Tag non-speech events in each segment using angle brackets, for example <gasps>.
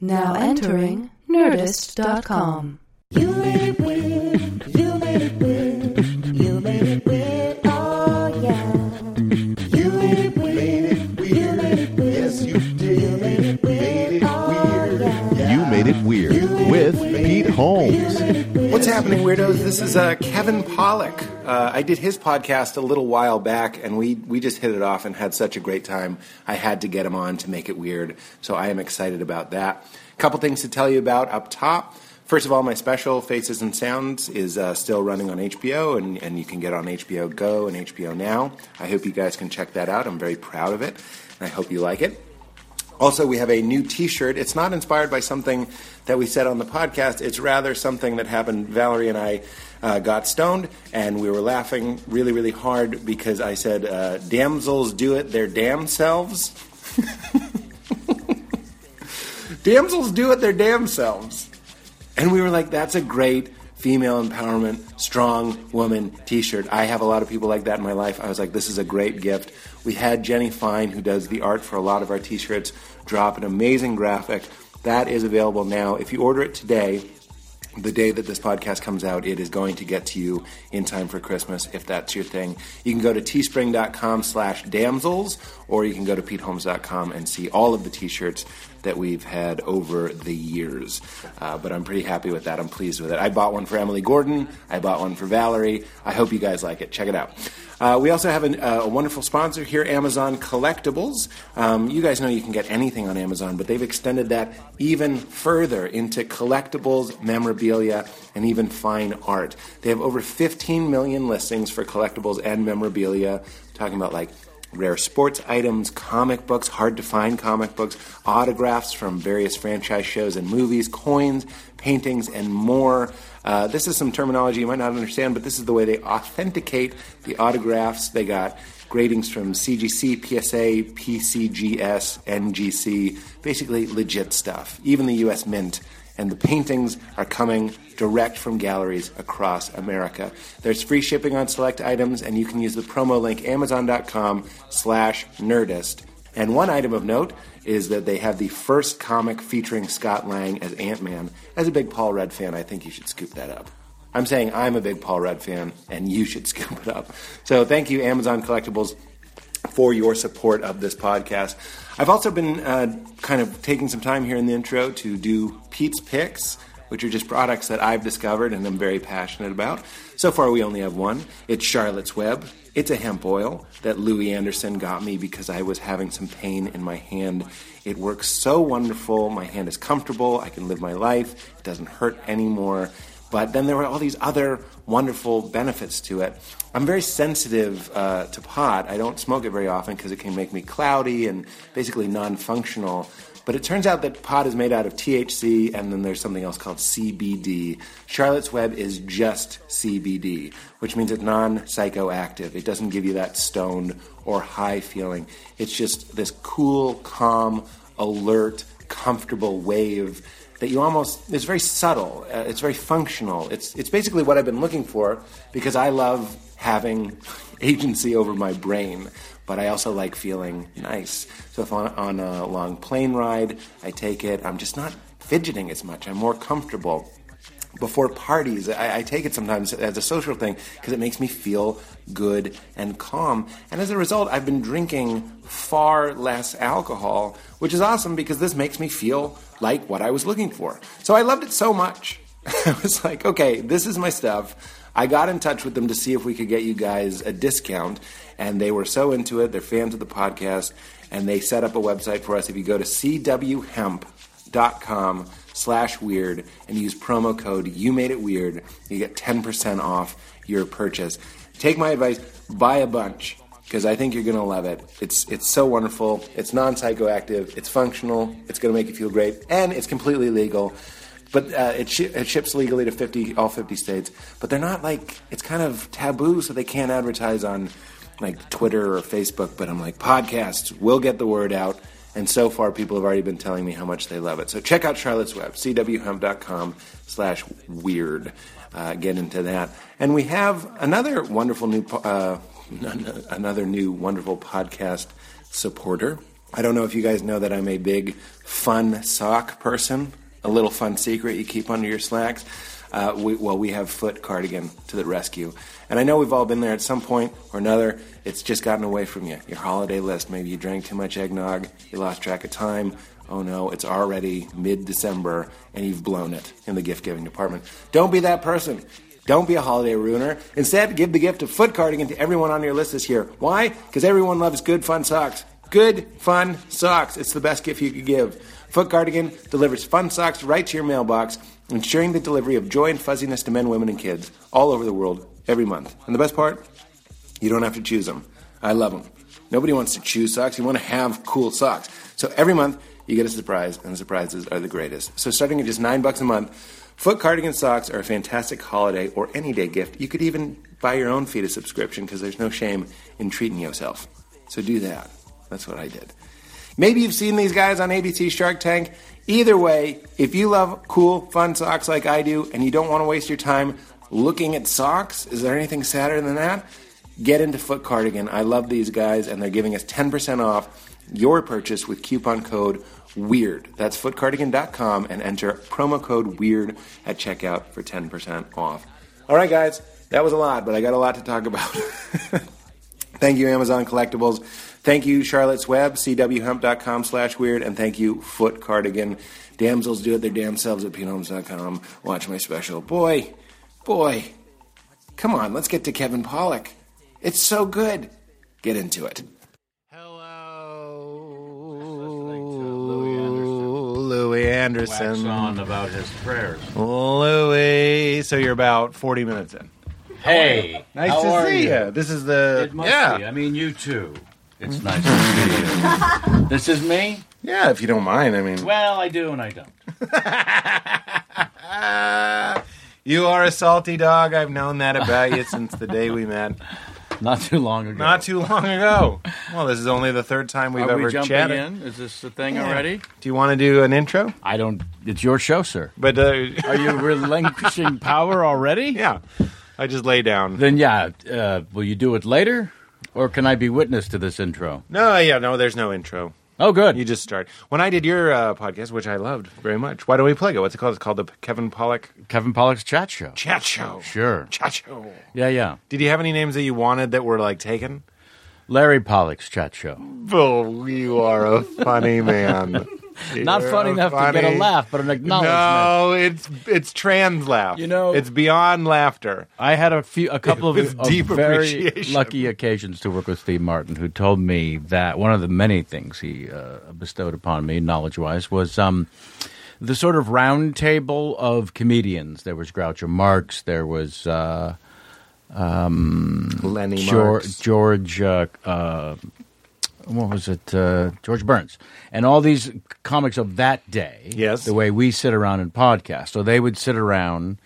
Now entering Nerdist.com. You made it weird. You made it weird. You made it weird. Oh yeah. You made it weird. You made it weird. Yes, you did. You made it weird. Oh yeah. You Made It Weird with Pete Holmes. What's happening, weirdos? This is uh, Kevin Pollock. Uh, I did his podcast a little while back, and we, we just hit it off and had such a great time. I had to get him on to make it weird, so I am excited about that. A couple things to tell you about up top. First of all, my special, Faces and Sounds, is uh, still running on HBO, and, and you can get on HBO Go and HBO Now. I hope you guys can check that out. I'm very proud of it, and I hope you like it. Also, we have a new t shirt. It's not inspired by something that we said on the podcast, it's rather something that happened. Valerie and I uh, got stoned, and we were laughing really, really hard because I said, uh, Damsels do it their damn selves. <laughs> Damsels do it their damn selves. And we were like, that's a great female empowerment, strong woman t shirt. I have a lot of people like that in my life. I was like, this is a great gift. We had Jenny Fine, who does the art for a lot of our t shirts, drop an amazing graphic. That is available now. If you order it today, the day that this podcast comes out, it is going to get to you in time for Christmas, if that's your thing. You can go to teespring.com slash damsels, or you can go to peteholmes.com and see all of the t-shirts that we've had over the years. Uh, but I'm pretty happy with that. I'm pleased with it. I bought one for Emily Gordon. I bought one for Valerie. I hope you guys like it. Check it out. Uh, we also have an, uh, a wonderful sponsor here, Amazon Collectibles. Um, you guys know you can get anything on Amazon, but they've extended that even further into collectibles, memorabilia, and even fine art. They have over 15 million listings for collectibles and memorabilia, talking about like rare sports items, comic books, hard to find comic books, autographs from various franchise shows and movies, coins, paintings, and more. Uh, this is some terminology you might not understand, but this is the way they authenticate the autographs. They got gradings from CGC, PSA, PCGS, NGC, basically legit stuff. Even the US Mint and the paintings are coming direct from galleries across America. There's free shipping on select items, and you can use the promo link amazon.com slash nerdist. And one item of note is that they have the first comic featuring Scott Lang as Ant-Man. As a big Paul Rudd fan, I think you should scoop that up. I'm saying I'm a big Paul Rudd fan, and you should <laughs> scoop it up. So thank you, Amazon Collectibles for your support of this podcast. I've also been uh, kind of taking some time here in the intro to do Pete's Picks, which are just products that I've discovered and I'm very passionate about. So far, we only have one. It's Charlotte's Web. It's a hemp oil that Louis Anderson got me because I was having some pain in my hand. It works so wonderful. My hand is comfortable. I can live my life. It doesn't hurt anymore. But then there were all these other wonderful benefits to it. I'm very sensitive uh, to pot. I don't smoke it very often because it can make me cloudy and basically non functional. But it turns out that pot is made out of THC and then there's something else called CBD. Charlotte's Web is just CBD, which means it's non psychoactive. It doesn't give you that stoned or high feeling. It's just this cool, calm, alert, comfortable wave that you almost it's very subtle uh, it's very functional it's it's basically what i've been looking for because i love having <laughs> agency over my brain but i also like feeling nice so if on, on a long plane ride i take it i'm just not fidgeting as much i'm more comfortable before parties. I, I take it sometimes as a social thing because it makes me feel good and calm. And as a result, I've been drinking far less alcohol, which is awesome because this makes me feel like what I was looking for. So I loved it so much. <laughs> I was like, okay, this is my stuff. I got in touch with them to see if we could get you guys a discount. And they were so into it. They're fans of the podcast. And they set up a website for us. If you go to cwhemp.com slash weird and use promo code you made it weird you get 10% off your purchase take my advice buy a bunch because i think you're going to love it it's it's so wonderful it's non-psychoactive it's functional it's going to make you feel great and it's completely legal but uh, it, shi it ships legally to 50 all 50 states but they're not like it's kind of taboo so they can't advertise on like twitter or facebook but i'm like podcasts will get the word out and so far, people have already been telling me how much they love it. So check out Charlotte's Web, cwhemp.com slash weird. Uh, get into that. And we have another <laughs> wonderful new, po- uh, another new wonderful podcast supporter. I don't know if you guys know that I'm a big fun sock person. A little fun secret you keep under your slacks. Uh, we, well, we have Foot Cardigan to the rescue. And I know we've all been there at some point or another. It's just gotten away from you. Your holiday list. Maybe you drank too much eggnog. You lost track of time. Oh no, it's already mid December and you've blown it in the gift giving department. Don't be that person. Don't be a holiday ruiner. Instead, give the gift of foot cardigan to everyone on your list this year. Why? Because everyone loves good, fun socks. Good, fun socks. It's the best gift you could give. Foot Cardigan delivers fun socks right to your mailbox, ensuring the delivery of joy and fuzziness to men, women, and kids all over the world every month. And the best part? You don't have to choose them. I love them. Nobody wants to choose socks. You want to have cool socks. So every month you get a surprise, and surprises are the greatest. So starting at just nine bucks a month, Foot Cardigan socks are a fantastic holiday or any day gift. You could even buy your own feet a subscription because there's no shame in treating yourself. So do that. That's what I did. Maybe you've seen these guys on ABC Shark Tank. Either way, if you love cool, fun socks like I do and you don't want to waste your time looking at socks, is there anything sadder than that? Get into Foot Cardigan. I love these guys and they're giving us 10% off your purchase with coupon code WEIRD. That's footcardigan.com and enter promo code WEIRD at checkout for 10% off. All right, guys, that was a lot, but I got a lot to talk about. <laughs> Thank you, Amazon Collectibles. Thank you, Charlotte's Web, cwhemp.com slash weird, and thank you, Foot Cardigan. Damsels do it their damn selves at petehomes.com. Watch my special. Boy, boy, come on, let's get to Kevin Pollock. It's so good. Get into it. Hello, Louis wax Anderson. on about his prayers. Louis, so you're about 40 minutes in. Hey, Nice how to are see you? you. This is the It must yeah be. I mean, you too. It's nice to see <laughs> you. this is me. yeah. If you don't mind, I mean, Well, I do and I don't. Ah, you are a salty dog. I've known that about you since the day we met, Not too long ago. <laughs> not too long ago. Well, this is only the third time we've Are ever we jumping chatted. in? Is this the thing already? Do you want to do an intro? I don't. It's your show, sir. But uh, Are you relinquishing power already? <laughs> yeah, I just lay down. Then yeah. Uh, will you do it later, or can I be witness to this intro? No, yeah, no. There's no intro. Oh, good. You just start. When I did your uh, podcast, which I loved very much, why don't we plug it? What's it called? It's called the Kevin Pollock Kevin Pollock's chat show. Chat Show. Sure. Chat Show. Yeah, yeah. Did you have any names that you wanted that were like taken? Larry Pollock's chat show. Oh, you are a funny man. <laughs> Not You're funny a enough to get a funny- laugh, but an acknowledgement. No, it's it's trans laugh. You know- it's beyond laughter. I had a few, a couple of, With of deep very appreciation. lucky occasions to work with Steve Martin, who told me that one of the many things he uh, bestowed upon me, knowledge-wise, was um, the sort of round table of comedians. There was Groucho Marx. There was uh, Lenny Geor- Marks. George. Uh, uh, what was it? Uh, George Burns. And all these comics of that day. Yes. The way we sit around and podcast. So they would sit around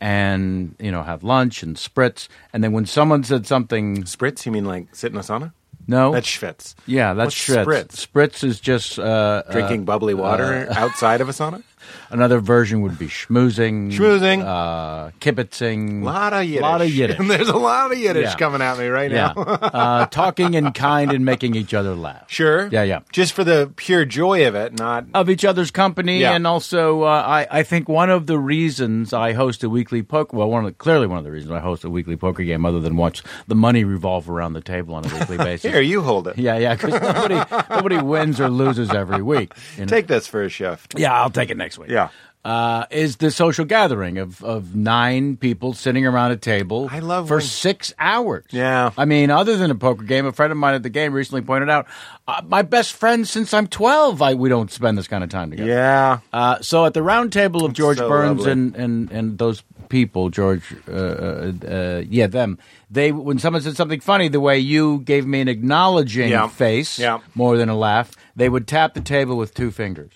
and, you know, have lunch and spritz. And then when someone said something, Spritz. You mean like sit in a sauna? no. That's Schwitz. Oh. yeah, that's What's spritz. Spritz. Spritz is just uh, uh, Drinking bubbly water <laughs> outside of a sauna. another version would be schmoozing. Schmoozing. Uh, kibitzing. A lot of Yiddish. lot of Yiddish. <laughs> There's a lot of Yiddish Yeah. coming at me right Yeah. <laughs> now. uh, talking in kind and making each other laugh. sure. Yeah, Oh. yeah. Just for the pure joy of it, not of each other's company, Yeah. and also uh, I, I think one of the reasons I host a weekly poker well, one of the, clearly one of the reasons I host a weekly poker game, other than watch the money revolve around the table on a <laughs> weekly basis. here. You hold it. Yeah, yeah, because nobody nobody wins or loses every week. you know? Take this for a shift. yeah, I'll take it next week. Yeah. Uh, is the social gathering of, of nine people sitting around a table I love for when- six hours. Yeah. I mean, other than a poker game, a friend of mine at the game recently pointed out, uh, my best friend since I'm 12, I, we don't spend this kind of time together. Yeah. Uh, so at the round table of George so Burns lovely. and, and, and those people, George, uh, uh, uh, yeah, them, they when someone said something funny, the way you gave me an acknowledging Yeah. face Yeah. more than a laugh, they would tap the table with two <laughs> fingers.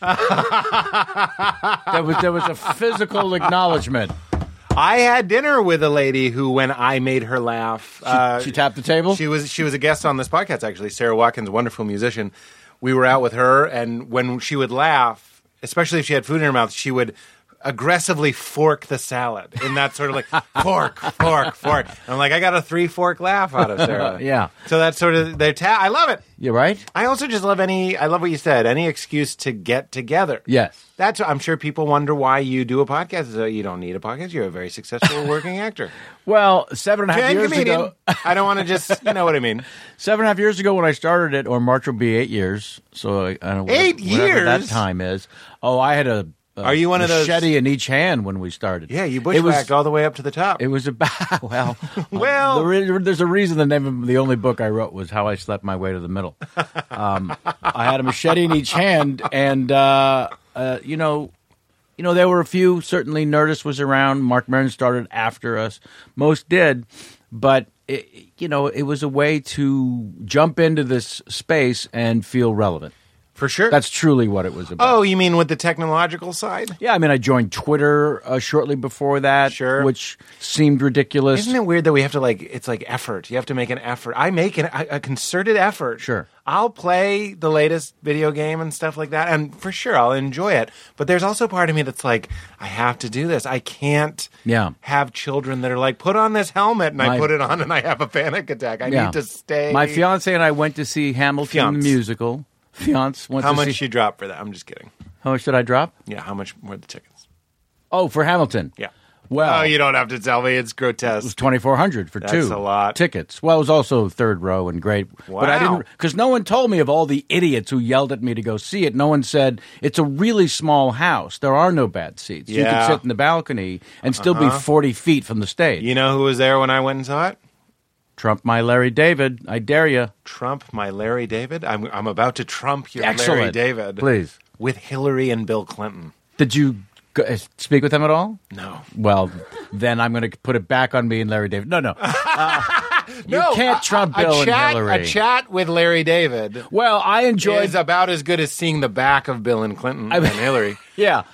there, was, there was a physical acknowledgement. I had dinner with a lady who, when I made her laugh, uh, she tapped the table? She was she was a guest on this podcast actually. Sarah Watkins, wonderful musician. We were out with her, and when she would laugh, especially if she had food in her mouth, she would. aggressively fork the salad in that sort of like <laughs> fork, fork, fork. And I'm like, I got a three fork laugh out <laughs> of Sarah. Yeah. So that's sort of their ta- I love it. You right? I also just love any. I love what you said. Any excuse to get together. Yes. That's. I'm sure people wonder why you do a podcast. So you don't need a podcast. You're a very successful working actor Well, seven and a <laughs> half and years comedian. ago, I don't want to just. You know what I mean. seven and a half years ago when I started it, or March will be eight years. So I, I don't Eight whatever that years? time is. Oh, I had a. a Are you one of those- machete in each hand when we started? Yeah, you It was bushwhacked all the way up to the top. It was about <laughs> well, <laughs> Well- the re- there's a reason the name of the only book I wrote was How I Slept My Way to the Middle. Um, I had a machete in each hand, and uh, uh, you know, you know, there were a few. Certainly, Nerdist was around. Mark Maron started after us. Most did, but it, you know, it was a way to jump into this space and feel relevant. for sure. That's truly what it was about. Oh, you mean with the technological side? Yeah, I mean, I joined Twitter uh, shortly before that, Sure. which seemed ridiculous. Isn't it weird that we have to like? It's like effort. You have to make an effort. I make an, a a concerted effort. Sure. I'll play the latest video game and stuff like that, and for sure I'll enjoy it. But there's also part of me that's like, I have to do this. I can't. Yeah. Have children that are like, put on this helmet, and I My- put it on, and I have a panic attack. I Yeah. need to stay. My fiance and I went to see Hamilton Fiance. the musical. Fiance went How to much see. you drop for that? I'm just kidding. how much did I drop? Yeah. How much were the tickets? Oh, for Hamilton. Yeah. Well, oh, you don't have to tell me. It's it was grotesque. twenty four hundred for two. That's a lot. tickets. Well, it was also third row and great. But I Wow. didn't because no one told me of all the idiots who yelled at me to go see it. No one said it's a really small house. There are no bad seats. You Yeah. Uh-huh. could sit in the balcony and still be forty feet from the stage. You know who was there when I went and saw it? Trump, my Larry David, I dare you. Trump my Larry David? I'm, I'm about to trump your Larry Excellent. David. Please. With Hillary and Bill Clinton. Did you go, uh, speak with them at all? No. Well, then I'm going to put it back on me and Larry David. No, no. <laughs> Uh, you can't trump a, Bill chat, and Hillary. A chat with Larry David well, I enjoyed. is about as good as seeing the back of Bill and Clinton <laughs> and Hillary. yeah.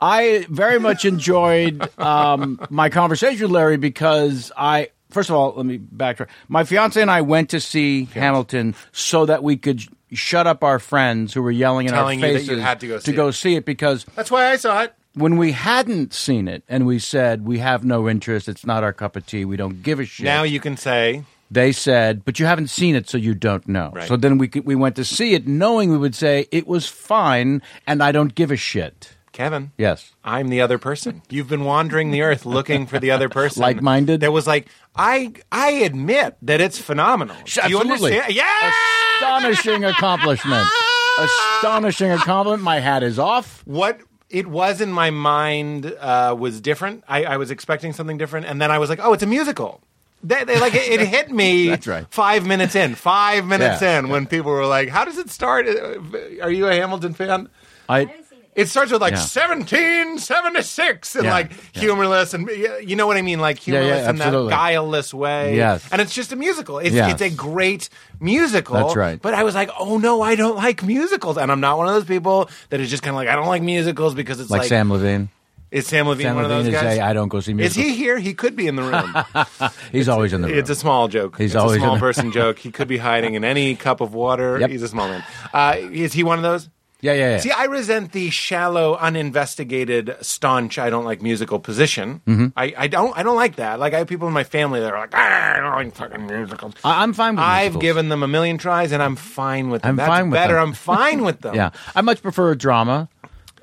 I very much enjoyed um, my conversation with Larry because I, first of all, let me backtrack. My fiance and I went to see Hamilton so that we could sh- shut up our friends who were yelling in Telling you our that you faces had to go see to go it. see it because That's why I saw it. when we hadn't seen it and we said we have no interest, it's not our cup of tea, we don't give a shit. Now you can say, they said, but you haven't seen it, so you don't know. Right. So then we could- we went to see it, knowing we would say it was fine, and I don't give a shit. Kevin. Yes, I'm the other person. You've been wandering the earth looking for the other person. Like-minded? There was like I I admit that it's phenomenal. Do you Absolutely. understand? Yeah. astonishing accomplishment. Astonishing accomplishment. My hat is off. what it was in my mind uh, was different. I, I was expecting something different, and then I was like, "Oh, it's a musical." They, they- like it, it hit <laughs> me. That's right. Five minutes in, five minutes Yeah. in, when people were like, "How does it start? Uh, Are you a Hamilton fan?" I It starts with like Yeah. 1776 and Yeah, like yeah. humorless and you know what I mean, like yeah, humorless in that absolutely. guileless way. Yes. and it's just a musical. It's Yes. it's a great musical. That's right. But I was like, oh no, I don't like musicals, and I'm not one of those people that is just kind of like I don't like musicals because it's like, like, Sam Levine. is Sam Levine Sam one Levine of is those guys? a I don't go see is musicals. he here? He could be in the room. <laughs> He's always in the room. It's a small joke. He's it's a always in small the- <laughs> person joke. He could be hiding in any cup of water. Yep. He's a small man. Uh, is he one of those? yeah, yeah, yeah. See, I resent the shallow, uninvestigated, staunch. I don't like musical position. Mm-hmm. I, I don't. I don't like that. Like I have people in my family that are like, "Ah, I don't like fucking musicals. I, am fine with I've musicals. given them a million tries, and I'm fine with them. I'm That's fine with better. them. I'm fine <laughs> with them. Yeah, I much prefer a drama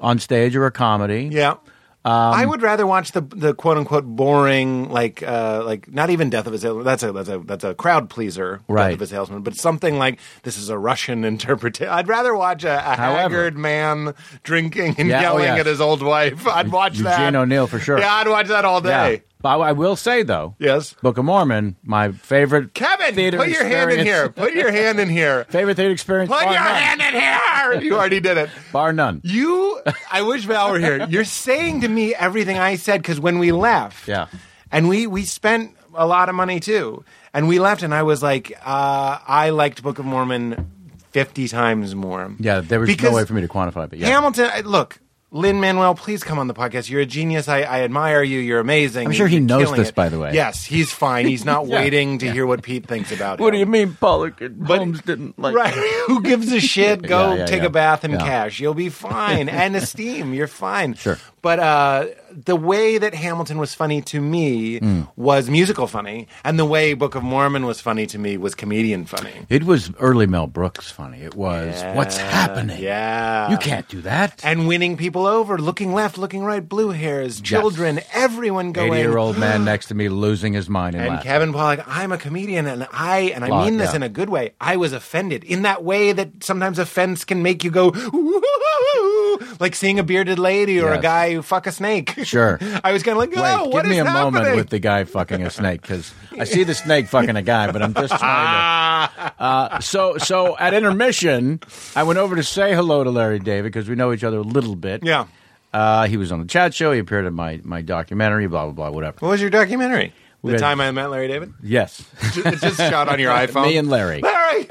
on stage or a comedy. yeah. Um, I would rather watch the the quote unquote boring like uh, like not even Death of a Salesman. That's a that's a that's a crowd pleaser. Death Right. of a Salesman, but something like this is a Russian <laughs> interpretation. I'd rather watch a, a However- haggard man drinking and Yeah, oh, yelling yes. at his old wife. I'd watch that. Eugene O'Neill for sure. Yeah, I'd watch that all Yeah. day. But I will say though, Yes. Book of Mormon, my favorite Kevin, theater put your hand in experience- here. Put your hand in here. <laughs> Favorite theater experience? Put bar your none. hand in here. You already did it. Bar none. You, I wish Val were here. You're saying to me everything I said because when we left, Yeah. and we we spent a lot of money too, and we left, and I was like, uh, I liked Book of Mormon fifty times more. Yeah, there was Because no way for me to quantify, but yeah. Hamilton, I- look, Lynn Manuel, please come on the podcast. You're a genius. I, I admire you. You're amazing. I'm sure he You're knows killing this, it." by the way. Yes, he's fine. He's <laughs> not Yeah. waiting to hear what Pete thinks about What do him. you mean, Pollock and Holmes didn't like? Right. Who gives a shit? Go <laughs> yeah, take yeah. a bath in Yeah. cash. You'll be <laughs> fine. and esteem. You're fine. Sure. But uh, the way that Hamilton was funny to me Mm. was musical funny. And the way Book of Mormon was funny to me was comedian funny. It was early Mel Brooks funny. It was what's happening. Yeah. You can't do that. And winning people over, looking left, looking right, blue hairs, children, everyone going. Eighty-year-old man next to me losing his mind and, And laughing. Kevin Pollak, I'm a comedian, and I and I Lot, mean this yeah. in a good way. I was offended in that way that sometimes offense can make you go, <laughs> "Ooh," like seeing a bearded lady or a Yes. guy who fuck a snake. <laughs> Sure. I was kind of like, Wait, oh, what give me is a moment happening?" with the guy fucking a snake because I see the snake fucking a guy, but I'm just trying <laughs> to. Uh, so, so at intermission, I went over to say hello to Larry David because we know each other a little bit. yeah. Uh, he was on the chat show. He appeared in my, my documentary, blah, blah, blah, whatever. What was your documentary? The had- time I met <laughs> Larry David. Yes. It's just shot on your iPhone. <laughs> Me and <laughs> Larry. <laughs> Larry.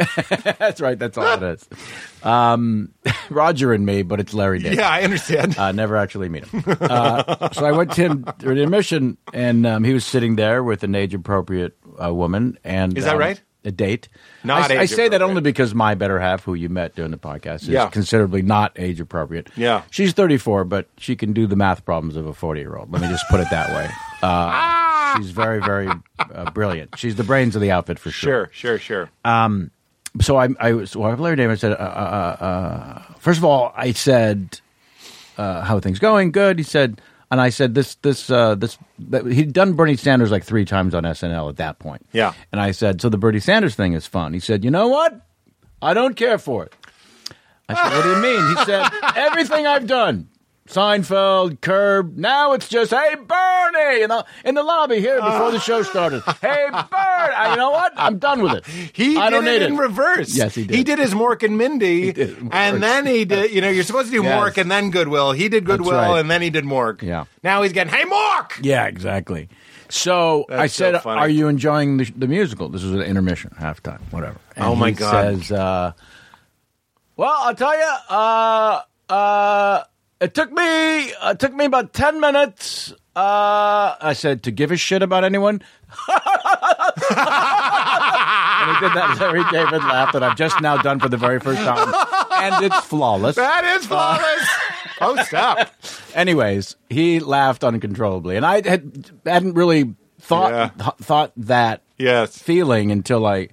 That's right. That's all it is. Um, <laughs> Roger and me, but it's Larry David. Yeah, I understand. Uh, never actually meet him. Uh, so I went to him during admission, and um, he was sitting there with an age appropriate uh, woman. And Is that um, right? A date. Not I, I say that age-appropriate. only because my better half, who you met during the podcast, is Yeah. considerably not age appropriate. Yeah. she's thirty four, but she can do the math problems of a forty year old. Let me just put it that way. <laughs> Ah! Uh, she's very, very uh, brilliant. She's the brains of the outfit for sure <laughs> sure, sure, sure. so I, I was, so I Larry David said, uh, uh, uh, uh, first of all, I said, uh, how are things going? Good. He said, and I said, this, this, uh, this, that, he'd done Bernie Sanders like three times on SNL at that point. Yeah. And I said, so the Bernie Sanders thing is fun. He said, you know what? I don't care for it. I said, what do you mean? He <laughs> said, everything I've done. Seinfeld, Curb. Now it's just, hey Bernie, in the in the lobby here before the show <laughs> started. Hey Bernie, I- you know what? I'm done with it. He I did don't it need in reverse. Yes, he did. He did his Mork and Mindy, did Mork. and then he did. You know, you're supposed to do Yes. Mork and then Goodwill. He did Goodwill, right. and then he did Mork. Yeah. Now he's getting Hey Mork. Yeah, exactly. So I That's so said, funny. "Are you enjoying the, the musical?" This was an intermission, halftime, whatever. And Oh, my he God. Says, uh, "Well, I'll tell you. Uh, uh, it took me uh, it took me about ten minutes." Uh, I said to give a shit about anyone. <laughs> and he did that. Larry David laugh that I've just now done for the very first time, and it's flawless. That <laughs> is flawless. oh, stop. Anyways, he laughed uncontrollably, and I had, hadn't really thought Yeah. th- thought that Yes. feeling until I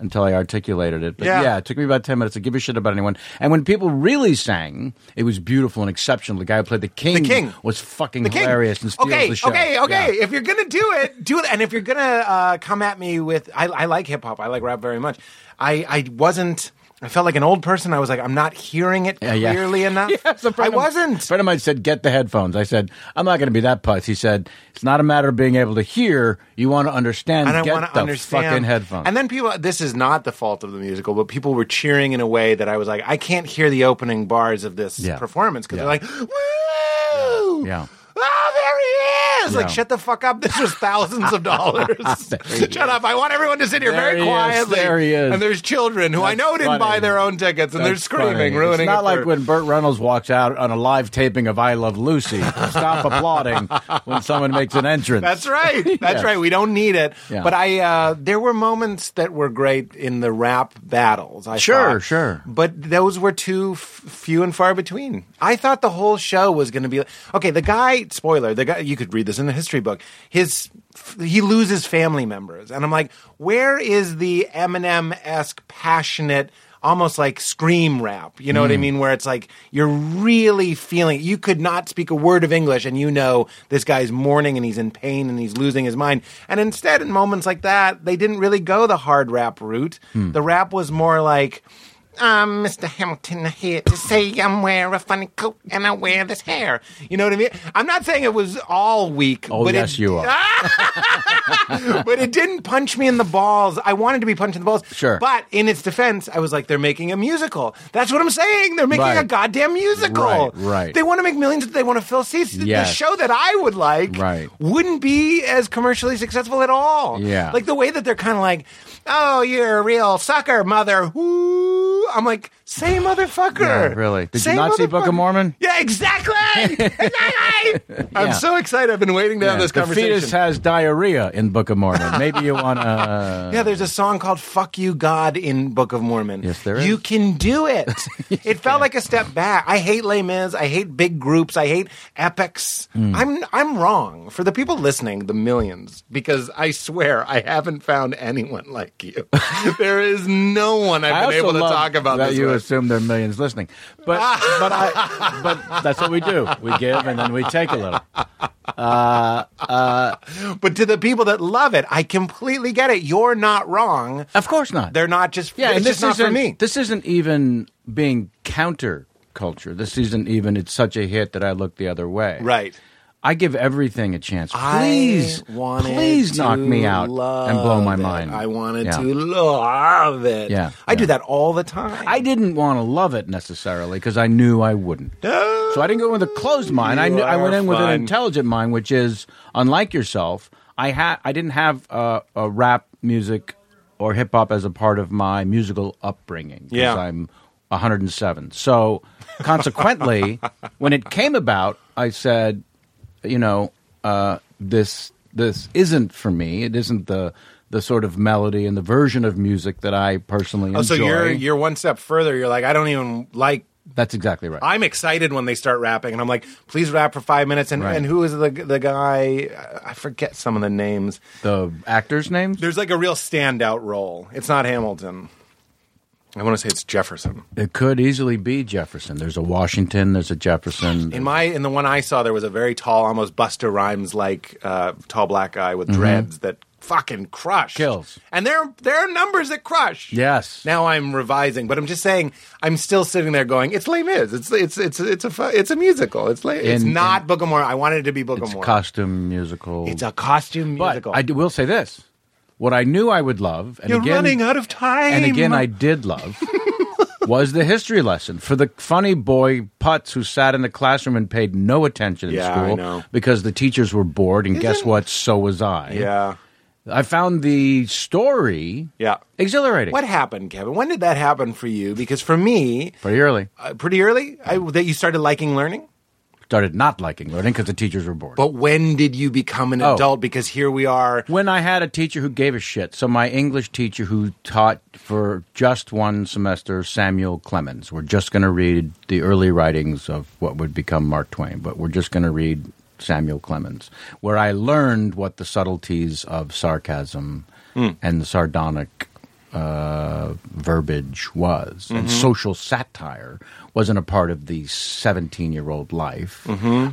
until I articulated it. But Yeah. yeah. it took me about ten minutes to give a shit about anyone. And when people really sang, it was beautiful and exceptional. The guy who played the king, The king. was fucking The king. hilarious and steals okay, the show. okay, okay. Yeah. If you're gonna do it, do it. And if you're gonna uh, come at me with, I, I like hip hop. I like rap very much. I, I wasn't. I felt like an old person. I was like, I'm not hearing it Yeah, yeah. <laughs> clearly enough. Yes, a I friend of- wasn't. A friend of mine said, "Get the headphones." I said, "I'm not going to be that puss." He said, "It's not a matter of being able to hear. You want to understand. and I Get want the to understand. fucking headphones." And then people, this is not the fault of the musical, but people were cheering in a way that I was like, I can't hear the opening bars of this Yeah. performance because Yeah. they're like, woo! Yeah. Yeah. Oh, there he is! Like, Yeah. shut the fuck up. This was thousands <laughs> of dollars. shut up. I want everyone to sit here There very he is. quietly. There he is. And there's children who I That's know funny. didn't buy their own tickets and they're That's screaming, funny. ruining It's not it like for- when Burt Reynolds walks out on a live taping of I Love Lucy. <laughs> Stop applauding when someone makes an entrance. <laughs> That's right. <laughs> That's Yes. right. We don't need it. Yeah. But I, uh, there were moments that were great in the rap battles. I Sure, thought. sure. But those were too f- few and far between. I thought the whole show was going to be okay. The guy, spoiler, the guy. You could read this in the history book. His he loses family members, and I'm like, where is the Eminem esque passionate? Almost like scream rap, you know what I mean? Where it's like you're really feeling. You could not speak a word of English, and you know this guy's mourning and he's in pain and he's losing his mind. And instead, in moments like that, they didn't really go the hard rap route. The rap was more like, I'm Mr. Um, Hamilton here to say I'm wearing a funny coat and I wear this hair. You know what I mean? I'm not saying it was all weak. Oh, but yes, it, you <laughs> but it didn't punch me in the balls. I wanted to be punched in the balls. Sure. But in its defense, I was like, they're making a musical. That's what I'm saying. They're making Right. a goddamn musical. Right, right. They want to make millions. They want to fill seats. The- Yes. The show that I would like Right. wouldn't be as commercially successful at all. Yeah. Like the way that they're kind of like, oh, you're a real sucker, mother. Woo. I'm like, same motherfucker. Yeah, really. Did you Same not see Book of motherfucker. Mormon? Yeah, exactly. <laughs> <laughs> exactly. I'm Yeah. so excited. I've been waiting to have this the conversation. fetus has diarrhea in Book of <laughs> Mormon. Maybe you want uh, to. Yeah, there's a song called "Fuck You, God" in Book of Mormon. Uh-huh. Yes, there You is. can <laughs> do it. it felt like a step back. I hate les mis. I hate big groups. I hate epics. Hmm. I'm I'm wrong. For the people listening, the millions, because I swear I haven't found anyone like you. <laughs> there is no one I I've been also able to love talk about that this you with. assume there are millions listening, but but <laughs> I, but that's what we do. We give and then we take a little. But to the people that love it, I completely get it. You're not wrong. Of course not. They're not just. yeah, it's and just this not isn't for me. this isn't even being counter culture. This isn't even. It's such a hit that I look the other way. right. I give everything a chance. I Please, wanted please knock to me out love and blow my it. mind. I wanted Yeah. to love it. Yeah, I do yeah. that all the time. I didn't want to love it necessarily because I knew I wouldn't. No. So I didn't go in with a closed mind. I, You knew, I are went in with an fun. intelligent mind, which is unlike yourself. I ha- I didn't have uh, a rap music or hip hop as a part of my musical upbringing. 'cause Yeah. I'm 107. So <laughs> consequently, when it came about, I said, you know, uh, this this isn't for me. It isn't the the sort of melody and the version of music that I personally Oh, enjoy. so you're you're one step further. You're like, I don't even like. That's exactly right. I'm excited when they start rapping, and I'm like, please rap for five minutes. And Right. and who is the the guy? I forget some of the names. the actors' names? There's like a real standout role. It's not Hamilton. I want to say it's Jefferson. It could easily be Jefferson. There's a Washington. There's a Jefferson. In my in the one I saw, there was a very tall, almost Buster Rhymes like uh, tall black guy with dreads that fucking crushed. Mm-hmm. Kills. And there there are numbers that crush. yes. Now I'm revising, but I'm just saying I'm still sitting there going, "It's Les Mis. It's it's it's it's a fu- it's a musical. It's Les, it's In- not Book of Mormon. I wanted it to be Book it's a of Mormon. costume musical. it's a costume but musical. I do- will say this: what I knew I would love, and You're again, running out of time. and again, I did <laughs> love. Was the history lesson for the funny boy putz who sat in the classroom and paid no attention in Yeah, I school know. because the teachers were bored, and guess Isn't- what? So was I. yeah I found the story yeah. exhilarating. What happened, Kevin? When did that happen for you? Because for me, Pretty early, uh, pretty early, I, that you started liking learning. started not liking learning because the teachers were bored. But when did you become an Oh. adult? Because here we are. when I had a teacher who gave a shit. So my English teacher who taught for just one semester, Samuel Clemens. We're just going to read the early writings of what would become Mark Twain, but we're just going to read Samuel Clemens, where I learned what the subtleties of sarcasm and sardonic uh, verbiage was, and social satire wasn't a part of the 17 year old life.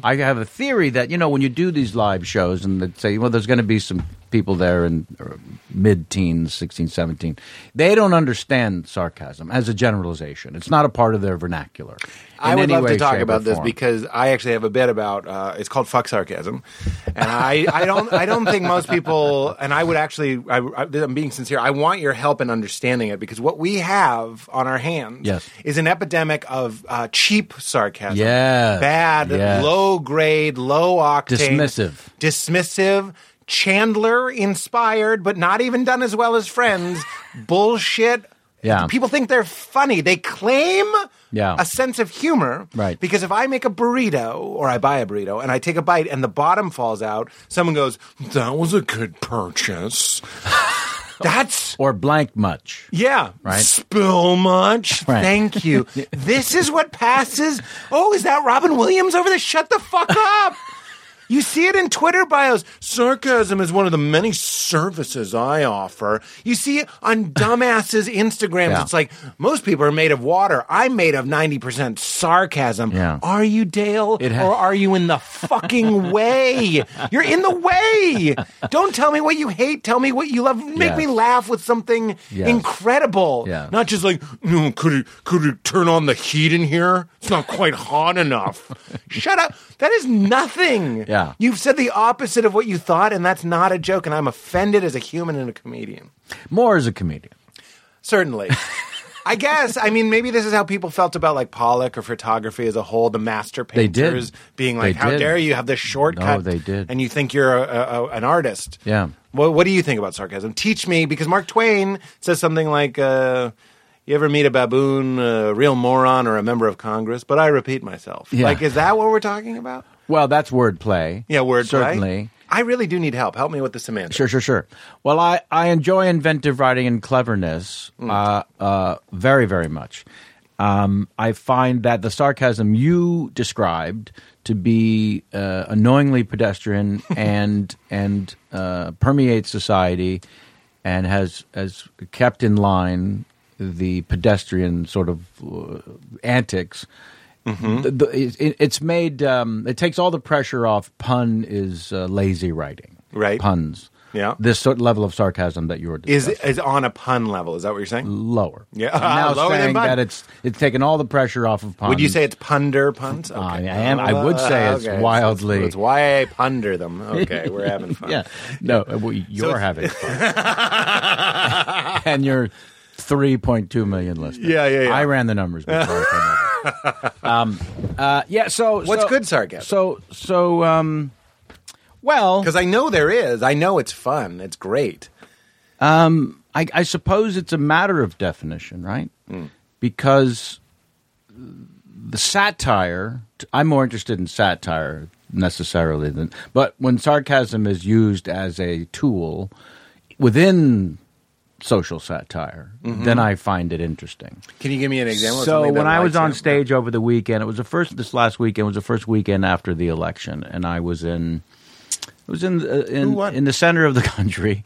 I have a theory that, you know, when you do these live shows and they say, well, there's going to be some people there in uh, mid teens, 16, 17, they don't understand sarcasm as a generalization. It's not a part of their vernacular. I in would any love way, to talk shape, or about this form. because I actually have a bit about uh, it's called fuck sarcasm, and I, I don't I don't think most people and I would actually I, I, I'm being sincere I want your help in understanding it because what we have on our hands Yes. is an epidemic of uh, cheap sarcasm, Yes. bad, Yes. low grade, low octane, Dismissive. dismissive. Chandler inspired, but not even done as well as Friends. <laughs> Bullshit. Yeah. People think they're funny. They claim Yeah. a sense of humor. Right. Because if I make a burrito or I buy a burrito and I take a bite and the bottom falls out, someone goes, That was a good purchase. <laughs> That's. Or blank much. Yeah. Right. Spill much. <laughs> Right. Thank you. this is what passes. Oh, is that Robin Williams over there? Shut the fuck up. You see it in Twitter bios. Sarcasm is one of the many services I offer. You see it <laughs> on dumbasses' Instagrams. Yeah. It's like most people are made of water. I'm made of 90% sarcasm. Yeah. Are you Dale It ha- or are you in <laughs> the fucking way? You're in the way. Don't tell me what you hate. Tell me what you love. Make Yes. me laugh with something Yes. incredible. Yes. Not just like, no, could it could it turn on the heat in here? It's not quite hot enough. Shut up. That is nothing. Yeah. You've said the opposite of what you thought, and that's not a joke, and I'm offended as a human and a comedian. More as a comedian. Certainly. I guess. I mean, maybe this is how people felt about like Pollock or photography as a whole. The master They did. painters being like, They "How did. dare you have this shortcut?" they did. And you think you're a, a, a- an artist? Yeah. Well, what do you think about sarcasm? Teach me, because Mark Twain says something like, uh, You ever meet a baboon, a real moron, or a member of Congress? But I repeat myself. Yeah. Like, is that what we're talking about? Well, that's wordplay. Yeah, word certainly. I really do need help. Help me with the semantics. Sure, sure, sure. Well, I, I enjoy inventive writing and cleverness uh, uh, very, very much. Um, I find that the sarcasm you described to be uh, annoyingly pedestrian and and uh, permeates society and has has kept in line the pedestrian sort of uh, antics. The- the- it- it's made. Um, it takes all the pressure off. Pun is uh, lazy writing. Right. Puns. Yeah. This sort level of sarcasm that you were Is discussing is on a pun level? Is that what you're saying? lower. Yeah. I'm now <laughs> Lower than saying mine. that it's it's taken all the pressure off of puns. Would you say it's punder puns? Okay. I am- I would say it's wildly- It's why I ponder them. Okay, we're having <laughs> fun. Yeah. No, uh, well, you're it's- having <laughs> fun, and you're 3.2 million listeners. Yeah, yeah, yeah. I ran the numbers. Before I came <laughs> over. um, uh, yeah. So What's so- good sarcasm? So so um, well, Because I know there is. I know it's fun. It's great. I, I suppose it's a matter of definition, right? Because the satire, I'm more interested in satire necessarily than, but when sarcasm is used as a tool within social satire, then I find it interesting. Can you give me an example? of So something that when I was lights on you up? stage over the weekend, it was the first. This last weekend was the first weekend after the election, and I was in, I was in uh, in, won? in the center of the <laughs> country.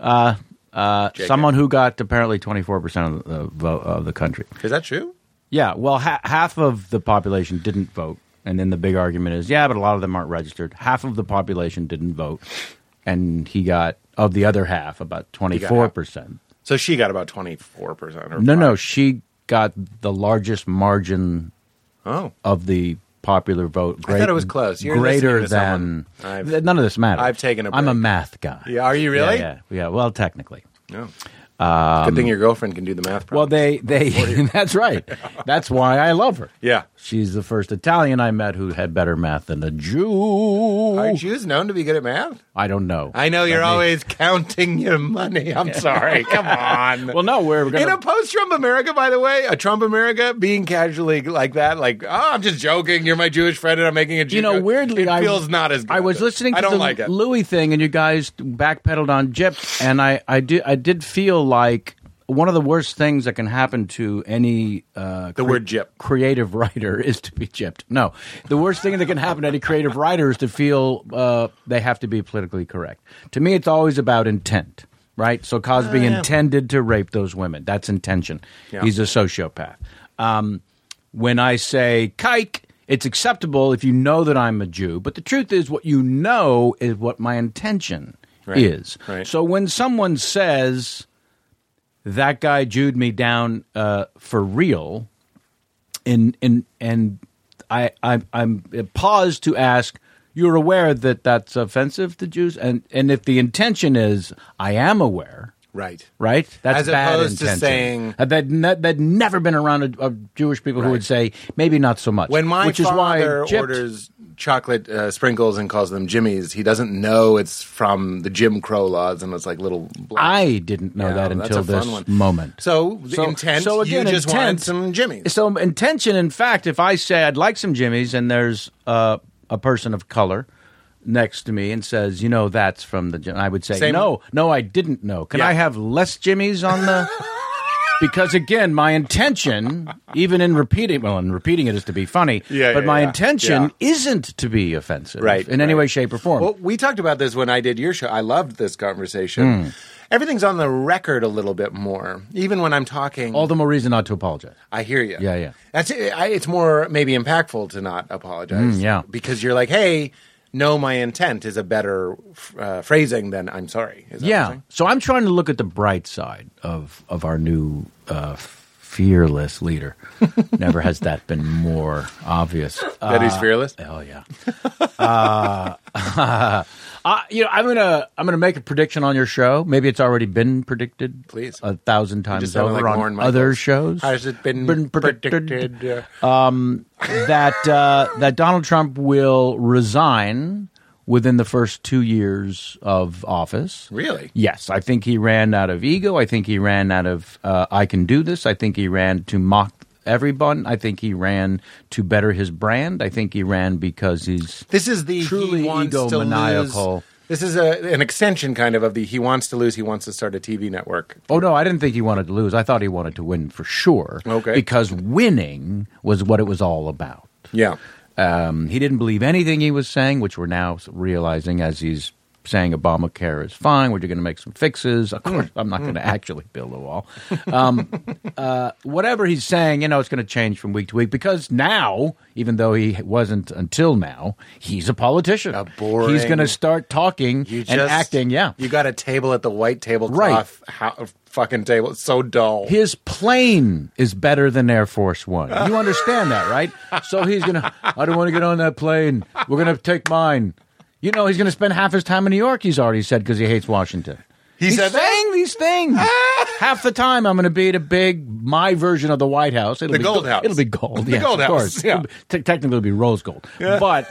Uh, uh, someone who got apparently twenty four percent of the vote of the country. is that true? Yeah, well, ha- half of the population didn't vote, and then the big argument is, yeah, but a lot of them aren't registered. Half of the population didn't vote, and he got of the other half about twenty four percent. So she got about twenty four percent. No, no, she got the largest margin Oh, of the popular vote. I thought it was close. You're greater listening to than someone. I've- Th- none of this matters. I've taken a I'm a break. math guy. Yeah, are you really? Yeah, yeah. yeah, Well, technically. no. Um, Good thing your girlfriend can do the math. Problems. Well, they <laughs> they. <laughs> that's right. That's why I love her. Yeah. She's the first Italian I met who had better math than a Jew. Are Jews known to be good at math? I don't know. I know you're That may- always counting your money. I'm sorry. <laughs> Come on. Well, no, we're In gonna. a post-Trump America, by the way, a Trump America being casually like that, like, oh, I'm just joking. You're my Jewish friend, and I'm making a. Jew you know, joke," weirdly, it I feels not as. good. I was listening. To I don't the like it. Louis thing, and you guys backpedaled on Jip, and I, I did, I did feel like one of the worst things that can happen to any uh, The word Jip. creative writer <laughs> is to be gypped. No, the worst thing that can happen to any creative writer is to feel uh, they have to be politically correct. To me, it's always about intent, right? So Cosby intended to rape those women. That's intention. Uh, Yeah. He's a sociopath. Um, when I say kike, it's acceptable if you know that I'm a Jew. But the truth is, what you know is what my intention Right. is. Right. So when someone says that guy Jewed me down uh, for real, and and and I, I I'm paused to ask. You're aware that that's offensive to Jews, and and if the intention is I am aware, Right. right? That's As bad opposed to intention. saying- Uh, that ne- that never been around a, a Jewish people who would say maybe not so much. When my which is why father gypped- orders chocolate uh, sprinkles and calls them Jimmy's, he doesn't know it's from the Jim Crow laws, and it's like little. blocks. I didn't know Yeah, that that's until a fun this one. moment. So, the intent, So again, you just intent, wanted some Jimmy's. So intention. In fact, if I say I'd like some Jimmys, and there's uh, a person of color next to me and says, "You know, that's from the," Jim-" I would say, Same- "No, no, I didn't know. Can Yeah. I have less Jimmys on <laughs> the?" Because again, my intention, even in repeating, well, in repeating it is to be funny, Yeah, but yeah, my yeah. intention isn't to be offensive, Right, in any right. way, shape, or form. Well, we talked about this when I did your show. I loved this conversation. Hmm. Everything's on the record a little bit more, even when I'm talking. All the more reason not to apologize. I hear you. Yeah, yeah. That's it. I, it's more maybe impactful to not apologize. Mm, yeah. because you're like, hey, no, my intent is a better uh, phrasing than I'm sorry. Is that what I'm Yeah. saying? So I'm trying to look at the bright side of of our new uh, fearless <laughs> leader. Never has that been more obvious. Uh, that he's fearless. hell yeah. Uh, <laughs> uh, you know, I'm gonna I'm gonna make a prediction on your show. Maybe it's already been predicted, Please. a thousand You times just sounded over like Lorne on Michaels. other shows. Has it been, predicted? uh, that uh, that Donald Trump will resign within the first two years of office. Really? Yes, I think he ran out of ego. I think he ran out of uh, I can do this. I think he ran to mock everyone. I think he ran to better his brand. I think he ran because he's This is the he Truly wants to egomaniacal. lose- This is a, an extension kind of of the he wants to lose, he wants to start a TV network. Oh no, I didn't think he wanted to lose. I thought he wanted to win for sure. Okay. Because winning was what it was all about. Yeah. Um, he didn't believe anything he was saying, which we're now realizing as he's saying Obamacare is fine. We're going to make some fixes. Of course, I'm not going Mm. to actually build a wall. Um, <laughs> uh, whatever he's saying, you know, it's going to change from week to week because now, even though he wasn't until now, he's a politician. A boring- He's going to start talking You just and acting. Yeah. You got a table at the white tablecloth Right. ho- fucking table. It's so dull. His plane is better than Air Force One. You understand that, right? So he's gonna. I don't want to get on that plane. We're gonna take mine. You know, he's gonna spend half his time in New York. He's already said because he hates Washington. He he's said that? saying these things. <laughs> half the time, I'm gonna be at a big my version of the White House. It'll The be Gold House. It'll be gold. The yes, Gold of House, course. yeah. It'll be- te- technically, it'll be rose gold. But.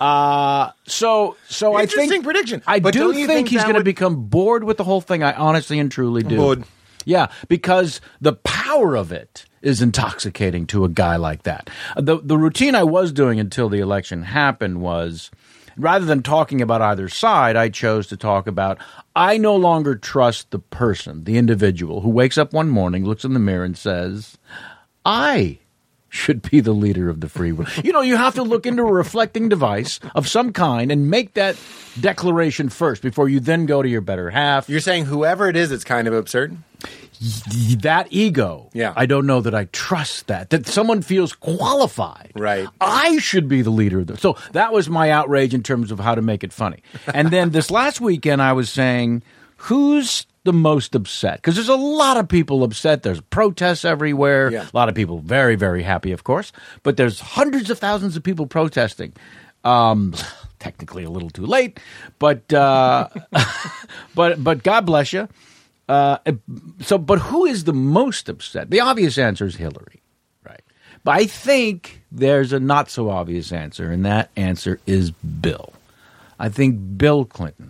Uh, so so I Interesting think prediction. I But do don't you think, think he's that going to would- become bored with the whole thing. I honestly and truly do. Bored. Yeah, because the power of it is intoxicating to a guy like that. The the routine I was doing until the election happened was rather than talking about either side, I chose to talk about I no longer trust the person, the individual who wakes up one morning, looks in the mirror and says, "I should be the leader of the free world. You know, you have to look into a reflecting device of some kind and make that declaration first before you then go to your better half You're saying whoever it is, it's kind of absurd. that ego. Yeah. I don't know that I trust that. That someone feels qualified. Right. I should be the leader of this. So that was my outrage in terms of how to make it <laughs> funny. And then this last weekend I was saying, who's the most upset? Because there's a lot of people upset. There's protests everywhere. Yeah. A lot of people very, very happy, of course. But there's hundreds of thousands of people protesting. Um <laughs> technically a little too late, but uh <laughs> but but God bless you. Uh, so, but who is the most upset? The obvious answer is Hillary, right? But I think there's a not so obvious answer, and that answer is Bill. I think Bill Clinton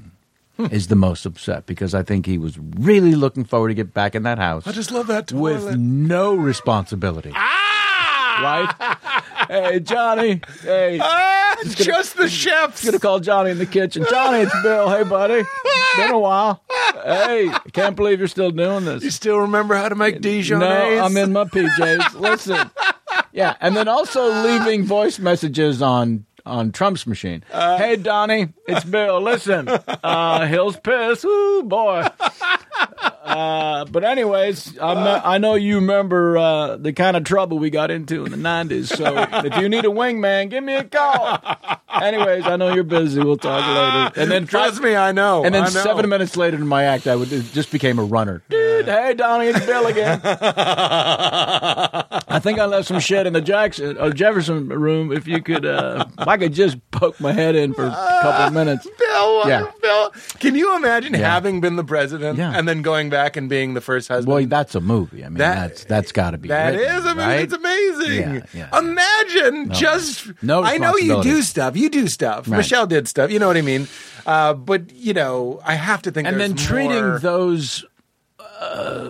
Hmm. is the most upset because I think he was really looking forward to get back in that house. I just love that with toilet. no responsibility, right? hey, Johnny. Hey, Ah, just the chefs. gonna call Johnny in the kitchen. Johnny, it's Bill. Hey, buddy. Been a while. Hey, can't believe you're still doing this. You still remember how to make Dijon? No, I'm in my PJs. <laughs> Listen, yeah, and then also leaving voice messages on on Trump's machine. hey, Donnie, it's Bill. Listen, uh, Hill's pissed. Ooh, boy. Uh, but anyways, I'm not- I know you remember uh, the kind of trouble we got into in the '90s. So if you need a wingman, give me a call. Anyways, I know you're busy. We'll talk later. And then Trust me, I know. and then I know. seven minutes later in my act, I would it just became a runner. Dude, hey Donnie, it's Bill <laughs> again. I think I left some shit in the Jackson or Jefferson room. If you could, uh, if I could just poke my head in for a couple of minutes. Bill, Yeah. Bill, uh, can you imagine Yeah. having been the president Yeah. and then going back and being the first husband? Well, that's a movie. I mean, That- that's that's got to be That is, written, I mean, right? it's amazing. Yeah, yeah. Imagine just. No I know you responsibility. do stuff. You do stuff. Right. Michelle did stuff. You know what I mean? Uh, but you know, I have to think. And there's then treating more, those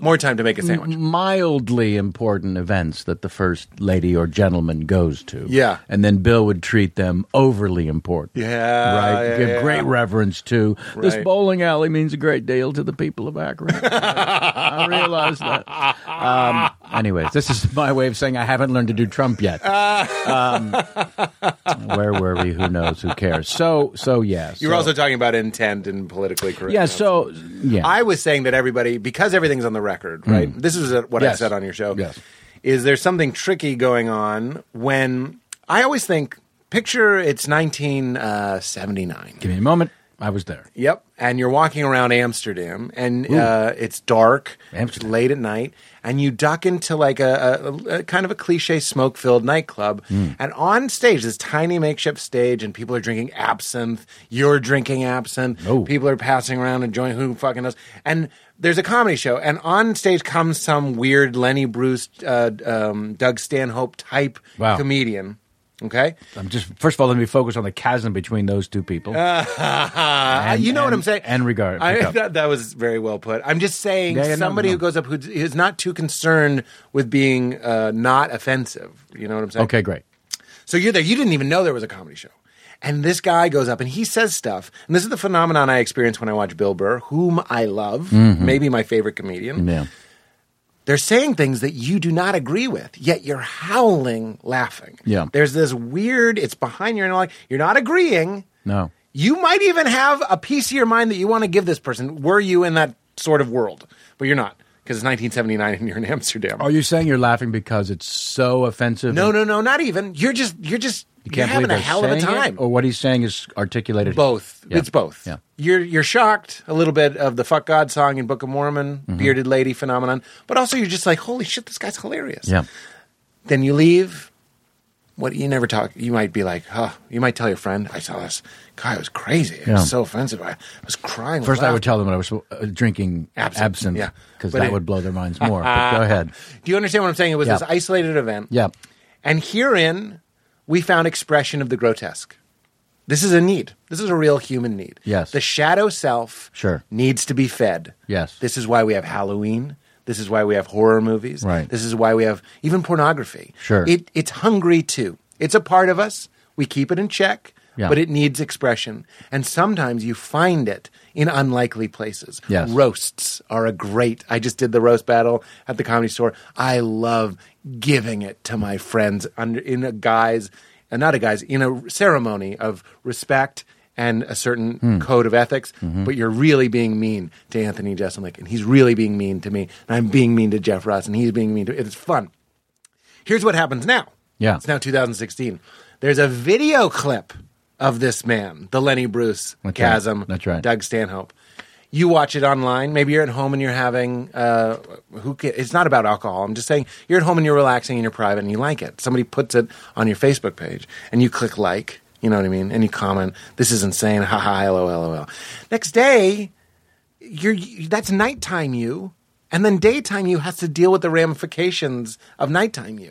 more time to make a sandwich. mildly important events that the first lady or gentleman goes to. Yeah. And then Bill would treat them overly important. Yeah, Right. Uh, yeah, Give yeah. great reverence to this Right. bowling alley means a great deal to the people of <laughs> Akron. I realize that. Um, anyways, this is my way of saying I haven't learned to do Trump <laughs> yet. Um, where were we? Who knows? Who cares? So, so yes. You were also talking about intent and politically correct. yeah. So yeah. I was saying that everybody, because everything's on the record, right? This is what Hmm. I Yes. said on your show. Yes. Is there something tricky going on when I always think, picture it's uh, 1979. Give me a moment. I was there. Yep. And you're walking around Amsterdam and uh, it's dark, Amsterdam. it's late at night, and you duck into like a, a, a kind of a cliche smoke filled nightclub. Hmm. And on stage, this tiny makeshift stage, and people are drinking absinthe. You're drinking absinthe. Oh. People are passing around a joint. Who fucking knows? And there's a comedy show, and on stage comes some weird Lenny Bruce, uh, um, Doug Stanhope type Wow. comedian. Okay, I'm just first of all, let me focus on the chasm between those two people. Uh, And- you know what and- I'm saying. and regard- pick I, <laughs> up. that, that was very well put. I'm just saying Yeah, yeah, no, somebody no. who goes up who is not too concerned with being uh, not offensive. You know what I'm saying? okay, great. So you're there. You didn't even know there was a comedy show. And this guy goes up and he says stuff. And this is the phenomenon I experience when I watch Bill Burr, whom I love, maybe my favorite comedian. Mm-hmm. Yeah. They're saying things that you do not agree with, yet you're howling laughing. Yeah. There's this weird, it's behind your like you're not agreeing. No. You might even have a piece of your mind that you want to give this person, were you in that sort of world. But you're not, because it's 1979 and you're in Amsterdam. Are you saying you're laughing because it's so offensive? no, and no, no, not even. You're just you're just You can't are having believe a they're hell of a saying it? time. or what he's saying is articulated. Both. Yeah. It's both. Yeah. You're you're shocked a little bit of the fuck God song in Book of Mormon, Mm-hmm. bearded lady phenomenon, but also you're just like, holy shit, this guy's hilarious. Yeah. Then you leave. What you never talk. You might be like, huh? You might tell your friend, I saw this guy it was crazy. It Yeah. was so offensive. I was crying. with First, I laugh." would tell them that I was uh, drinking Absinthe, absinthe, yeah. because But that it- would blow their <laughs> minds more. but go ahead. Do you understand what I'm saying? It was Yeah. this isolated event. Yeah. And herein, we found expression of the grotesque. This is a need. This is a real human need. Yes. The shadow self Sure. needs to be fed. Yes. This is why we have Halloween. This is why we have horror movies. Right. This is why we have even pornography. Sure. It, it's hungry too. It's a part of us. We keep it in check, Yeah. but it needs expression. And sometimes you find it in unlikely places Yes. roasts are a great. I just did the roast battle at the comedy store. I love giving it to my friends under, in a guise, uh, not a guise, in a ceremony of respect and a certain Hmm. code of ethics. Mm-hmm. But you're really being mean to Anthony Jeselnik, and he's really being mean to me, and I'm being mean to Jeff Ross, and he's being mean to. It's fun. Here's what happens now. Yeah. it's now 2016. There's a video clip of this man, the Lenny Bruce That's right. chasm. That's right. Doug Stanhope. You watch it online. Maybe you're at home and you're having. Uh, who? ca- It's not about alcohol. I'm just saying you're at home and you're relaxing and you're private and you like it. Somebody puts it on your Facebook page and you click like. You know what I mean? And you comment, "This is insane." Ha ha. Lol. Lol. Next day, you're you- that's nighttime you and then daytime you has to deal with the ramifications of nighttime you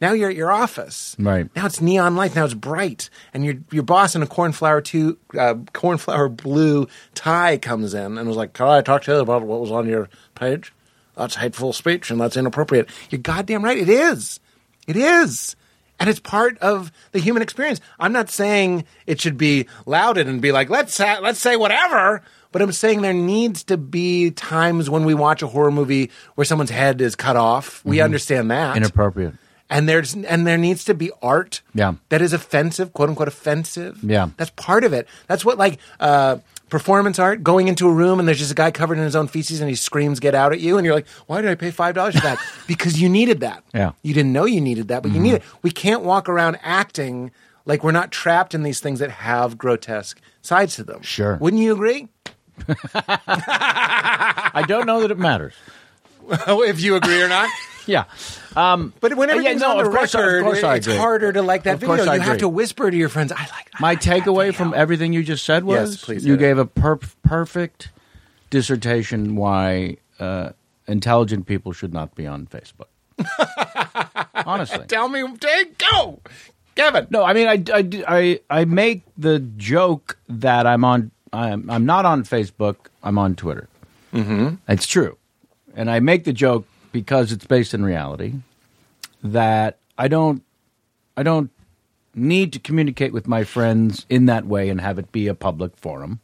now you're at your office Mm-hmm. Right. now it's neon lights now it's bright and your your boss in a cornflower two uh, cornflower blue tie comes in and was like can i talk to you about what was on your page that's hateful speech and that's inappropriate you're goddamn right it is it is and it's part of the human experience. I'm not saying it should be lauded and be like, let's ha- let's say whatever. But I'm saying there needs to be times when we watch a horror movie where someone's head is cut off. We understand that. Inappropriate. and there's and there needs to be art Yeah. that is offensive, quote unquote offensive. Yeah. That's part of it. That's what like uh performance art, going into a room and there's just a guy covered in his own feces and he screams get out at you and you're like, Why did I pay five dollars <laughs> for that? because you needed that. Yeah. Mm-hmm. You didn't know you needed that, but you need it. We can't walk around acting like we're not trapped in these things that have grotesque sides to them. Sure. Wouldn't <laughs> you agree? I don't know that it matters. Oh, if you agree <laughs> or not. Yeah. But when Yeah, everything's no, on the of course I- of record, course I it's agree. harder to like that Of video. course You I have agree. to whisper to your friends, I like I My like that takeaway video." from everything you just said was Yes, please you edit. gave a per- perfect dissertation why uh, intelligent people should not be on <laughs> Facebook. Honestly. Tell me, take go, Kevin. No, I mean, I, I, I, I make the joke that I'm on. I'm, I'm not on Facebook. I'm on Twitter. Mm-hmm. It's true, and I make the joke because it's based in reality that I don't, I don't need to communicate with my friends in that way and have it be a public forum.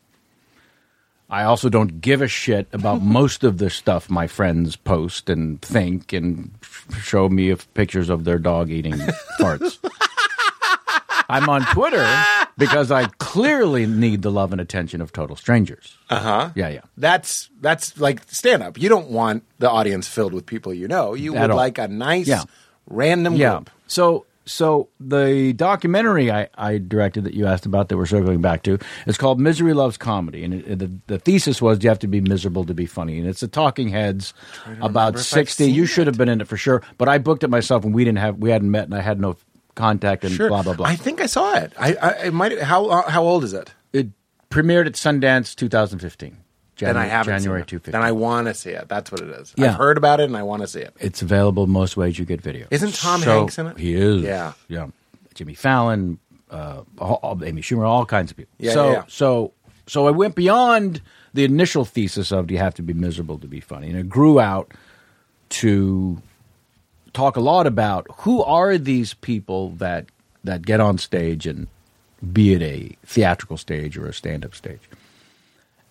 I also don't give a shit about most of the stuff my friends post and think and show me if pictures of their dog eating farts. I'm on Twitter <laughs> because I clearly need the love and attention of total strangers. Uh Uh-huh. huh. Yeah, yeah. That's that's like stand up. You don't want the audience filled with people you know. You At would all. like a nice Yeah. random Yeah. group. So so the documentary I, I directed that you asked about that we're circling back to is called Misery Loves Comedy, and it, the the thesis was you have to be miserable to be funny, and it's the Talking Heads about if I've sixty. seen You should have been in it for sure, but I booked it myself, and we didn't have we hadn't met, and I had no contact, and Sure. blah blah blah. I think I saw it. I, I it might. How uh, how old is it? it premiered at Sundance 2015. Then I Janu- haven't. seen January it. 2015. Then I want to see it. That's what it is. Yeah. I've heard about it and I want to see it. it's available most ways you get video. Isn't Tom So- Hanks in it? He is. Yeah. Yeah. Jimmy Fallon, uh, all, all- Amy Schumer, all kinds of people. Yeah, so yeah, yeah. so so I went beyond the initial thesis of do you have to be miserable to be funny, and it grew out to talk a lot about who are these people that that get on stage and be it a theatrical stage or a stand-up stage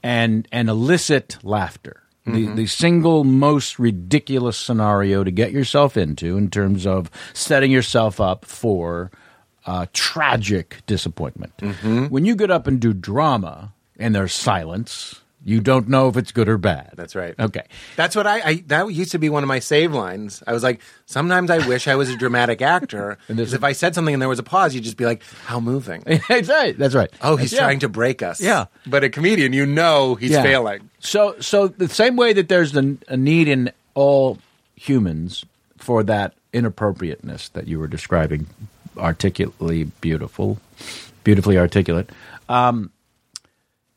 and and elicit laughter. Mm-hmm. The, the single most ridiculous scenario to get yourself into in terms of setting yourself up for uh, tragic disappointment. Mm-hmm. When you get up and do drama and there's silence, you don't know if it's good or bad. That's right. Okay. <laughs> That's what I, I that used to be one of my save lines. I was like, sometimes I wish I was a dramatic actor. <laughs> And this- Because if I said something and there was a pause, you'd just be like, how moving. that's right. That's right. Oh, he's Yeah. trying to break us. Yeah. But a comedian, you know he's Yeah. failing. So, so the same way that there's the, a need in all humans for that inappropriateness that you were describing, articulately beautiful, beautifully articulate. Um,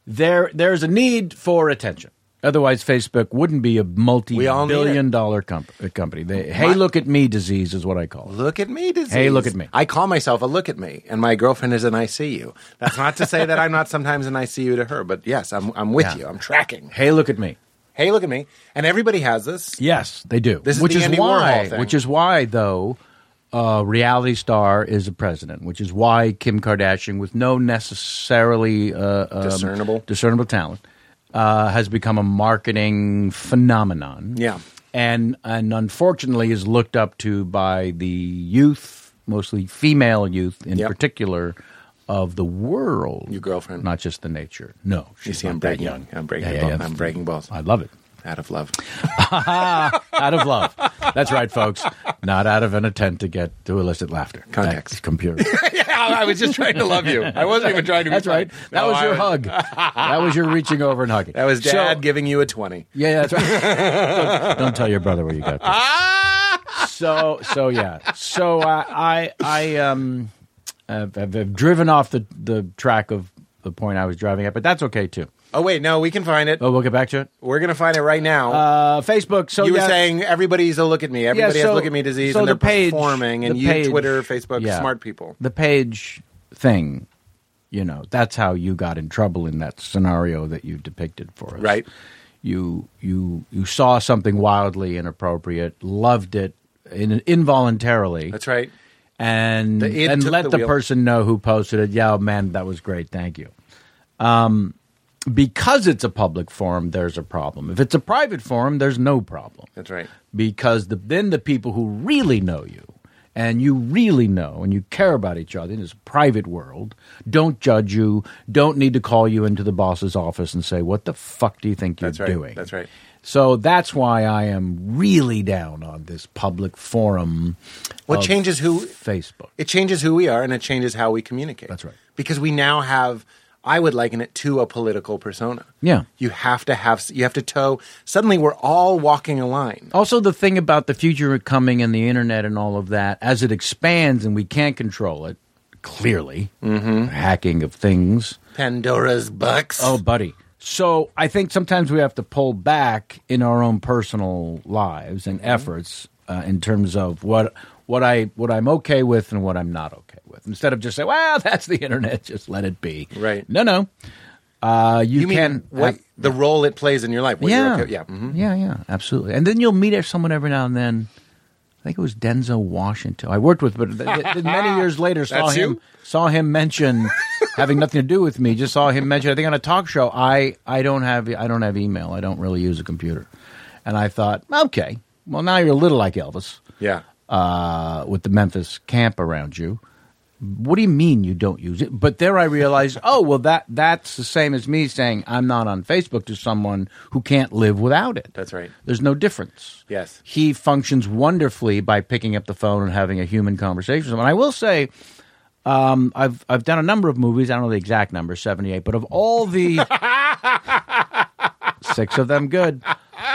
there, there's a need for attention. Otherwise, Facebook wouldn't be a all need it. multi-billion-dollar comp- uh, company. They, hey, look at me, disease is what I call it. Look at me disease. Hey, look at me. I call myself a look at me, and my girlfriend is an I see you. That's not to say that I'm not sometimes an I see you to her, but yes, I'm, I'm with Yeah. you. I'm tracking. Hey, look at me. Hey, look at me. And everybody has this. Yes, they do. This is which the is Andy why, Warhol thing. which is why, though, uh, reality star is a president. Which is why Kim Kardashian, with no necessarily uh, um, Discernible. discernible talent, uh, has become a marketing phenomenon. Yeah. and and unfortunately is looked up to by the youth, mostly female youth in Yep. particular. Of the world, Your girlfriend. not just the nature. No, You she's see, I'm not that breaking. young. I'm breaking. Yeah, balls. yeah, yeah. I'm breaking balls I love it out of love. <laughs> out of love. That's right, folks. Not out of an attempt to get to elicit laughter. Context. That's <laughs> computer. yeah, I was just trying to love you. I wasn't even trying to. Be That's right. funny. That No, was I your hug. That was your reaching over and hugging. That was So- Dad giving you a twenty. yeah, that's right. <laughs> don't, don't tell your brother where you got this. Ah! So, so yeah. So uh, I, I, I um, have, have, have driven off the the track of the point I was driving at, but that's okay too. Oh wait, no, we can find it. Oh, we'll get back to it. We're gonna find it right now. Uh, Facebook. So you were yeah, saying everybody's a look at me. Everybody so- has look at me disease, so and they're the page- performing. And the you, page- Twitter, Facebook, yeah. smart people. The page thing, you know, that's how you got in trouble in that scenario that you depicted for us. Right. You you you saw something wildly inappropriate, loved it in, involuntarily. That's right. And The id and took let the the, wheel. person know who posted it. Yeah, oh, man, that was great. Thank you. Um because it's a public forum, there's a problem. If it's a private forum, there's no problem That's right. because the, then the people who really know you and you really know and you care about each other in this private world don't judge you, don't need to call you into the boss's office and say, What the fuck do you think you're That's right. doing? That's right. So that's why I am really down on this public forum. What of changes who- Facebook. It changes who we are, and it changes how we communicate. That's right. Because we now have, I would liken it to a political persona. Yeah. You have to have. You have to toe. Suddenly, we're all walking a line. Also, the thing about the future coming and the internet and all of that, as it expands and we can't control it, clearly, Mm-hmm. hacking of things. Pandora's box. Oh, buddy. So I think sometimes we have to pull back in our own personal lives Mm-hmm. and efforts uh, in terms of what what I what I'm okay with and what I'm not okay with. Instead of just saying, "Well, <laughs> that's the internet, just let it be." Right. No, no. Uh, you, you mean can what the role it plays in your life? What yeah, You're okay, yeah. mhm. yeah, yeah, absolutely. And then you'll meet someone every now and then. I think it was Denzel Washington. I worked with, but th- th- many years <laughs> later saw That's him you? saw him <laughs> mention having nothing to do with me. Just saw him mention. I think on a talk show. I I don't have I don't have email. I don't really use a computer. And I thought, okay, well now you're a little like Elvis Yeah. uh, with the Memphis camp around you. What do you mean you don't use it? But there I <laughs> realized, oh well, that that's the same as me saying I'm not on Facebook to someone who can't live without it. That's right. There's no difference. Yes. he functions wonderfully by picking up the phone and having a human conversation. with someone. And I will say, um, I've I've done a number of movies. I don't know the exact number, seventy eight, but of all <laughs> the six of them, good.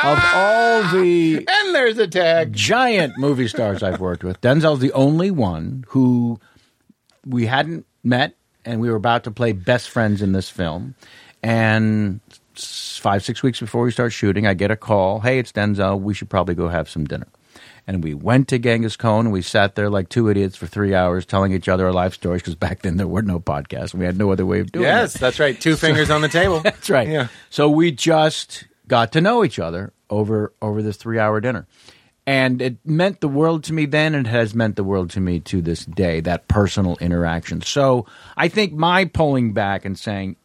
Of all the <laughs> And there's a tag. giant movie stars I've worked with. Denzel's the only one who we hadn't met, and we were about to play best friends in this film. And s- five, six weeks before we start shooting, I get a call. Hey, it's Denzel. We should probably go have some dinner. And we went to Genghis Khan and we sat there like two idiots for three hours telling each other our life stories because back then there were no podcasts. We had no other way of doing it. Yes, that's <laughs> right. Two fingers on the table. That's right. Yeah. So we just got to know each other over over this three hour dinner. And it meant the world to me then and it has meant the world to me to this day, that personal interaction. So I think my pulling back and saying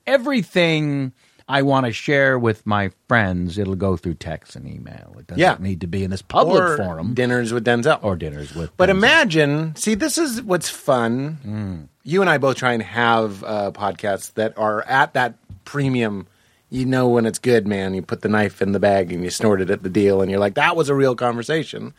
everything I want to share with my friends, it'll go through text and email. It doesn't Yeah. need to be in this public Or forum Dinners with Denzel. or dinners with But them. imagine, see, this is what's fun. Hmm. You and I both try and have uh, podcasts that are at that premium. You know when it's good, man. You put the knife in the bag and you snort it at the deal, and you're like, "That was a real conversation."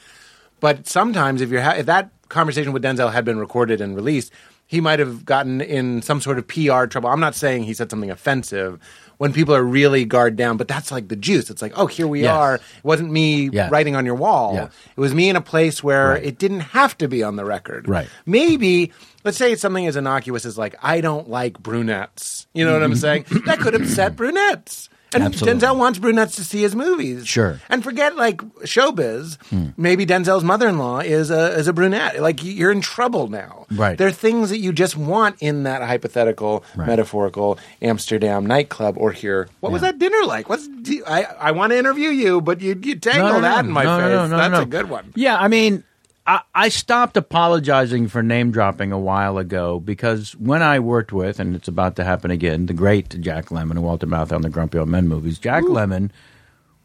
But sometimes, if you're ha- if that conversation with Denzel had been recorded and released, he might have gotten in some sort of PR trouble. I'm not saying he said something offensive when people are really guard down, but that's like the juice. It's like, oh, here we Yes. are. It wasn't me Yes. writing on your wall. Yes. It was me in a place where Right. it didn't have to be on the record. Right. Maybe let's say it's something as innocuous as like I don't like brunettes. You know what I'm saying? That could upset brunettes. And Mm-hmm. Absolutely. Denzel wants brunettes to see his movies. Sure. Hmm. And forget like showbiz. Maybe Denzel's mother-in-law is a is a brunette. Like y- you're in trouble now. Right. There are things that you just want in that hypothetical, Right. metaphorical Amsterdam nightclub or here. What was that dinner like? What's do you- I I want to interview you, but you you tangle that in my no, face. No, no, That's no. a good one. Yeah, I mean, I, I stopped apologizing for name dropping a while ago because when I worked with, and it's about to happen again, the great Jack Lemmon and Walter Matthau on the Grumpy Old Men movies, Jack Lemmon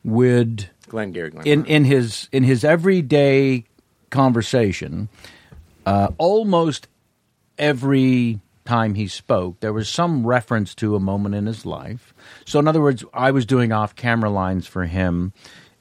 would Glenn Gary Glenn. in in his in his everyday conversation, uh, almost every time he spoke, there was some reference to a moment in his life. So, in other words, I was doing off camera lines for him,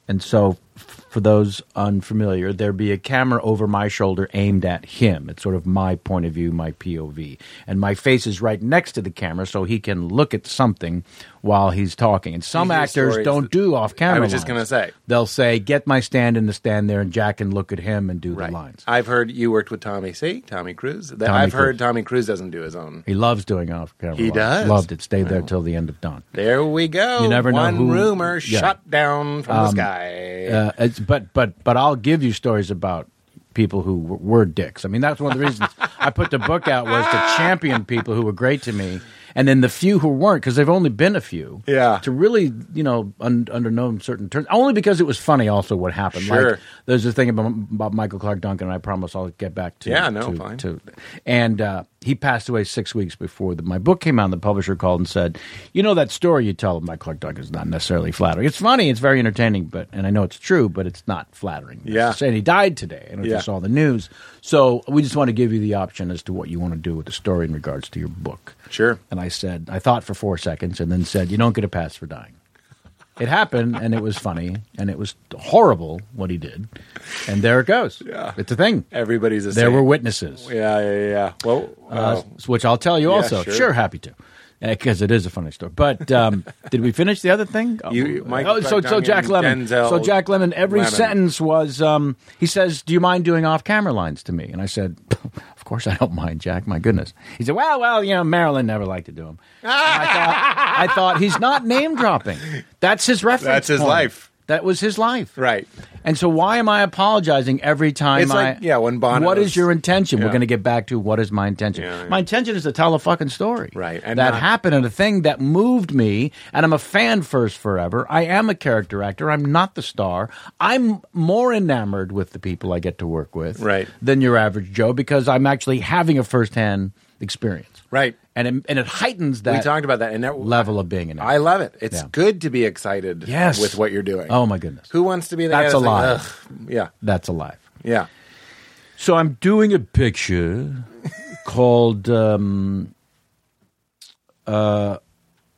and so f- for those unfamiliar, there'd be a camera over my shoulder aimed at him. It's sort of my point of view, my POV, and my face is right next to the camera, so he can look at something while he's talking. And some Usually actors stories- don't do off camera. I was just gonna say. They'll say, get my stand in the stand there, and Jack can look at him and do Right. the lines. I've heard you worked with Tommy. See, Tommy Cruise. That- Tommy I've heard Cruise. Tommy Cruise doesn't do his own. he loves doing off camera. He lines. does? Loved it. Stayed there till the end of dawn. There we go. You never know One who- rumor yeah. Um, shut down from the sky. Uh, it's, but but but I'll give you stories about people who w- were dicks. I mean, that's one of the reasons I put the book out was <laughs> to champion people who were great to me, and then the few who weren't because they've only been a few. Yeah. To really, you know, un, under no certain terms, only because it was funny. Also, what happened? Sure. Like, there's this thing about, about Michael Clark Duncan, and I promise I'll get back to. Yeah, no, to- fine. to- and uh, he passed away six weeks before the, my book came out. And the publisher called and said, "You know that story you tell of Michael Clark Duncan is not necessarily flattering. It's funny, it's very entertaining, but and I know it's true, but it's not flattering." Yeah. and he died today. I don't know Yeah. if you saw the news. So we just want to give you the option as to what you want to do with the story in regards to your book. Sure. And I said, I thought for four seconds, and then said, "You don't get a pass for dying." It happened, and it was funny, and it was horrible what he did, and there it goes. Yeah. It's a thing. Everybody's a There saint. were witnesses Yeah, yeah, yeah. Well, uh, oh. s- which I'll tell you Yeah, also. sure. Sure. happy to. Because it is a funny story, but <laughs> um, did we finish the other thing? Oh, You- Mike oh, so so Duncan, Jack Lemon. Denzel So Jack Lemon. Every Lemon. sentence was um, he says, "Do you mind doing off-camera lines to me?" And I said, <laughs> "Of course I don't mind, Jack. My goodness." He said, "Well, well, you know, Marilyn never liked to do them." And I, <laughs> thought, I thought he's not name dropping. That's his reference. That's his point. life. That was his life. right. And so, why am I apologizing every time? It's I, like, yeah, when Bono's- What is your intention? Yeah. We're going to get back to what is my intention. Yeah, yeah. My intention is to tell a fucking story, Right, and that not- happened and a thing that moved me, and I'm a fan first forever. I am a character actor. I'm not the star. I'm more enamored with the people I get to work with, Right. than your average Joe because I'm actually having a firsthand experience, Right. And it, and it heightens that we talked about that, and that level of being an actor. I love it. It's Yeah. good to be excited. Yes. with what you're doing. Oh, my goodness. Who wants to be the That's guy a lie. like, "Ugh." yeah, That's alive. yeah. So I'm doing a picture called um, uh,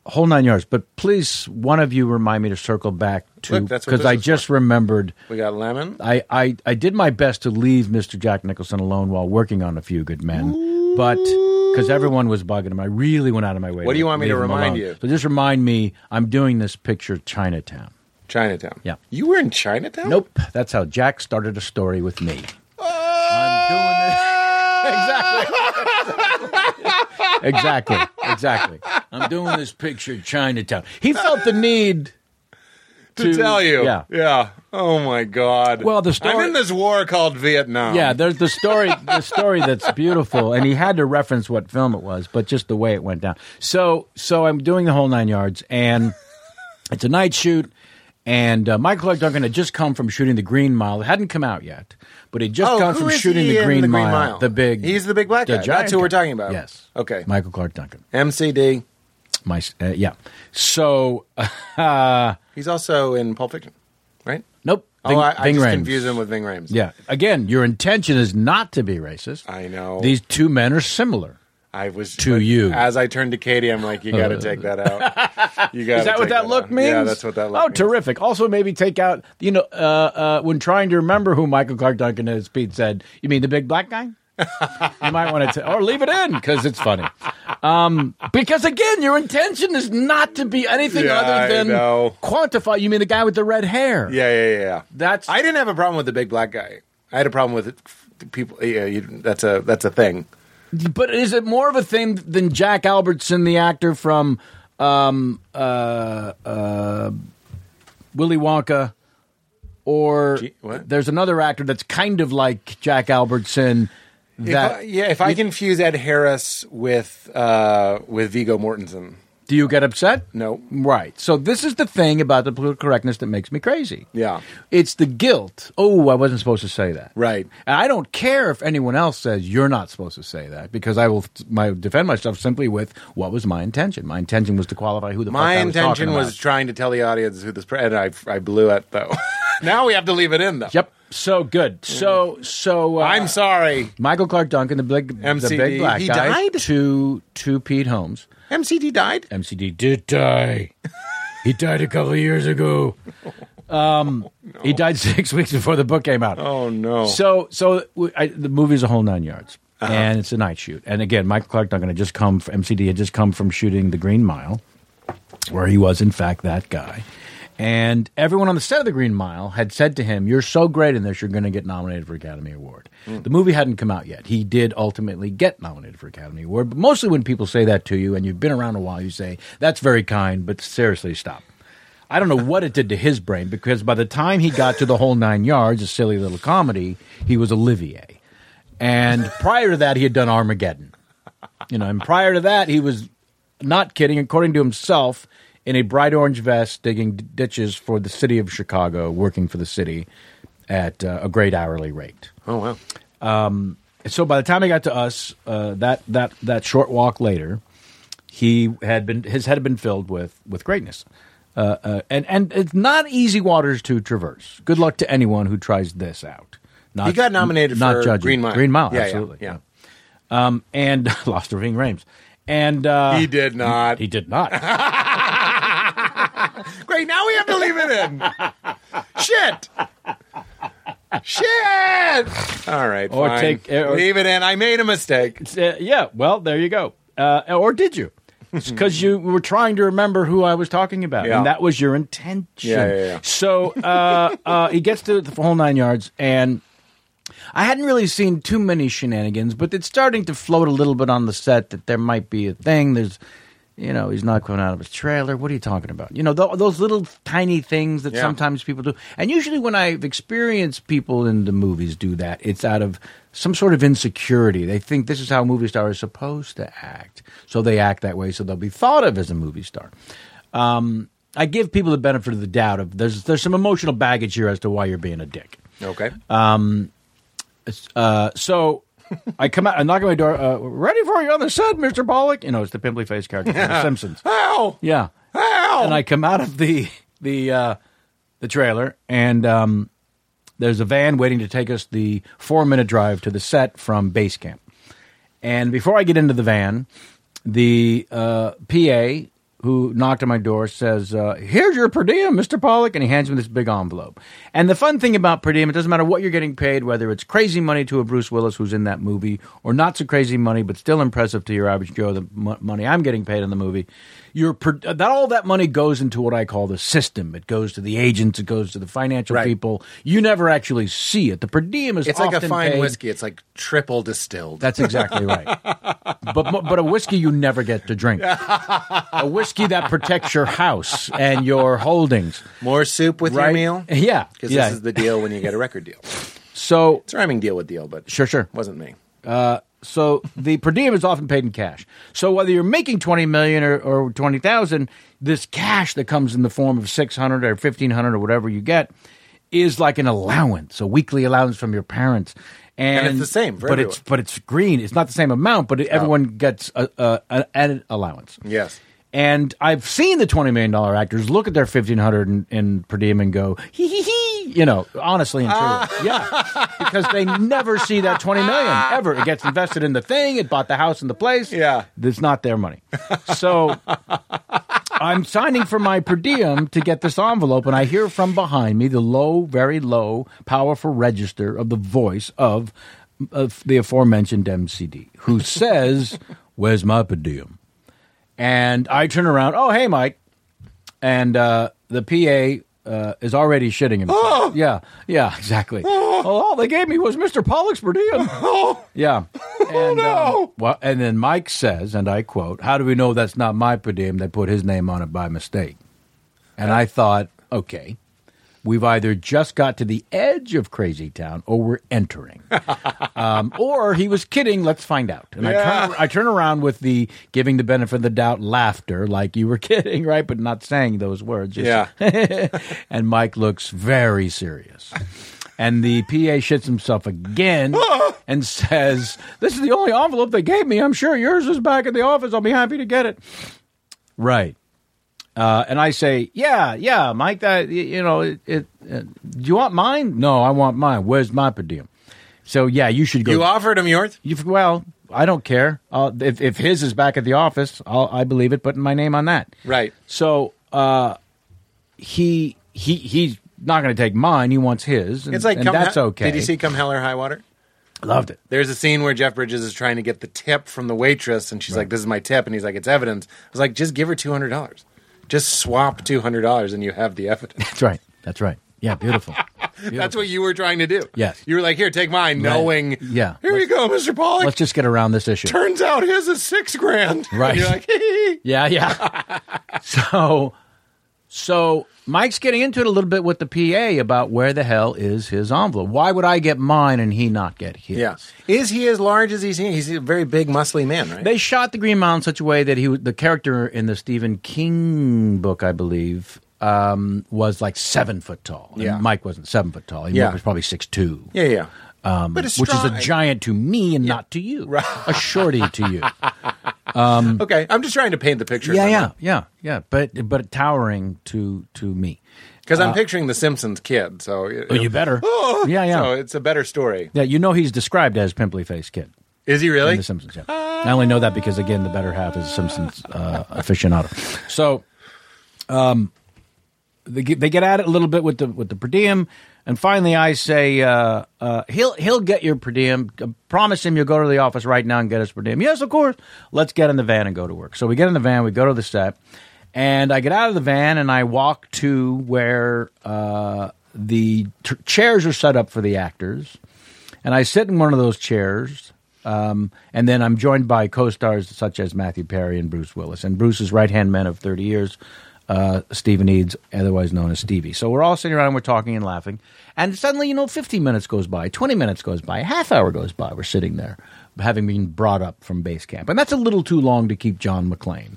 "Whole Nine Yards," but please, one of you remind me to circle back to Look, that's what because this I is just remembered. We got lemon. I, I, I did my best to leave Mr. Jack Nicholson alone while working on A Few Good Men, but because everyone was bugging him, I really went out of my way. What do you want me leave to him remind alone. you? So just remind me, I'm doing this picture Chinatown. Chinatown. Yeah. you were in Chinatown. Nope, that's how Jack started a story with me. I'm doing this. this. exactly. exactly. Exactly. I'm doing this picture of Chinatown. He felt the need to- to tell you. Yeah. Yeah. Oh my God. Well, the story- I'm in this war called Vietnam. Yeah, there's the story. the story that's beautiful, and he had to reference what film it was, but just the way it went down. So, so I'm doing the whole nine yards, and it's a night shoot. And uh, Michael Clark Duncan had just come from shooting the Green Mile. It hadn't come out yet, but he'd just Oh, come who from is shooting he the in Green, The Green Mile, Mile? The big. He's the big black the guy. That's giant who we're guy. talking about. Yes. Okay. Michael Clark Duncan. MCD. My uh, yeah. So uh, He's also in Pulp Fiction, right? nope. oh, I, I just Rhames. confuse him with Ving Rhames. Yeah. Again, your intention is not to be racist. I know. These two men are similar. I was To but you. Uh, As I turned to Katie, I'm like, "You got to take that <laughs> out. You got. Is that what that look means? Yeah, that's what that look. Oh, means. terrific! Also, maybe take out you know uh, uh, when trying to remember who Michael Clark Duncan is. Pete said, "You mean the big black <laughs> guy?" you might want to, or leave it in because it's funny. Um, because again, your intention is not to be anything Yeah, I other than know. quantify. You mean the guy with the red hair? Yeah, yeah, yeah, yeah. that's I didn't have a problem with the big black guy. I had a problem with it- people. Yeah, you, that's a that's a thing. But is it more of a thing than Jack Albertson, the actor from um, uh, uh, Willy Wonka, or Gee, what? there's another actor that's kind of like Jack Albertson? If That I, yeah, if I confuse Ed Harris with uh, with Vigo Mortensen, do you get upset? no, Right. So this is the thing about the political correctness that makes me crazy. Yeah. It's the guilt. Oh, I wasn't supposed to say that. Right. And I don't care if anyone else says you're not supposed to say that because I will my, defend myself simply with what was my intention. My intention was to qualify who the my fuck I intention was, talking was, about. trying to tell the audience who this pre- and I I blew it though. <laughs> now we have to leave it in though. Yep. So good. So so uh, I'm sorry. Michael Clark Duncan, the big the MCD. big black He guy, died? to to Pete Holmes. MCD died. MCD did die. he died a couple of years ago. Um, he died six weeks before the book came out. Oh no. So, so w I the movie's a whole nine yards, and it's a night shoot. And again, Michael Clark Duncan had just come. From, MCD had just come from shooting The Green Mile, where he was in fact that guy. And everyone on the set of The Green Mile had said to him, "You're so great in this, you're going to get nominated for Academy Award." The movie hadn't come out yet. He did ultimately get nominated for Academy Award. But mostly, when people say that to you, and you've been around a while, you say, "That's very kind, but seriously, stop." I don't know what it did to his brain because by the time he got to the whole nine yards, a silly little comedy, he was Olivier. And prior to that, he had done Armageddon. You know, and prior to that, he was not kidding, according to himself, in a bright orange vest digging d- ditches for the city of Chicago, working for the city at uh, a great hourly rate. oh wow. And so by the time he got to us, uh, that that that short walk later, he had been his head had been filled with with greatness, uh, uh, and and it's not easy waters to traverse. Good luck to anyone who tries this out. Not, He got nominated not for judging. Green Mile. Green Mile, Yeah, yeah, absolutely. yeah. yeah. Um, and <laughs> lost to Ving Rhames, and uh, he did not. He did not. Great. Now we have to leave it <laughs> in. Shit. Shit. All right. Or fine. take- eh, or- leave it in. I made a mistake. Uh, yeah. Well, there you go. Uh, or did <laughs> you? Because you were trying to remember who I was talking about, Yeah. and that was your intention. Yeah, yeah, yeah. So uh, uh, he gets to the whole nine yards, and I hadn't really seen too many shenanigans, but it's starting to float a little bit on the set that there might be a thing. There's, you know, he's not coming out of his trailer. What are you talking about? You know, th- those little tiny things that Yeah. sometimes people do. And usually when I've experienced people in the movies do that, it's out of some sort of insecurity. They think this is how a movie star is supposed to act. So they act that way so they'll be thought of as a movie star. Um, I give people the benefit of the doubt of there's there's some emotional baggage here as to why you're being a dick. Okay. Uh, so I come out, I knock on my door, uh, ready for you on the set, Mr. Pollock. You know, it's the pimply face character from The Simpsons. Ow. Yeah. Ow. And I come out of the the uh, the trailer, and um, there's a van waiting to take us the four minute drive to the set from base camp. And before I get into the van, the uh, PA who knocked on my door says, uh, "Here's your per diem, Mr. Pollock," and he hands me this big envelope. And the fun thing about per diem, it doesn't matter what you're getting paid, whether it's crazy money to a Bruce Willis who's in that movie, or not so crazy money but still impressive to your average Joe, the m- money I'm getting paid in the movie. Your per- uh, that all that money goes into what I call the system. It goes to the agents, it goes to the financial Right. people. You never actually see it. The per diem is it's like a often fine paid- whiskey. It's like triple distilled. that's exactly right. but but a whiskey you never get to drink. A whiskey that protects your house and your holdings. More soup with Right? <laughs> your meal? Yeah. Because yeah. this is the deal when you get a record deal. It's so a rhyming deal with deal, but sure, sure. wasn't me. Uh, So the per diem is often paid in cash. So whether you're making twenty million or, or twenty thousand, this cash that comes in the form of six hundred or fifteen hundred or whatever you get is like an allowance, a weekly allowance from your parents. And, it's the same for but everyone. it's but it's green. It's not the same amount, but everyone gets a, a, an added allowance. Yes. And I've seen the twenty million dollar actors look at their fifteen hundred in, in per diem and go hee hee hee. You know, honestly and truly, Ah. yeah, because they never see that twenty million ever. It gets invested in the thing. It bought the house and the place. Yeah. it's not their money. So I'm signing for my per diem to get this envelope, and I hear from behind me the low, very low, powerful register of the voice of, of the aforementioned MCD, who says, "Where's my per diem?" And I turn around. Oh, hey, Mike. And uh, the PA uh, is already shitting himself. Yeah, yeah, exactly. Oh. all they gave me was Mr. Pollock's <laughs> per diem. Yeah. And, Oh, no. well, and then Mike says, and I quote, "How do we know that's not my per diem? They put his name on it by mistake." And I thought, okay, we've either just got to the edge of Crazy Town or we're entering. um, or he was kidding. Let's find out. And I, turn, I turn around with the giving the benefit of the doubt laughter, like you were <laughs> kidding, right? But not saying those words. Just- Yeah. <laughs> and Mike looks very serious. And the PA shits himself again and says, This is the only envelope they gave me. I'm sure yours is back at the office. I'll be happy to get it. Right. Uh, and I say, Yeah, yeah, Mike, that, y- you know, it, it, uh, do you want mine? No, I want mine. Where's my per diem? So, yeah, you should go. You offered him yours? You've, well, I don't care. I'll, if, if his is back at the office, I'll, I believe it, putting my name on that. Right. So uh, he he he's not going to take mine. He wants his. And, It's like, and come that's Hell- okay. Did you see Come Hell or High Water? Loved it. There's a scene where Jeff Bridges is trying to get the tip from the waitress, and she's like, "This is my tip," and he's like, "It's evidence." I was like, "Just give her two hundred dollars. Just swap two hundred dollars, and you have the evidence." That's right. That's right. <laughs> Yeah, <laughs> beautiful. That's what you were trying to do. Yes. you were like, "Here, take mine," knowing, Yeah. here you go, Mister Pollock. Let's just get around this issue. Turns out his is six grand. <laughs> And Right. you're like, "Hee hee." Yeah, yeah. <laughs> so, so Mike's getting into it a little bit with the PA about where the hell is his envelope? Why would I get mine and he not get his? yeah. Is he as large as he seems? He's a very big, muscly man, right? They shot the Green Mile in such a way that he, was- the character in the Stephen King book, I believe, um, was like seven foot tall. And Yeah. Mike wasn't seven foot tall. He Yeah. was probably six two. yeah, yeah. Um, but Which is a strong- giant to me and not <laughs> to you. A shorty to you. Okay, I'm just trying to paint the picture. yeah, yeah, yeah, yeah. But but towering to to me. Because I'm picturing the Simpsons kid. So Uh, Oh, you better. yeah, yeah. <laughs> So it's a better story. yeah, you know he's described as pimply faced kid Is he really? in The Simpsons. Yeah. I only know that because again, the better half is Simpsons uh, aficionado. So, um, they get, they get at it a little bit with the with the per diem, and finally I say uh, uh, he'll he'll get your per diem. Uh, Promise him you'll go to the office right now and get us per diem. Yes, of course. Let's get in the van and go to work. So we get in the van, we go to the set, and I get out of the van and I walk to where uh, the t- chairs are set up for the actors and I sit in one of those chairs. Um, and then I'm joined by co-stars such as Matthew Perry and Bruce Willis, and Bruce's right-hand man of 30 years, uh, Stephen Eads, otherwise known as Stevie. So we're all sitting around, we're talking and laughing, and suddenly, you know, 15 minutes goes by, 20 minutes goes by, a half hour goes by. We're sitting there, having been brought up from base camp, and that's a little too long to keep John McClane.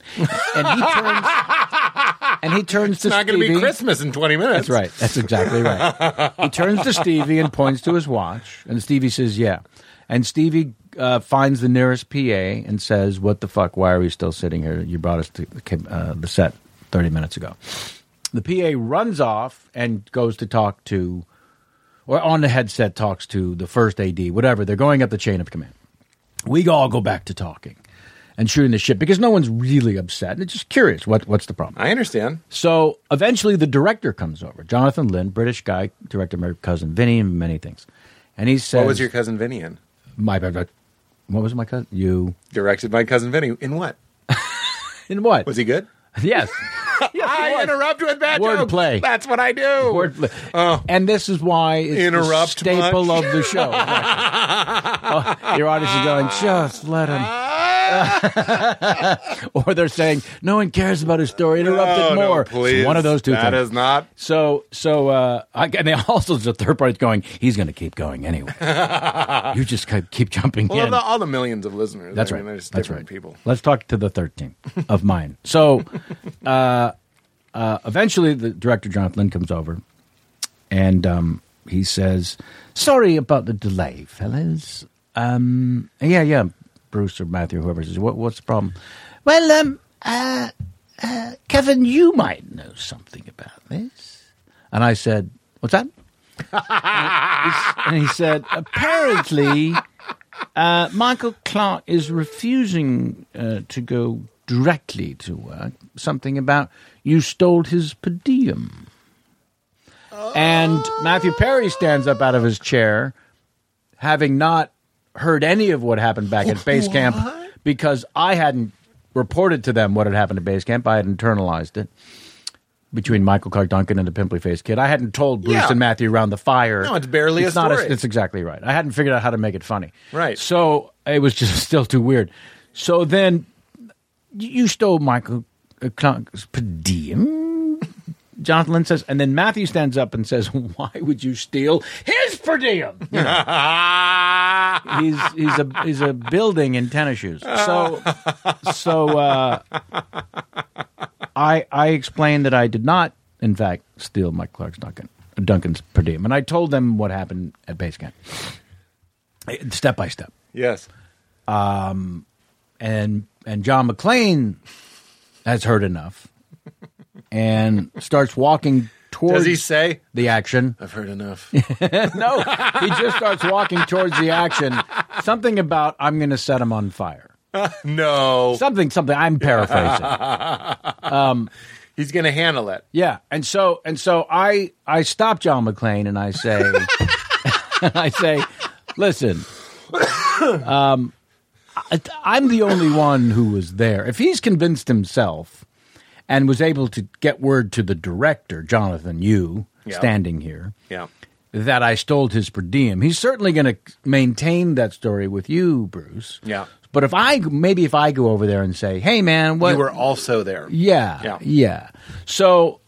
And he turns, <laughs> and he turns to It's not going to be Stevie. Christmas in 20 minutes. That's right. That's exactly right. he turns to Stevie and points to his watch, and Stevie says, "Yeah." And Stevie uh, finds the nearest PA and says, "What the fuck? Why are we still sitting here? You brought us to uh, the set thirty minutes ago." The PA runs off and goes to talk to, or on the headset talks to the first AD, whatever. They're going up the chain of command. We all go back to talking and shooting the shit because no one's really upset. It's just curious. What what's the problem? I understand. So eventually the director comes over, Jonathan Lynn, British guy, directed my cousin Vinny and many things. And he says, What was your cousin Vinny in? my, my- my- what was my cousin? You. Directed by cousin Vinny. In what? In what? Was he good? <laughs> yes. <laughs> I interrupt with bad Word jokes. play. That's what I do. Oh. Word- and this is why it's Interrupt the staple much? <laughs> <laughs> of the show. Exactly. Oh, your audience is going, just let him. <laughs> or they're saying no one cares about his story. Interrupt it Oh, No, no, more. It's please. one of those two That things. is not. So, so, uh, I, and they <laughs> also the third party's going. He's going to keep <laughs> going anyway. you just keep, keep jumping Well, in. the, all the millions of listeners. That's I right. mean, There's That's different right. people. Let's talk to the third team of mine. <laughs> So, uh, uh, eventually, the director Jonathan Lynn comes over, and um, he says, "Sorry about the delay, fellas. Um, yeah, yeah, Bruce or Matthew, whoever says, what, what's the problem? Well, um, uh, uh, Kevin, you might know something about this." And I said, "What's that?" and he said, "Apparently." Uh, Michael Clark is refusing uh, to go directly to work. Something about you stole his per diem. And Matthew Perry stands up out of his chair, having not heard any of what happened back at base camp, because I hadn't reported to them what had happened at base camp. I had internalized it between Michael Clark Duncan and the pimply faced kid. I hadn't told Bruce Yeah. and Matthew around the fire. No, it's barely a it's not story. it's exactly right. I hadn't figured out how to make it funny. Right. So it was <laughs> just still too weird. So then y- you stole Michael uh, Clark's per diem. Jonathan Lynn says, and then Matthew stands up and says, <laughs> "Why would you steal his per diem?" You know, Ah! he's he's a he's a building in tennis shoes. So so uh, I I explained that I did not, in fact, steal Mike Clark's Duncan Duncan's per diem, and I told them what happened at base camp, step by step Yes. and and John McClane has heard enough and starts walking towards Does he say? the action. I've heard <laughs> enough. no, he just starts walking towards the action. Something about I'm going to set him on fire. no. Something, something. <laughs> I'm paraphrasing. He's going to handle it. yeah, and so and so I I stop John McClane and I say <laughs> and I say, listen. um, I- I'm the only one who was there. If he's convinced himself and was able to get word to the director, Jonathan, you Yeah. standing here, Yeah. that I stole his per diem, he's certainly going to maintain that story with you, Bruce. Yeah. But if I maybe if I go over there and say, "Hey, man, what?" You were also there. yeah, Yeah. yeah, So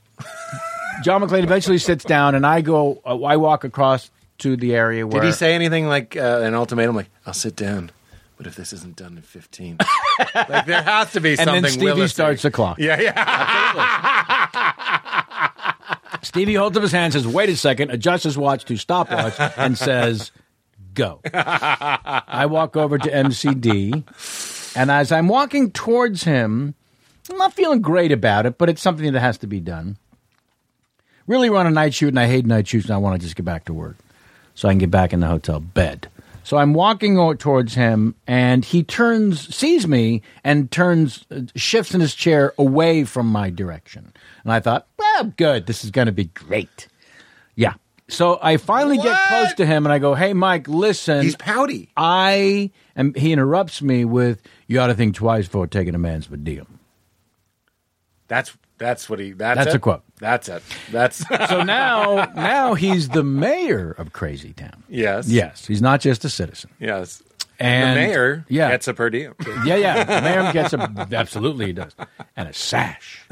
John McClane eventually sits down, and I go. Uh, I walk across to the area where Did he say anything like uh, an ultimatum? Like, I'll sit down, but if this isn't done in <laughs> 15. like, there has to be And something then Stevie Willis- starts the clock. Yeah, yeah. Stevie holds up his hand, says, "Wait a second, adjusts his watch to stopwatch, and says, "Go." I walk over to MCD, and as I'm walking towards him, I'm not feeling great about it, but it's something that has to be done. Really run a night shoot, and I hate night shoots, and I want to just get back to work so I can get back in the hotel bed. So I'm walking o- towards him, and he turns, sees me, and turns, uh, shifts in his chair away from my direction. And I thought, well, good, this is going to be great. Yeah. So I finally get What? close to him, and I go, hey, Mike, listen. He's pouty. I am. He interrupts me with, "You ought to think twice before taking a man's per diem." That's that's what he. That's, That's it. a quote. That's it. <laughs> That's <laughs> So now, now he's the mayor of Crazy Town. yes, Yes, he's not just a citizen. yes. And the mayor yeah, gets a per diem. <laughs> yeah, yeah. The mayor gets a absolutely he does, and <laughs> a sash.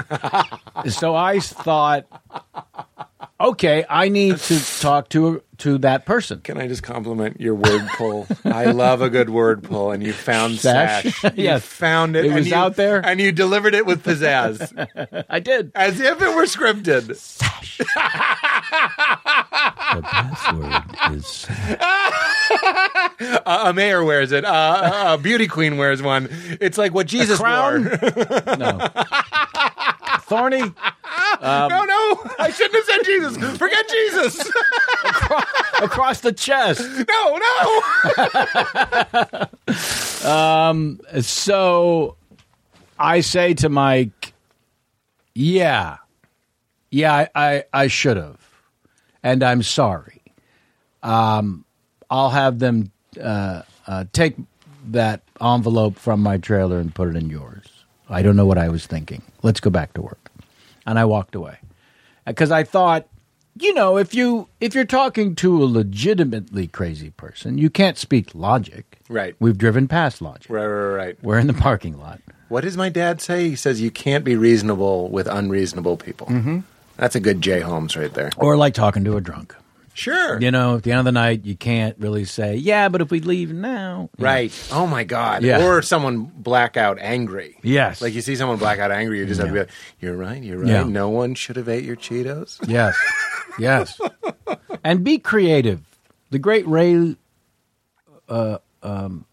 so I thought, okay, I need to talk to to that person. Can I just compliment your word pull? I love a good word pull, and you found sash. Sash? <laughs> You Yes. found it. It and was you- out there. and you delivered it with <laughs> pizzazz, <laughs> I did. as if it were scripted. The password is Uh, a mayor wears it. Uh, a beauty queen wears one. It's like what <laughs> Jesus crown? wore. no. <laughs> Thorny. Um, no, no, I shouldn't have said Jesus. Forget Jesus. <laughs> across the chest. no, no. So I say to Mike, yeah, yeah, I, I, I should have. And I'm sorry. Um, I'll have them uh, uh, take that envelope from my trailer and put it in yours. I don't know what Uh, I was thinking. Let's go back to work. And I walked away because I thought you know, if you if you're talking to a legitimately crazy person, you can't speak logic. Right. We've driven past logic. Right, right, right. We're in the parking lot. What does my dad say? He says you can't be reasonable with unreasonable people. Mm-hmm. That's a good Jay Holmes right there. Or like talking to a drunk. Sure. You know, at the end of the night, you can't really say, "Yeah, but if we leave now." You know. Right. Oh my God. Yeah. Or someone blackout angry. Yes. Like you see someone blackout angry, you just have to be like, "You're right. You're right. Yeah. No one should have ate your Cheetos." Yes. yes. And be creative. The great Ray uh, um,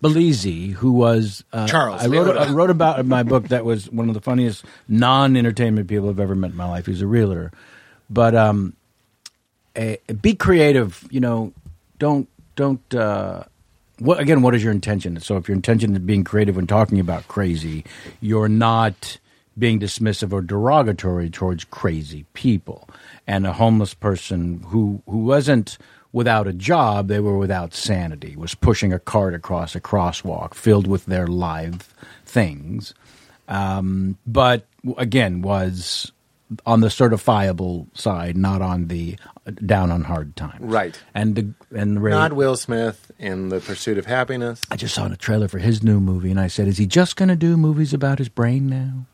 Belize, who was uh, Charles I wrote, Leota. I wrote about in my book that was one of the funniest non entertainment people I've ever met in my life. He's a realtor. But um, eh, be creative. You know, don't, don't, uh, what, again, what is your intention? So if your intention is being creative when talking about crazy, you're not being dismissive or derogatory towards crazy people. And a homeless person who, who wasn't without a job, they were without sanity, was pushing a cart across a crosswalk filled with their live things. Um, but w- again, was on the certifiable side, not on the down on hard times. Right. And the, and the rate- Not Will Smith in The Pursuit of Happiness. <laughs> I just saw a trailer for his new movie, and I said, "Is he just going to do movies about his brain now?"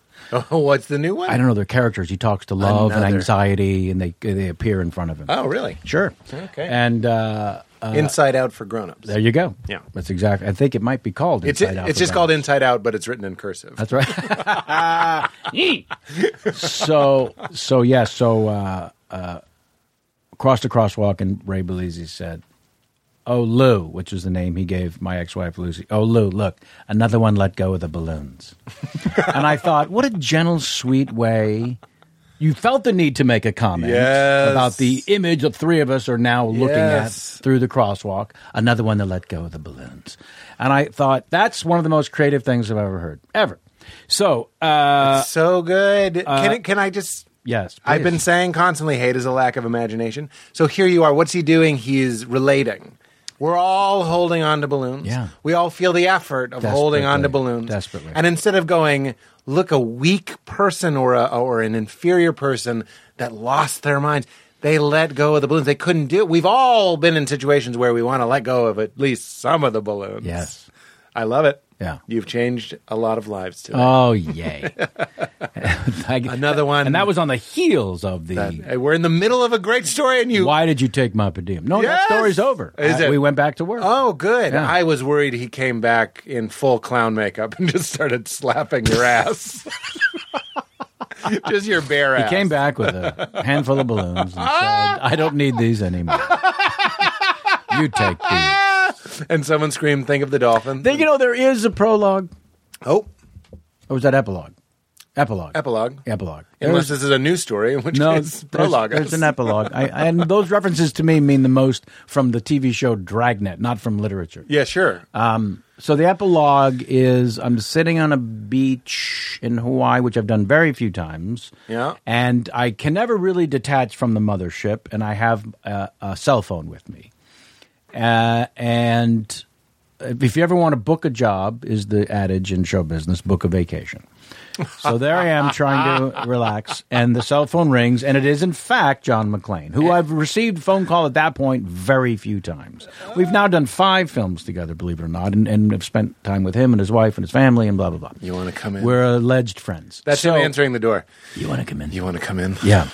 Oh, what's the new one? I don't know. They're characters. He talks to love and Another. anxiety, and they they appear in front of him. Oh, really? sure. Okay. And uh, Inside Out for grown-ups. there you go. Yeah. that's exactly. I think it might be called. It's Inside Out it's for just Grown-Ups. called Inside Out, but it's written in cursive. That's right. <laughs> so so yeah so uh, uh, crossed the crosswalk and Ray Belize said, "Oh Lou," which was the name he gave my ex-wife Lucy. "Oh Lou, look, another one let go of the balloons." and I thought, what a gentle, sweet way. You felt the need to make a comment Yes. about the image of three of us are now looking at Yes. through the crosswalk. Another one that let go of the balloons. And I thought, that's one of the most creative things I've ever heard, ever. So, uh, so good. can it, can I just? Yes, I've been please. saying constantly, hate is a lack of imagination. So here you are. What's he doing? He's relating. We're all holding on to balloons. Yeah. We all feel the effort of holding on to Desperately. balloons. Desperately. And instead of going, look, a weak person or a, or an inferior person that lost their minds, they let go of the balloons. They couldn't do it. We've all been in situations where we want to let go of at least some of the balloons. Yes. I love it. Yeah. You've changed a lot of lives today. Oh <laughs> yay! Like- Another one. and that was on the heels of the. Hey, We're in the middle of a great story, and you. Why did you take my podium? No, Yes! that story's over. Is I- it? We went back to work. Oh, good. Yeah. I was worried he came back in full clown makeup and <laughs> just started slapping your ass. just your bare he ass. came back with <laughs> a handful of balloons and said, "I don't need these anymore. you take these." And someone screamed, Think of the dolphin. Then you know there is a prologue, oh, or was that epilogue? Epilogue. epilogue. Epilogue. Unless There's- this is a new story, in which <laughs> no, case, there's, prologue. there's us. an epilogue, I, and those references to me mean the most from the TV show Dragnet, not from literature. yeah, sure. Uh, So the epilogue is I'm sitting on a beach in Hawaii, which I've done very few times. Yeah. And I can never really detach from the mothership, and I have a, a cell phone with me. Uh, and if you ever want to book a job, is the adage in show business book a vacation. So there I am trying to relax, and the cell phone rings, and it is in fact John McClane, who I've received phone call at that point very few times. We've now done five films together, believe it or not, and, and have spent time with him and his wife and his family and blah blah blah. You wanna come in? We're alleged friends. That's so, him answering the door. You want to come in? You want to come in? yeah.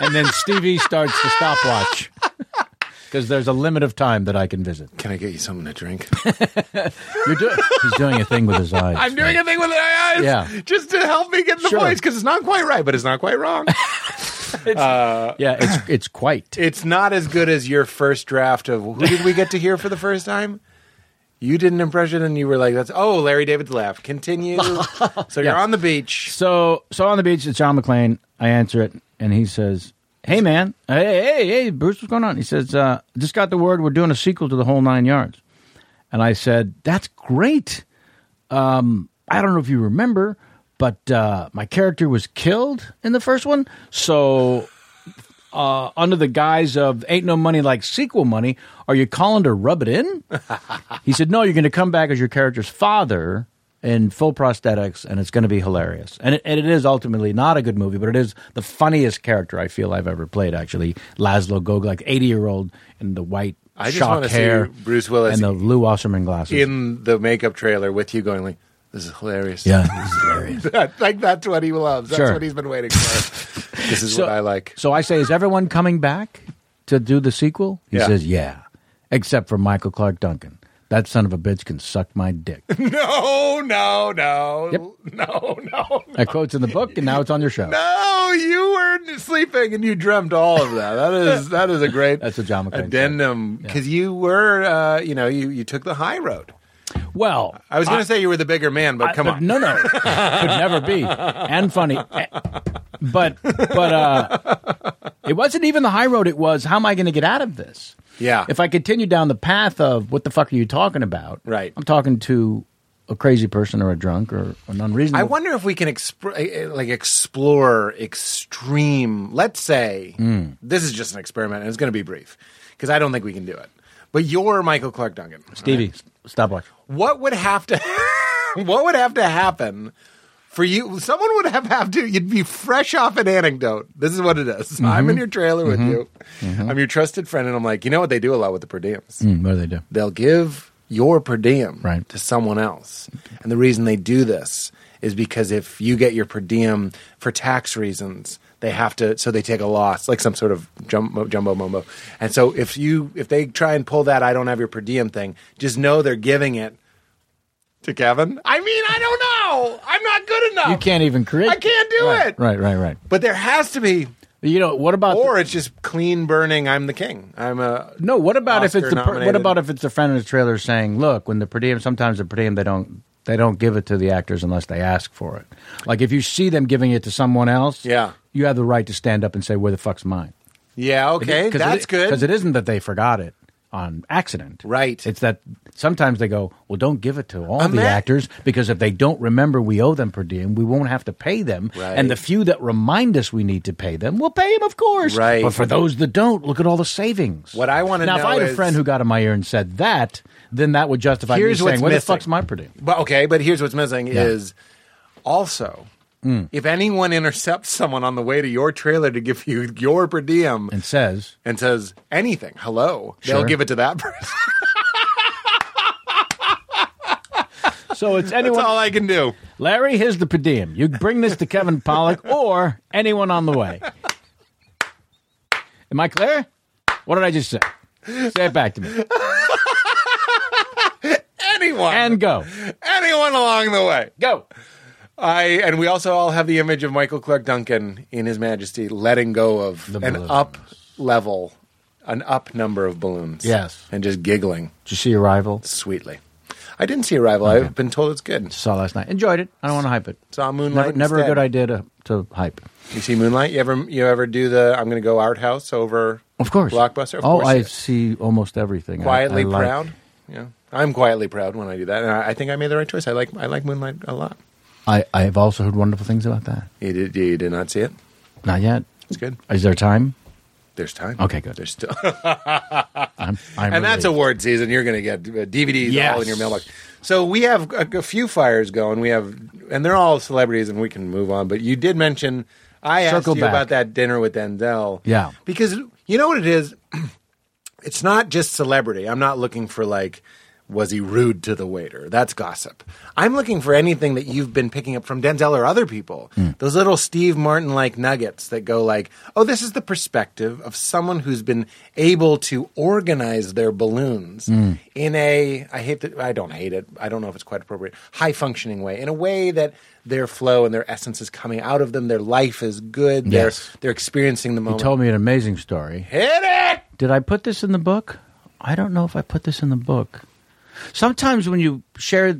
and then Stevie starts the stopwatch because there's a limit of time that I can visit. Can I get you something <laughs> to drink? You're <laughs> doing. He's doing a thing with his eyes. I'm doing a thing with my eyes Yeah. just to help me get the Sure. voice because it's not quite right, but it's not quite wrong. Yeah, it's it's quite. it's not as good as your first draft of who did we get to hear for the first time? You did an impression and you were like, "That's oh, Larry David's <laughs> laugh." Continue. so you're on the beach. So so on the beach, it's John McClane. I answer it, and he says, "Hey man, hey hey hey, Bruce, what's going on?" He says, uh, "Just got the word we're doing a sequel to the whole nine yards," and I said, "That's great." Um, I don't know if you remember, but uh, my character was killed in the first one, so. Uh, under the guise of ain't no money like sequel money, are you calling to rub it in? he said, No, you're going to come back as your character's father in full prosthetics, and it's going to be hilarious. And it, and it is ultimately not a good movie, but it is the funniest character I feel I've ever played. Actually, Laszlo Gog, like eighty year old in the white I just shock wanna see hair, Bruce Willis and the Lou Wasserman glasses. in the makeup trailer with you going like, this is hilarious. yeah, this is hilarious. <laughs> That- like that's what he loves. That's Sure. what he's been <laughs> waiting for. this is what I like. So I say, is everyone coming back to do the sequel? He Yeah. says, yeah, except for Michael Clark Duncan. That son of a bitch can suck my dick. No, no, no, no, no, that quote's in the book, and now it's on your <laughs> show. no. You were sleeping and you dreamt all of that. That <laughs> is that is a great That's what John McClane said. addendum because you were uh, you know you you took the high road. Well, I was going to say you were the bigger man, but I- come but on. no, no, could never be, and funny, Eh, but but uh, it wasn't even the high road. It was how am I going to get out of this? Yeah. if I continue down the path of what the fuck are you talking about? Right. I'm talking to a crazy person or a drunk or an unreasonable. I wonder if we can exp- like explore extreme. Let's say Hmm. this is just an experiment, and it's going to be brief because I don't think we can do it. But you're Michael Clark Duncan, Stevie, s- stopwatch. what would have to <laughs> what would have to happen for you someone would have have to you'd be fresh off an anecdote this is what it is. <laughs> i'm in your trailer with you i'm your trusted friend and i'm like you know what they do a lot with the per diems Hmm, what do they do? they'll give your per diem Right. to someone else and the reason they do this is because if you get your per diem for tax reasons they have to so they take a loss like some sort of jumbo jumbo mumbo and so if you if they try and pull that i don't have your per diem thing just know they're giving it to Kevin? I mean, I don't know. I'm not good enough. You can't even create. I can't do Right, it. Right, right, right. But there has to be, You know what about? the- or it's just clean burning. I'm the king. I'm a No, what about if it's the per, what Oscar-nominated- about if it's the friend in the trailer saying, "Look, when the per diem, sometimes the per diem they don't they don't give it to the actors unless they ask for it. Like if you see them giving it to someone else, Yeah. you have the right to stand up and say, "Where the fuck's mine?" yeah. Okay, that's good. because it isn't that they forgot it on accident, Right. It's that sometimes they go, "Well, don't give it to all Ama- the actors because if they don't remember we owe them per diem, we won't have to pay them, Right. and the few that remind us we need to pay them, we'll pay them, of course, Right. But for those that don't, look at all the savings. What I wanna now, if know I had a is- friend who got in my ear and said that, then that would justify Here's me what's saying, "Where missing. the fuck's my per diem?" But okay, but here's what's missing is also if anyone intercepts someone on the way to your trailer to give <laughs> you your per diem And says, and says anything, hello, Sure. they'll give it to that <laughs> person. "So it's <laughs> That's anyone." all I can do. Larry, here's the per diem. You bring this to Kevin <laughs> Pollock or anyone on the way. Am I clear? What did I just say? Say it back to me. Anyone And go. anyone along the way. Go. I and we also all have the image of Michael Clark Duncan in His Majesty letting go of The an balloons. up level, an up number of balloons. Yes. and just giggling Did you see Arrival? sweetly. I didn't see Arrival. I've been told it's good. Saw last night. Enjoyed it. I don't want to hype it. Saw Never, Moonlight. never a instead. good idea to, to hype. You see Moonlight? You ever you ever do the I'm going to go art house over? Of course. Blockbuster. Of oh, course I you do. see almost everything. I- quietly I like- proud. Yeah, I'm quietly proud when I do that, and I, I think I made the right choice. I like I like Moonlight a lot. I, I have also heard wonderful things about that. You did, you did not see it. Not yet. It's good. Is there time? There's time. Okay, good. There's still. <laughs> I'm, I'm and that's relieved. award season. You're going to get uh, DVDs Yes. all in your mailbox. So we have a, a few fires going. We have, and they're all celebrities, and we can move on. But you did mention I Circle asked you back. about that dinner with Denzel. Yeah. because you know what it is. It's not just celebrity. I'm not looking for like. Was he rude to the waiter? That's gossip. I'm looking for anything that you've been picking up from Denzel or other people. Hmm. Those little Steve Martin like nuggets that go like, "Oh, this is the perspective of someone who's been able to organize their balloons Hmm. in a I hate that I don't hate it. I don't know if it's quite appropriate. High functioning way, in a way that their flow and their essence is coming out of them. Their life is good. Yes. They're they're experiencing the You moment. told me an amazing story. Hit it. Did I put this in the book? I don't know if I put this in the book. Sometimes when you share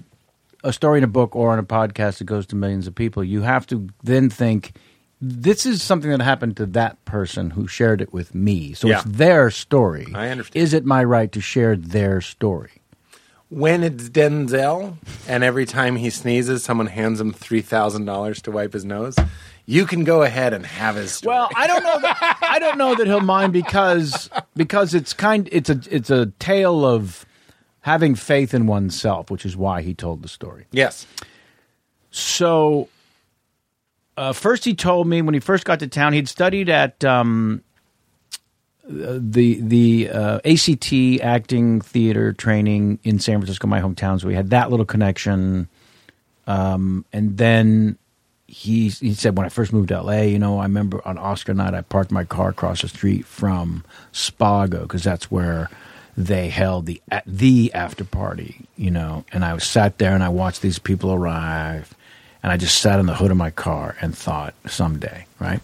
a story in a book or on a podcast that goes to millions of people, you have to then think this is something that happened to that person who shared it with me. So Yeah. it's their story. I understand. Is it my right to share their story? when it's Denzel, and every time he sneezes, someone hands him three thousand dollars to wipe his nose. You can go ahead and have his. Story. Well, I don't know. That, I don't know that he'll mind because because it's kind. It's a it's a tale of having faith in oneself, which is why he told the story. yes, So, uh, first he told me when he first got to town, he'd studied at um, uh, the the uh, ACT acting theater training in San Francisco, my hometown. So we had that little connection. Um, and then he he said when I first moved to LA, you know, I remember on Oscar night I parked my car across the street from Spago because that's where they held the at the after party, you know, and I was sat there and I watched these people arrive, and I just sat in the hood of my car and thought someday, right?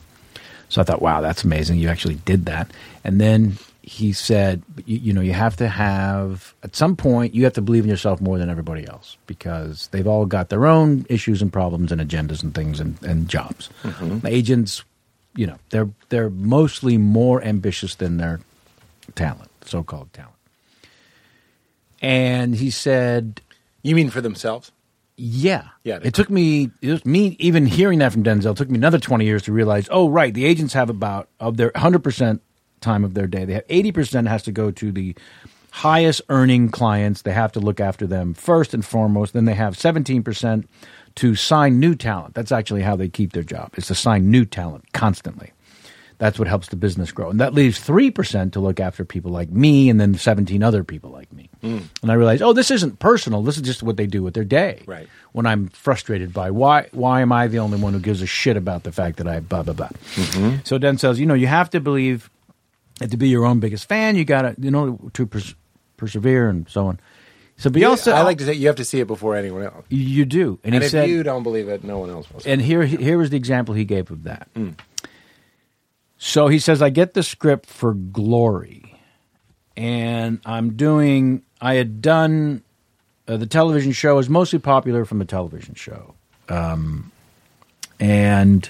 So I thought, wow, that's amazing. You actually did that. And then he said, you, you know, you have to have, at some point, you have to believe in yourself more than everybody else because they've all got their own issues and problems and agendas and things and, and jobs. Agents, you know, they're, they're mostly more ambitious than their talent, so called talent. And he said, You mean for themselves? yeah. Yeah, they- It took me it was me even hearing that from Denzel took me another 20 years to realize, oh right, the agents have about of their 100% time of their day. They have 80% has to go to the highest earning clients. They have to look after them first and foremost. Then they have 17% to sign new talent. That's actually how they keep their job. It's to sign new talent constantly. That's what helps the business grow. And that leaves 3% to look after people like me and then 17 other people like me. Hmm. And I realized, oh, this isn't personal. This is just what they do with their day. Right. When I'm frustrated by why, why am I the only one who gives a shit about the fact that I blah, blah, blah. Mm-hmm. So Den says, you know, you have to believe and to be your own biggest fan, you got to, you know, to pers- persevere and so on. So, but he also, I like to say you have to see it before anyone else. you do. And, And he if said, you don't believe it, no one else will. and here here was the example he gave of that. So he says, I get the script for Glory, and I'm doing. I had done uh, the television show is mostly popular from the television show, um, and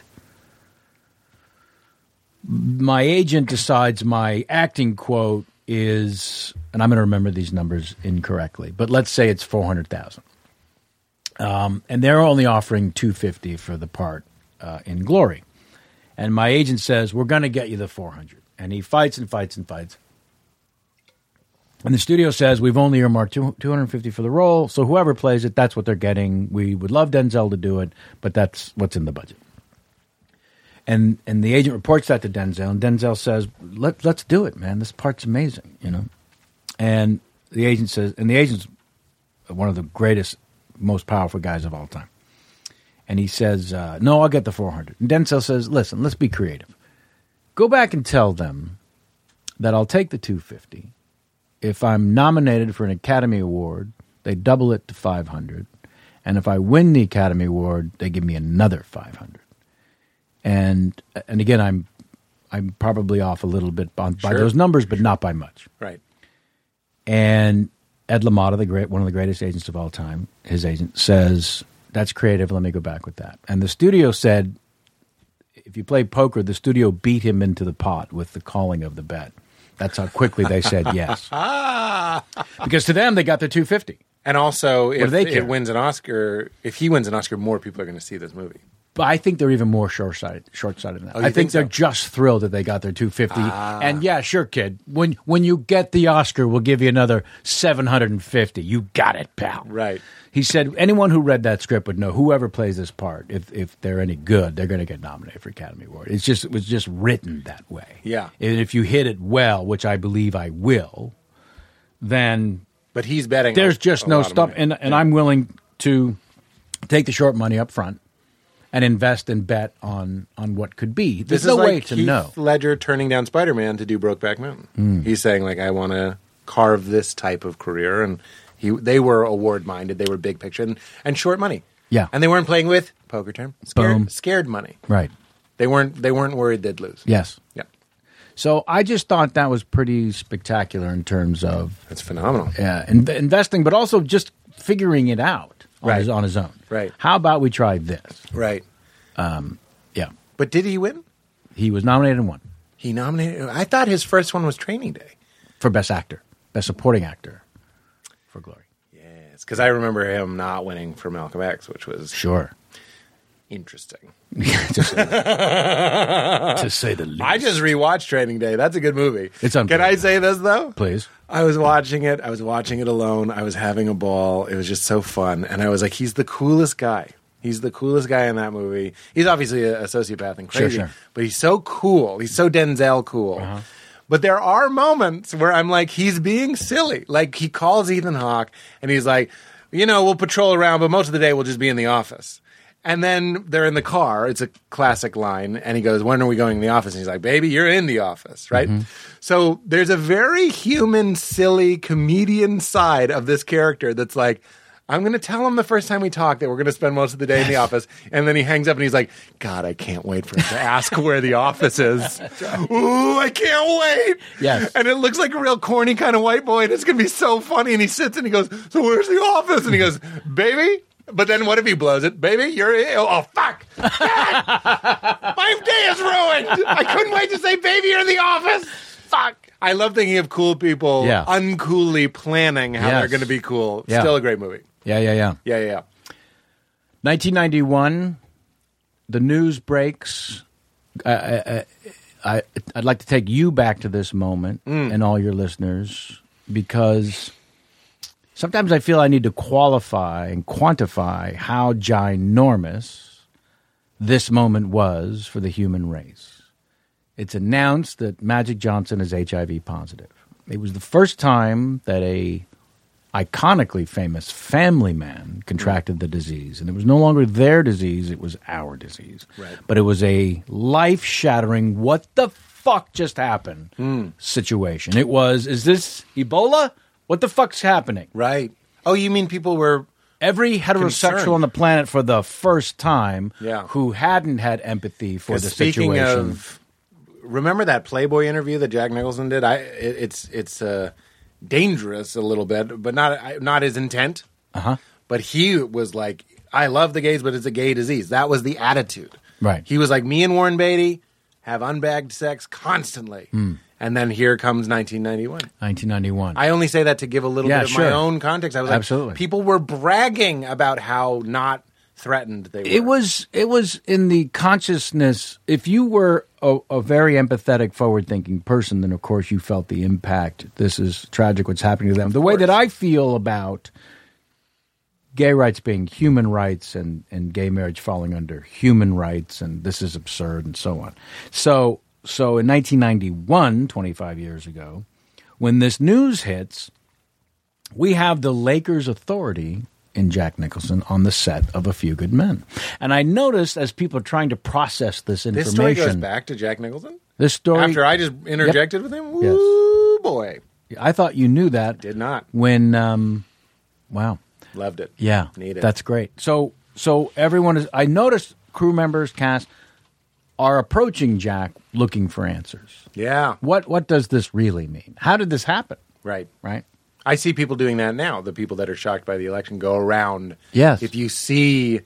my agent decides my acting quote is, and I'm going to remember these numbers incorrectly, but let's say it's four hundred thousand and they're only offering 250 for the part uh, in glory and my agent says we're going to get you the 400 and he fights and fights and fights and the studio says we've only earmarked two- 250 for the role so whoever plays it that's what they're getting we would love denzel to do it but that's what's in the budget and and the agent reports that to denzel and denzel says Let, let's do it man this part's amazing you know and the agent says and the agent's one of the greatest, most powerful guys of all time. And he says, uh, No, I'll get the 400. And Denzel says, Listen, let's be creative. Go back and tell them that I'll take the 250. If I'm nominated for an Academy Award, they double it to 500. And if I win the Academy Award, they give me another 500. And and again, I'm I'm probably off a little bit by, by those numbers, but not by much Right. and Ed LaMotta, the great one of the greatest agents of all time, his agent says, "That's creative. Let me go back with that." And the studio said, "If you play poker, the studio beat him into the pot with the calling of the bet." That's how quickly they said yes, because to them they got their two fifty. And also, if they care? it wins an Oscar, if he wins an Oscar, more people are going to see this movie. But I think they're even more short-sighted, short-sighted than that. I Oh, you think, think so? Ah. they're just thrilled that they got their 250. And yeah, sure, kid. When when you get the Oscar, we'll give you another 750. You got it, pal. Right. He said anyone who read that script would know whoever plays this part, if if they're any good, they're going to get nominated for Academy Award. It's just it was just written that way. Yeah. And if you hit it well, which I believe I will, then But he's betting. there's a- just a no lot of stuff money. and and I'm willing to take the short money up front and invest and bet on on what could be. There's This no is like way to Heath know. Hmm. Ledger turning down Spider Man to do Brokeback Mountain. He's saying like, I want to carve this type of career, and he they were award minded, they were big picture and, and short money. Yeah. and they weren't playing with poker term scared Boom. scared money. Right. They weren't they weren't worried they'd lose. Yes. yeah, So I just thought that was pretty spectacular in terms of that's phenomenal. uh, in- investing, but also just figuring it out on, his, on his own. Right. How about we try this? Right, Yeah. but did he win? He was nominated and won He nominated. I thought his first one was Training Day. for Best Actor, Best Supporting Actor for Glory. Yes, because I remember him not winning for Malcolm X, which was Sure. interesting. to, say the, <laughs> to say the least. I just rewatched Training Day. That's a good movie. It's Can I unbelievable. say this though? Please. I was watching it. I was watching it alone. I was having a ball. It was just so fun, and I was like, "He's the coolest guy." He's the coolest guy in that movie. He's obviously a, a sociopath and crazy, sure. but he's so cool. He's so Denzel cool. But there are moments where I'm like, he's being silly. Like he calls Ethan Hawke and he's like, you know, we'll patrol around, but most of the day we'll just be in the office. And then they're in the car. It's a classic line. And he goes, When are we going in the office? And he's like, Baby, you're in the office, right? So there's a very human, silly comedian side of this character that's like, I'm going to tell him the first time we talk that we're going to spend most of the day in the office. And then he hangs up and he's like, God, I can't wait for him to ask where the <laughs> office is. Ooh, I can't wait. Yes. And it looks like a real corny kind of white boy. And it's going to be so funny. And he sits and he goes, So where's the office? And he goes, Baby. But then what if he blows it? Baby, you're. Oh, oh, fuck. Dad! My day is ruined. I couldn't wait to say, Baby, you're in the office. Fuck. I love thinking of cool people Yeah. uncoolly planning how they're Yes. going to be cool. Yeah. Still a great movie. Yeah, yeah, yeah. Yeah, yeah, yeah. 1991, the news breaks. I, I, I, I'd like to take you back to this moment and all your listeners because sometimes I feel I need to qualify and quantify how ginormous this moment was for the human race. It's announced that Magic Johnson is HIV positive. It was the first time that a iconically famous family man contracted the disease, and it was no longer their disease; it was our disease. Right. But it was a life-shattering, "What the fuck just happened?" Hmm. situation. It was, "Is this Ebola? What the fuck's happening?" Right. Oh, you mean people were Every heterosexual Concerned. on the planet for the first time Yeah. who hadn't had empathy for the speaking situation. of? Remember that Playboy interview that Jack Nicholson did? I it, it's it's uh, dangerous a little bit, but not I- not his intent. Uh Uh-huh. huh. But he was like, "I love the gays, but it's a gay disease." That was the attitude. Right. He was like, "Me and Warren Beatty have unbagged sex constantly," Hmm. and then here comes 1991. 1991. I only say that to give a little Yeah, bit of sure. my own context. I was like, Absolutely. people were bragging about how not threatened they were. it was it was in the consciousness if you were a, a very empathetic forward thinking person then of course you felt the impact this is tragic what's happening to them the way that i feel about gay rights being human rights and, and gay marriage falling under human rights and this is absurd and so on so so in 1991 25 years ago when this news hits we have the Lakers authority in Jack Nicholson on the set of A Few Good Men. And I noticed as people are trying to process this information, This story goes back to Jack Nicholson. this story- After I just interjected with him, Yes. woo boy, I thought you knew that. Did not. When, um, wow. loved it. Yeah. need it. That's great. So, so everyone is, I noticed crew members, cast, are approaching Jack looking for answers. yeah, What, what does this really mean? How did this happen? right. Right? I see people doing that now. The people that are shocked by the election go around. Yes. If you see,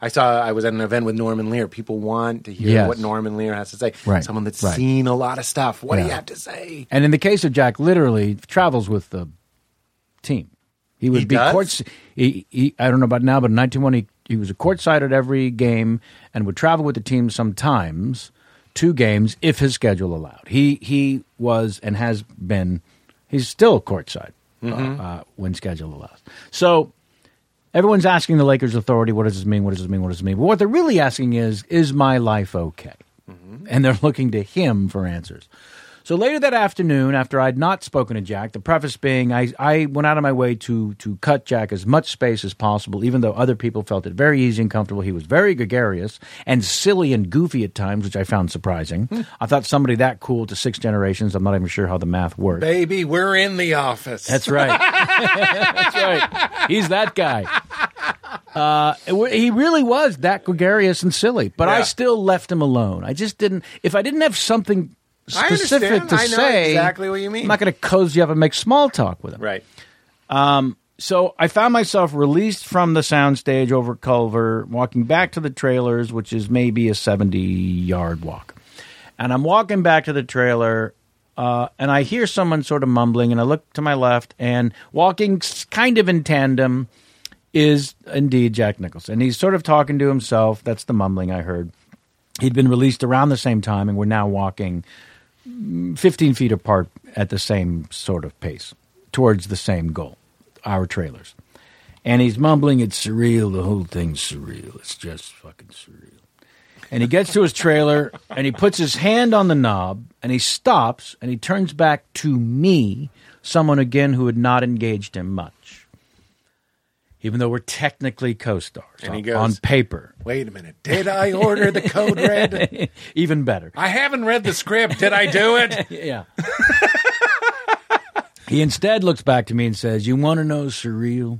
I saw. I was at an event with Norman Lear. People want to hear Yes. what Norman Lear has to say. Right, Someone that's right. seen a lot of stuff. What do you Yeah. have to say? And in the case of Jack, literally travels with the team. He would He be does? courts. He, he, I don't know about now, but in 1901, he, he was a courtside at every game and would travel with the team sometimes, two games if his schedule allowed. He he was and has been. He's still courtside uh, uh, when schedule allows. So everyone's asking the Lakers authority, "What does this mean? What does this mean? What does this mean?" But what they're really asking is, "Is my life okay?" and they're looking to him for answers. So later that afternoon, after I'd not spoken to Jack, the preface being I, I went out of my way to to cut Jack as much space as possible, even though other people felt it very easy and comfortable. He was very gregarious and silly and goofy at times, which I found surprising. I thought somebody that cool to six generations, I'm not even sure how the math works. Baby, we're in the office. That's right. <laughs> That's right. He's that guy. Uh, it wa- he really was that gregarious and silly, but I Yeah. still left him alone. I just didn't. If I didn't have something I understand. specific to I know say, exactly what you mean. I'm not going to cozy up and make small talk with him. right. So I found myself released from the soundstage over Culver, walking back to the trailers, which is maybe a 70 yard walk. And I'm walking back to the trailer, uh, and I hear someone sort of mumbling, and I look to my left, and walking s- kind of in tandem is indeed Jack Nicholson. And he's sort of talking to himself. That's the mumbling I heard. He'd been released around the same time, and we're now walking 15 feet apart at the same sort of pace towards the same goal, our trailers. And he's mumbling, it's surreal. The whole thing's surreal. It's just fucking surreal. And he gets to his trailer and he puts his hand on the knob and he stops and he turns back to me, someone again who had not engaged him much. Even though we're technically co stars he on, goes- on paper. <laughs> Wait a minute. Did I order the code red? Even better. <laughs> I haven't read the script. Did I do it? Yeah. he instead looks back to me and says, You want to know surreal?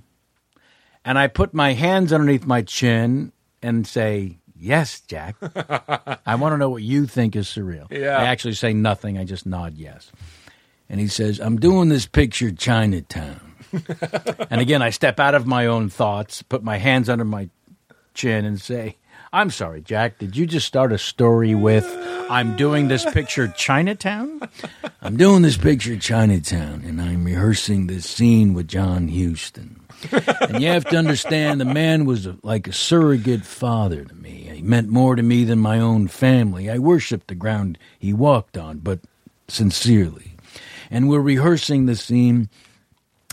And I put my hands underneath my chin and say, Yes, Jack. I want to know what you think is surreal. Yeah. I actually say nothing, I just nod yes. And he says, I'm doing this picture, Chinatown. and again, I step out of my own thoughts, put my hands under my chin, and say, I'm sorry, Jack, did you just start a story with, I'm doing this picture, Chinatown? I'm doing this picture, Chinatown, and I'm rehearsing this scene with John Houston. And you have to understand, the man was a, like a surrogate father to me. He meant more to me than my own family. I worshiped the ground he walked on, but sincerely. And we're rehearsing the scene,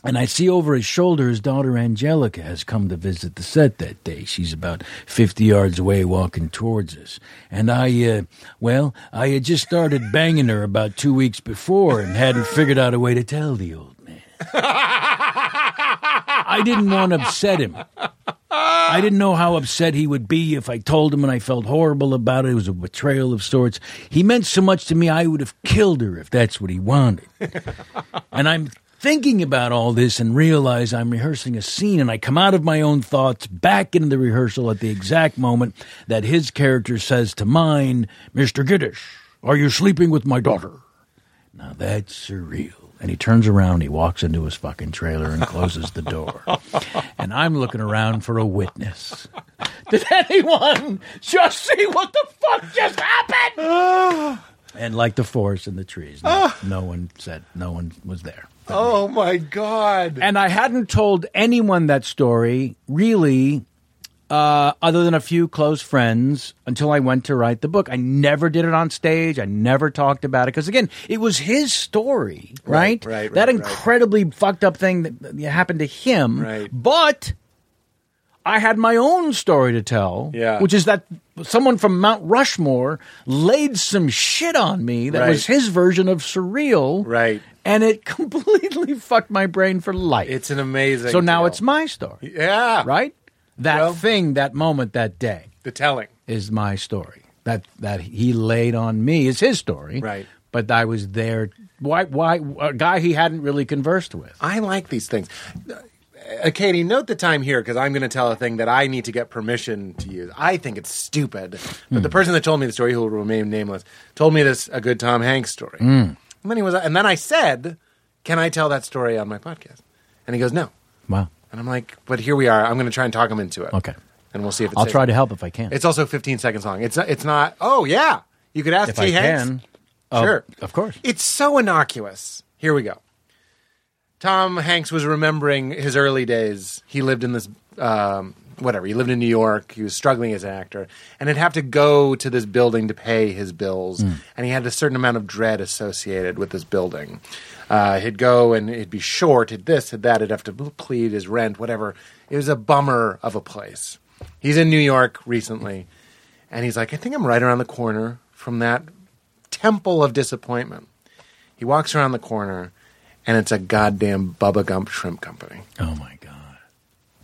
and I see over his shoulder his daughter Angelica has come to visit the set that day. She's about 50 yards away walking towards us. And I, uh, well, I had just started banging her about two weeks before and hadn't figured out a way to tell the old man. I didn't want to upset him. I didn't know how upset he would be if I told him, and I felt horrible about it. It was a betrayal of sorts. He meant so much to me, I would have killed her if that's what he wanted. and I'm thinking about all this and realize I'm rehearsing a scene, and I come out of my own thoughts back into the rehearsal at the exact moment that his character says to mine, Mr. Giddish, are you sleeping with my daughter? Now that's surreal. And he turns around, he walks into his fucking trailer and closes the door. and I'm looking around for a witness. Did anyone just see what the fuck just happened? and like the forest and the trees, no, no one said, no one was there. <laughs> Oh my god. And I hadn't told anyone that story, really, uh, other than a few close friends, until I went to write the book. I never did it on stage. I never talked about it. Because, again, it was his story, right? right, right, that right. incredibly fucked up thing that- that happened to him. Right. But I had my own story to tell, Yeah. which is that someone from Mount Rushmore laid some shit on me that was Right. his version of surreal. Right. And it <laughs> completely fucked my brain for life. It's an amazing. So now tale. it's my story, yeah. right? That Well- thing, that moment, that day The telling. is my story. That that he laid on me is his story, Right. But I was there. Why? Why? A guy he hadn't really conversed with. I like these things. Uh, Katie, note the time here because I'm going to tell a thing that I need to get permission to use. I think it's stupid, but Hmm. the person that told me the story, who will remain nameless, told me this a good Tom Hmm. Hanks story. And then he was, and then I said, "Can I tell that story on my podcast?" And he goes, "No." Wow. And I'm like, "But here we are. I'm going to try and talk him into it." Okay. And we'll see if it's I'll try to help if I can. It's also 15 seconds long. It's not, it's not. Oh yeah, you could ask if T I Hanks. can. Sure. Oh, of course. It's so innocuous. Here we go. Tom Hanks was remembering his early days. He lived in this, um, whatever, he lived in New York. He was struggling as an actor and had have to go to this building to pay his bills. And he had a certain amount of dread associated with this building. Uh, he'd go and it'd be short, he'd this, he'd that, he'd have to plead his rent, whatever. It was a bummer of a place. He's in New York recently and he's like, I think I'm right around the corner from that temple of disappointment. He walks around the corner, and it's a goddamn Bubba Gump Shrimp Company. Oh my god.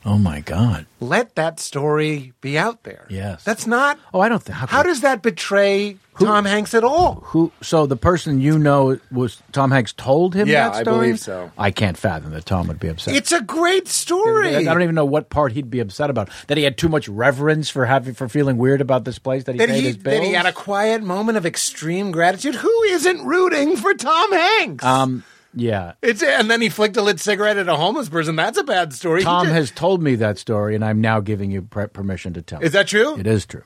Oh my god. Let that story be out there. Yes. that's not. Oh, I don't think. How does that betray Tom Hanks at all? Who? So the person you know was Tom Hanks told him. Yeah, that I story? believe so. I can't fathom that Tom would be upset. It's a great story. I don't even know what part he'd be upset about. That he had too much reverence for having for feeling weird about this place that he that paid he, his bills. that he had a quiet moment of extreme gratitude. Who isn't rooting for Tom Hanks? um, yeah. it's and then he flicked a lit cigarette at a homeless person. That's a bad story. He Tom just- has told me that story, and I'm now giving you pre- permission to tell. Is that true? It is true.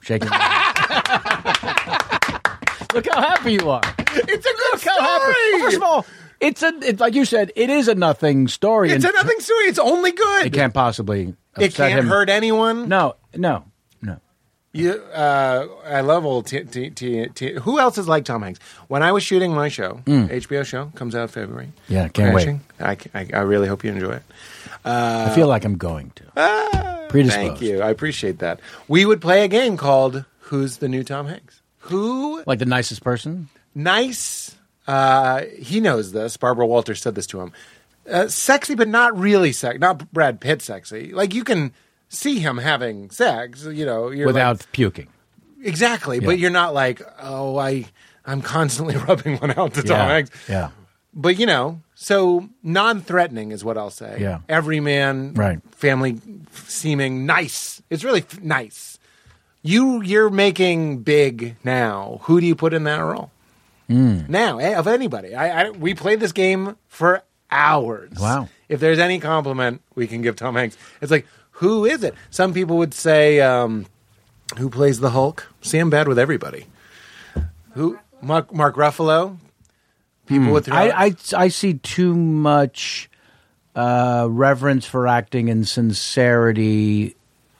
Shaking. my head. <laughs> Look how happy you are. It's a good Look how happy. story. First of all, it's a it's like you said, it is a nothing story. It's and nothing story. It's only good. It can't possibly. It upset can't him. hurt anyone. No, no, no. You, uh, I love old T, T, T, T. Who else is like Tom Hanks? When I was shooting my show, HBO show comes out February. Mm. Yeah, can't wait. Crashing. I, I, I really hope you enjoy it. I feel like I'm going to. Predisposed. Ah, Thank you. I appreciate that. We would play a game called Who's the New Tom Hanks? Who Like the nicest person? nice. Uh, he knows this. Barbara Walters said this to him. Uh, sexy, but not really sexy. Not Brad Pitt sexy. Like you can see him having sex. You know, you're like- Without puking. exactly. But you're not like, oh, I, I'm constantly <laughs> rubbing one out to Tom yeah. Hanks. yeah. But you know, so non-threatening is what I'll say. Yeah. Every man, Right. Family seeming nice. It's really f- nice. You you're making big now. Who do you put in that role? Hmm. Now eh, of anybody. I, I we played this game for hours. Wow. If there's any compliment we can give Tom Hanks, it's like who is it? Some people would say um, who plays the Hulk? Sam Bad with everybody. Who Mark, Mark Ruffalo? People with Hmm. I, I, I see too much uh, reverence for acting and sincerity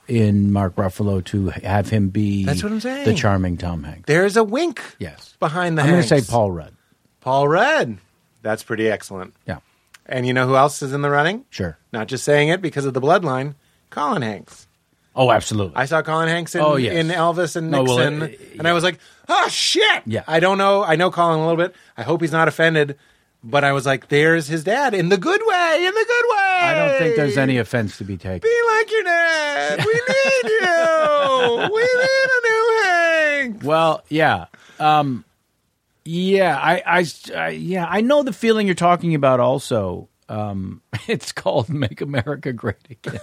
in Mark Ruffalo to have him be That's what I'm saying. the charming Tom Hanks. There's a wink. Yes. Behind the I'm going to Hanks. say Paul Rudd. Paul Rudd. That's pretty excellent. Yeah, And you know who else is in the running? sure. Not just saying it because of the bloodline. Colin Hanks. Oh, absolutely. I saw Colin Hanks in, Oh, yes. in Elvis and No, well, Nixon, uh, uh, and I was like, "Oh shit!" Yeah. I don't know. I know Colin a little bit. I hope he's not offended, but I was like, "There's his dad in the good way, in the good way." I don't think there's any offense to be taken. Be like your dad. <laughs> We need you. we need a new Hanks. Well, yeah, um, yeah, I, I, I, yeah, I know the feeling you're talking about. Also, um, <laughs> it's called "Make America Great Again."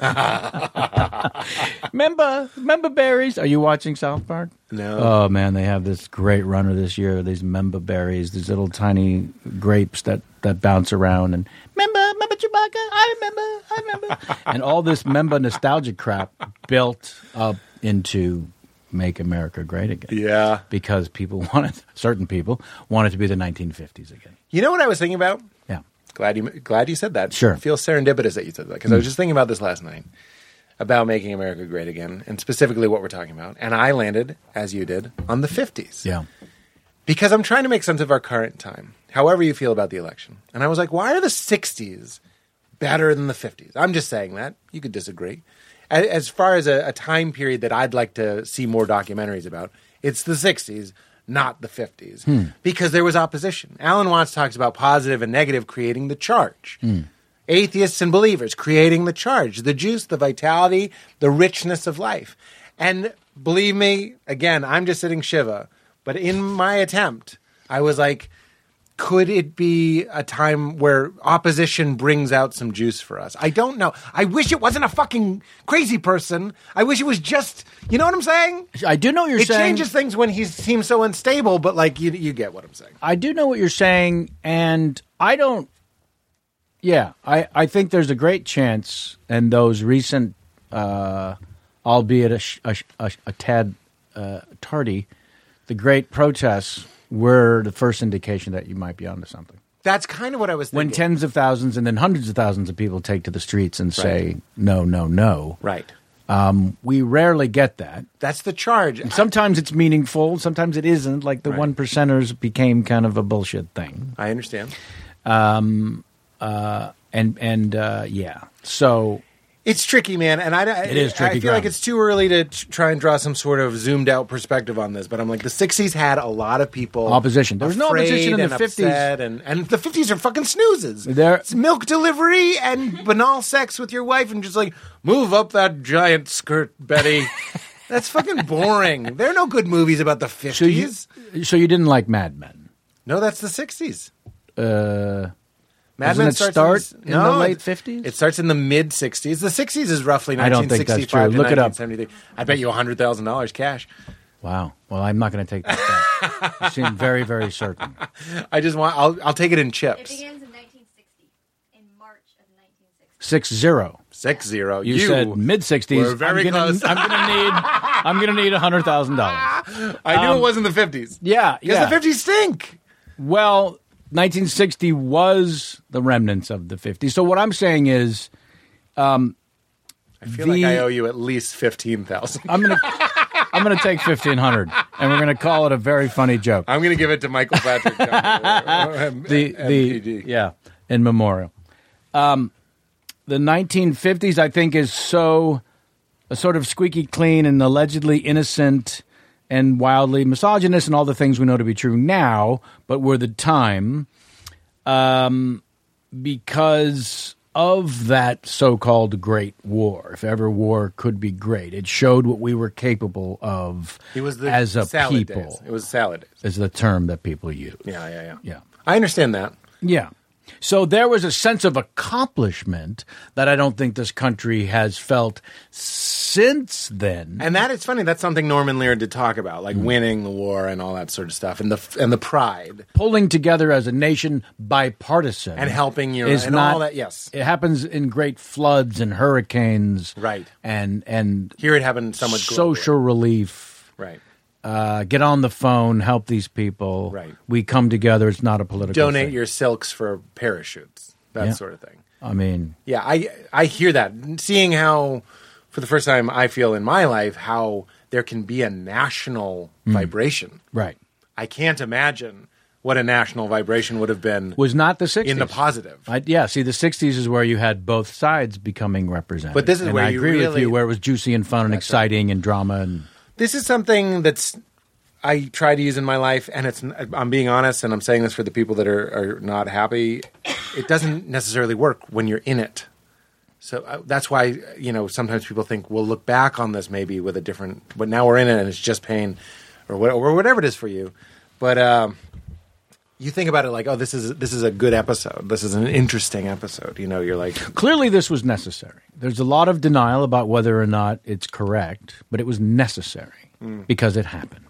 remember, remember berries? Are you watching South Park? No. Oh man, they have this great runner this year. These member berries, these little tiny grapes that that bounce around and member, member Chewbacca. I remember, I remember, and all this member nostalgia crap built up into "Make America Great Again." Yeah. because people <laughs> wanted certain people wanted to be the 1950s again. You know what I was thinking about? Yeah, Glad you glad you said that. Sure. I feel serendipitous that you said that because I was just thinking about this last night about making America great again and specifically what we're talking about. And I landed, as you did, on the 50s. yeah, Because I'm trying to make sense of our current time, however you feel about the election. And I was like, why are the 60s better than the 50s? I'm just saying that. You could disagree. A- As far as a, a time period that I'd like to see more documentaries about, it's the 60s, not the 50s, because there was opposition. Alan Watts talks about positive and negative creating the charge. Atheists and believers creating the charge, the juice, the vitality, the richness of life. And believe me, again, I'm just sitting Shiva, but in my attempt, I was like, could it be a time where opposition brings out some juice for us? I don't know. I wish it wasn't a fucking crazy person. I wish it was just, you know what I'm saying? I do know what you're It saying. changes things when he seems so unstable, but like you, you get what I'm saying. I do know what you're saying, and I don't. Yeah, I, I think there's a great chance, and those recent, uh, albeit a, sh- a, sh- a, sh- a tad uh, tardy, the great protests were the first indication that you might be onto something. That's kind of what I was thinking. When tens of thousands and then hundreds of thousands of people take to the streets and say, no, no, no, right. we rarely get that. That's the charge. Sometimes it's meaningful, sometimes it isn't. Like the Right. one percenters became kind of a bullshit thing. I understand. and and uh, yeah. So It's tricky, man, and I It is tricky I feel ground. like it's too early to t- try and draw some sort of zoomed out perspective on this. But I'm like, the '60s had a lot of people Opposition. There was no afraid opposition in and the 50s. upset and and the '50s are fucking snoozes. There- it's milk delivery and <laughs> banal sex with your wife, and just like move up that giant skirt, <laughs> Betty. That's fucking boring. There are no good movies about the '50s. so you so you didn't like Mad Men. No, that's the '60s. Mad Uh, Doesn't Men it starts start s- in no, the late it- 50s? It starts in the mid 60s. The 60s is roughly I don't think that's 1965 true. to Look it up. 1973. I bet you $100,000 cash. Wow. Well, I'm not going to take that. Back. you seem very very certain. I just want I'll I'll take it in It chips. begins in 1960, in March of 1960. Six zero. 60. You, said mid sixties. were very I'm gonna, close. I'm going to need. I'm going to need hundred thousand <laughs> dollars. I knew it wasn't the 50s. um, Yeah. Cuz Yeah. the 50s stink. Well, 1960 was the remnants of the 50s. So what I'm saying is, I feel The- like I owe you at least 15,000. I'm going to. I'm going to take 1500 and we're going to call it a very funny joke. <laughs> I'm going to give it to Michael <laughs> Patrick. Dunn, or- or M- the MPD. the yeah in memorial. Um, the 1950s, I think, is so a sort of squeaky clean and allegedly innocent and wildly misogynist and all the things we know to be true now, but were the time um, because of that so-called Great War. If ever war could be great, it showed what we were capable of It was the as a salad people. days. It was salad days. Is the term that people use. Yeah, yeah, yeah. Yeah. I understand that. Yeah. So there was a sense of accomplishment that I don't think this country has felt since then. And that is funny. That's something Norman Lear did talk about, Mm. like winning the war and all that sort of stuff, and the and the pride. Pulling together as a nation, bipartisan, And helping your- is and not, all that, yes. it happens in great floods and hurricanes, Right. And and Here it happened so much. globally. social relief. right? Uh, get on the phone, help these people. Right. we come together. It's not a political. Donate thing. your silks for parachutes, that Yeah. sort of thing. I mean, Yeah, I I hear that. Seeing how, for the first time, I feel in my life how there can be a national Mm. vibration. right? I can't imagine what a national vibration would have been Was not the '60s in the positive. I, yeah, see, the '60s is where you had both sides becoming represented. But this is and where I you agree with really- you, where it was juicy and fun and exciting and drama and this is something that's I try to use in my life, and it's I'm being honest, and I'm saying this for the people that are, are not happy. It doesn't necessarily work when you're in it. So uh, that's why you know sometimes people think we'll look back on this maybe with a different, but now we're in it and it's just pain, or, what, or whatever it is for you. But um, you think about it like, oh, this is this is a good episode. This is an interesting episode. You know, you're like, clearly this was necessary. There's a lot of denial about whether or not it's correct, but it was necessary Hmm. because it happened.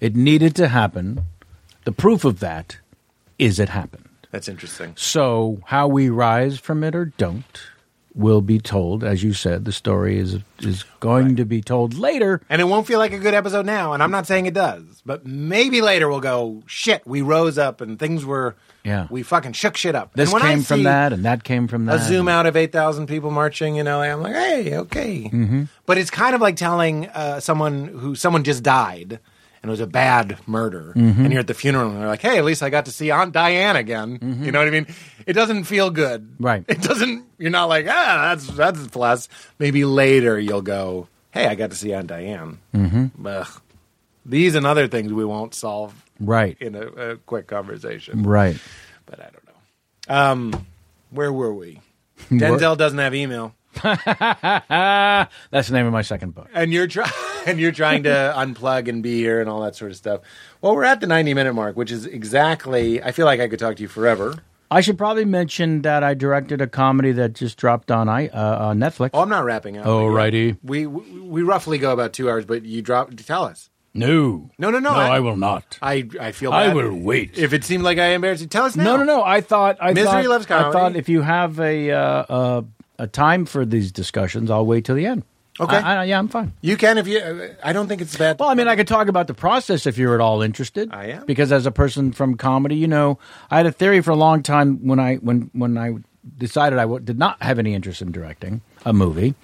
It needed to happen. The proof of that is it happened. that's interesting. So how we rise from it or don't will be told, as you said. The story is is going to be told later. And it won't feel like a good episode now, and I'm not saying it does, but maybe later we'll go, shit, we rose up and things were, Yeah. we fucking shook shit up. This and when I came from see that, and that came from A that. zoom out of 8,000 people marching in LA, I'm like, hey, okay. But it's kind of like telling uh, someone who, someone just died and it was a bad murder, and you're at the funeral and they're like, hey, at least I got to see Aunt Diane again. You know what I mean? It doesn't feel good. Right. It doesn't, you're not like, ah, that's, that's a plus. Maybe later you'll go, hey, I got to see Aunt Diane. Ugh. These and other things we won't solve Right. in a, a quick conversation. Right. But I don't know. Um, where were <laughs> we? Denzel doesn't have email, That's the name of my second book. and you're trying <laughs> and you're trying to <laughs> unplug and be here and all that sort of stuff. Well, we're at the 90 minute mark, which is exactly. I feel like I could talk to you forever. I should probably mention that I directed a comedy that just dropped on I uh, on Netflix. Oh, I'm not wrapping up. Oh, righty. We we we roughly go about two hours, but you drop. Tell us. No, No, no, no! no, I- I, will not. I I feel. I bad. will wait. If it seemed like I embarrassed you, tell us now. no, no, no! I thought I Misery thought, loves I comedy. thought if you have a uh, uh, a time for these discussions, I'll wait till the end. Okay. I, I, yeah, I'm fine. You can if you. I don't think it's bad. Well, I mean, I could talk about the process if you're at all interested. I am. because as a person from comedy, you know, I had a theory for a long time when I when when I decided I w- did not have any interest in directing a movie.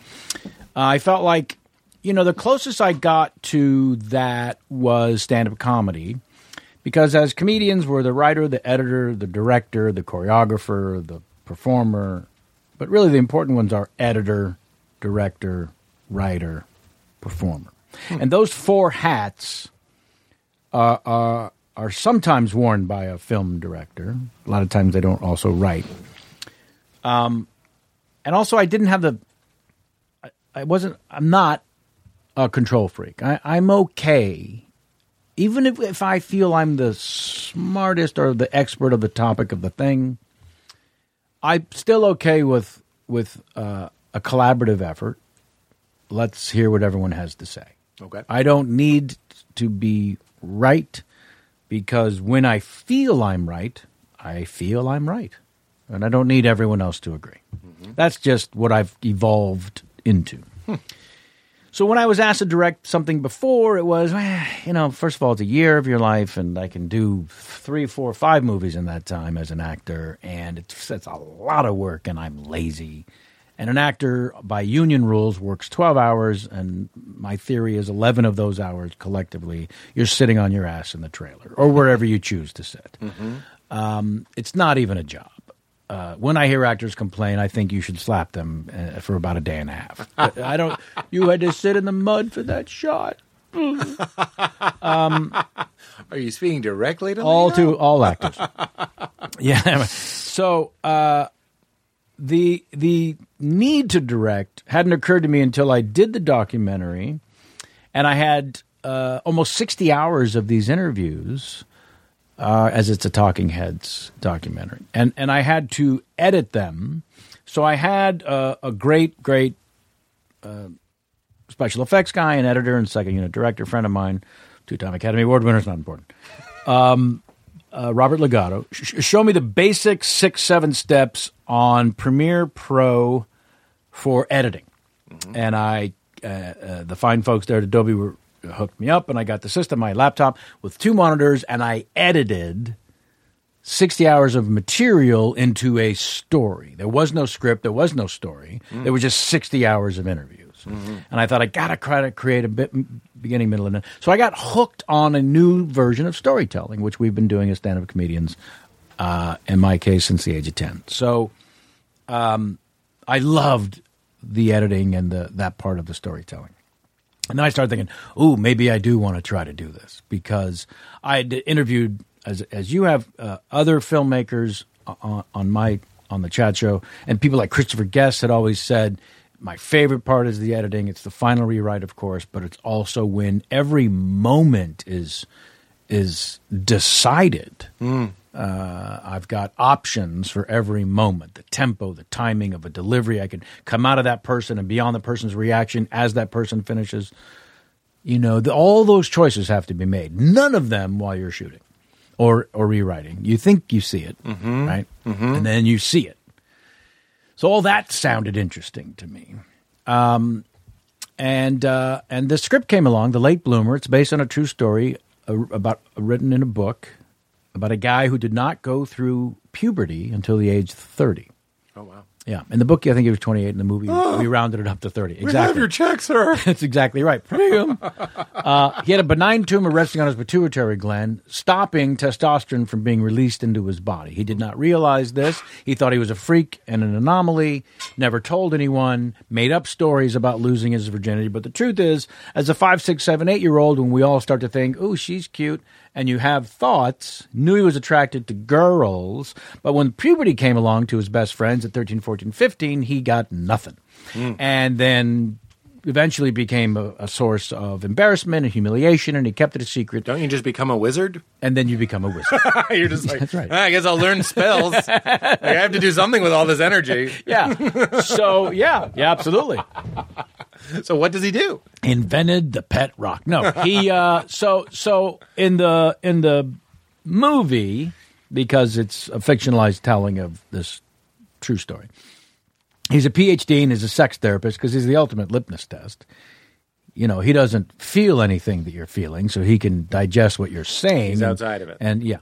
Uh, I felt like, you know, the closest I got to that was stand up comedy. Because as comedians, we're the writer, the editor, the director, the choreographer, the performer. But really, the important ones are editor, director, writer, performer. Hmm. And those four hats are, are, are sometimes worn by a film director. A lot of times they don't also write. Um, and also, I didn't have the I wasn't. I'm not a control freak. I, I'm okay, even if if I feel I'm the smartest or the expert of the topic of the thing. I'm still okay with with uh, a collaborative effort. Let's hear what everyone has to say. Okay. I don't need to be right because when I feel I'm right, I feel I'm right, and I don't need everyone else to agree. That's just what I've evolved into. So when I was asked to direct something before, it was, "Eh, you know, first of all, it's a year of your life, and I can do three, four, five movies in that time as an actor, and it's, it's a lot of work, and I'm lazy. And an actor, by union rules, works 12 hours, and my theory is 11 of those hours collectively, you're sitting on your ass in the trailer or wherever you choose to sit. Um, it's not even a job. uh, when I hear actors complain, I think you should slap them uh, for about a day and a half. But I don't. You had to sit in the mud for that shot. Are you speaking directly to all Lena? to all actors. yeah. So uh, the the need to direct hadn't occurred to me until I did the documentary, and I had uh, almost sixty hours of these interviews, uh, as it's a Talking Heads documentary, and and I had to edit them. So I had uh, a great great uh, special effects guy, an editor, and second unit director, friend of mine, two time Academy Award winner, it's not important. Um, uh, Robert Legato, sh- sh- show me the basic six, seven steps on Premiere Pro for editing. And I, uh, uh, the fine folks there at Adobe were, uh, hooked me up, and I got the system, my laptop with two monitors, and I edited. 60 hours of material into a story. There was no script, there was no story. There were just 60 hours of interviews. And I thought, I got to try to create a bit, beginning, middle, and end. So I got hooked on a new version of storytelling, which we've been doing as stand up comedians, uh, in my case, since the age of 10. So um, I loved the editing and the, that part of the storytelling. And then I started thinking, "Ooh, maybe I do want to try to do this because I had interviewed as as you have uh, other filmmakers on, on my on the chat show, and people like Christopher Guest had always said." My favorite part is the editing. It's the final rewrite, of course, but it's also when every moment is is decided. Uh, I've got options for every moment the tempo, the timing of a delivery. I can come out of that person and be on the person's reaction as that person finishes. You know, the, all those choices have to be made. None of them while you're shooting or, or rewriting. You think you see it, Mm-hmm. right? And then you see it. So all that sounded interesting to me Um, and uh, and the script came along. The Late Bloomer. It's based on a true story uh, about written in a book about a guy who did not go through puberty until the age of thirty. Oh wow. Yeah, in the book I think he was twenty eight. In the <gasps> movie we rounded it up to thirty. Exactly. <laughs> check, sir. That's exactly right. Premium. uh, he had a benign tumor resting on his pituitary gland, stopping testosterone from being released into his body. He did not realize this. He thought he was a freak and an anomaly, never told anyone, made up stories about losing his virginity. But the truth is, as a five, six, seven, eight year old, when we all start to think, oh, she's cute, and you have thoughts, knew he was attracted to girls, but when puberty came along to his best friends at 13, 14, 15, he got nothing. And then eventually became a, a source of embarrassment and humiliation, and he kept it a secret. Don't you just become a wizard? And then you become a <laughs> wizard. <laughs> You're just like, That's right. "Ah, I guess I'll learn <laughs> spells. like, I have to do something with all this energy. yeah. So yeah, yeah, absolutely. So what does he do? Invented the pet rock. No, he. Uh, <laughs> so so in the in the movie because it's a fictionalized telling of this true story. He's a PhD and is a sex therapist because he's the ultimate lipness test. You know, he doesn't feel anything that you're feeling, so he can digest what you're saying. He's outside of it. and yeah.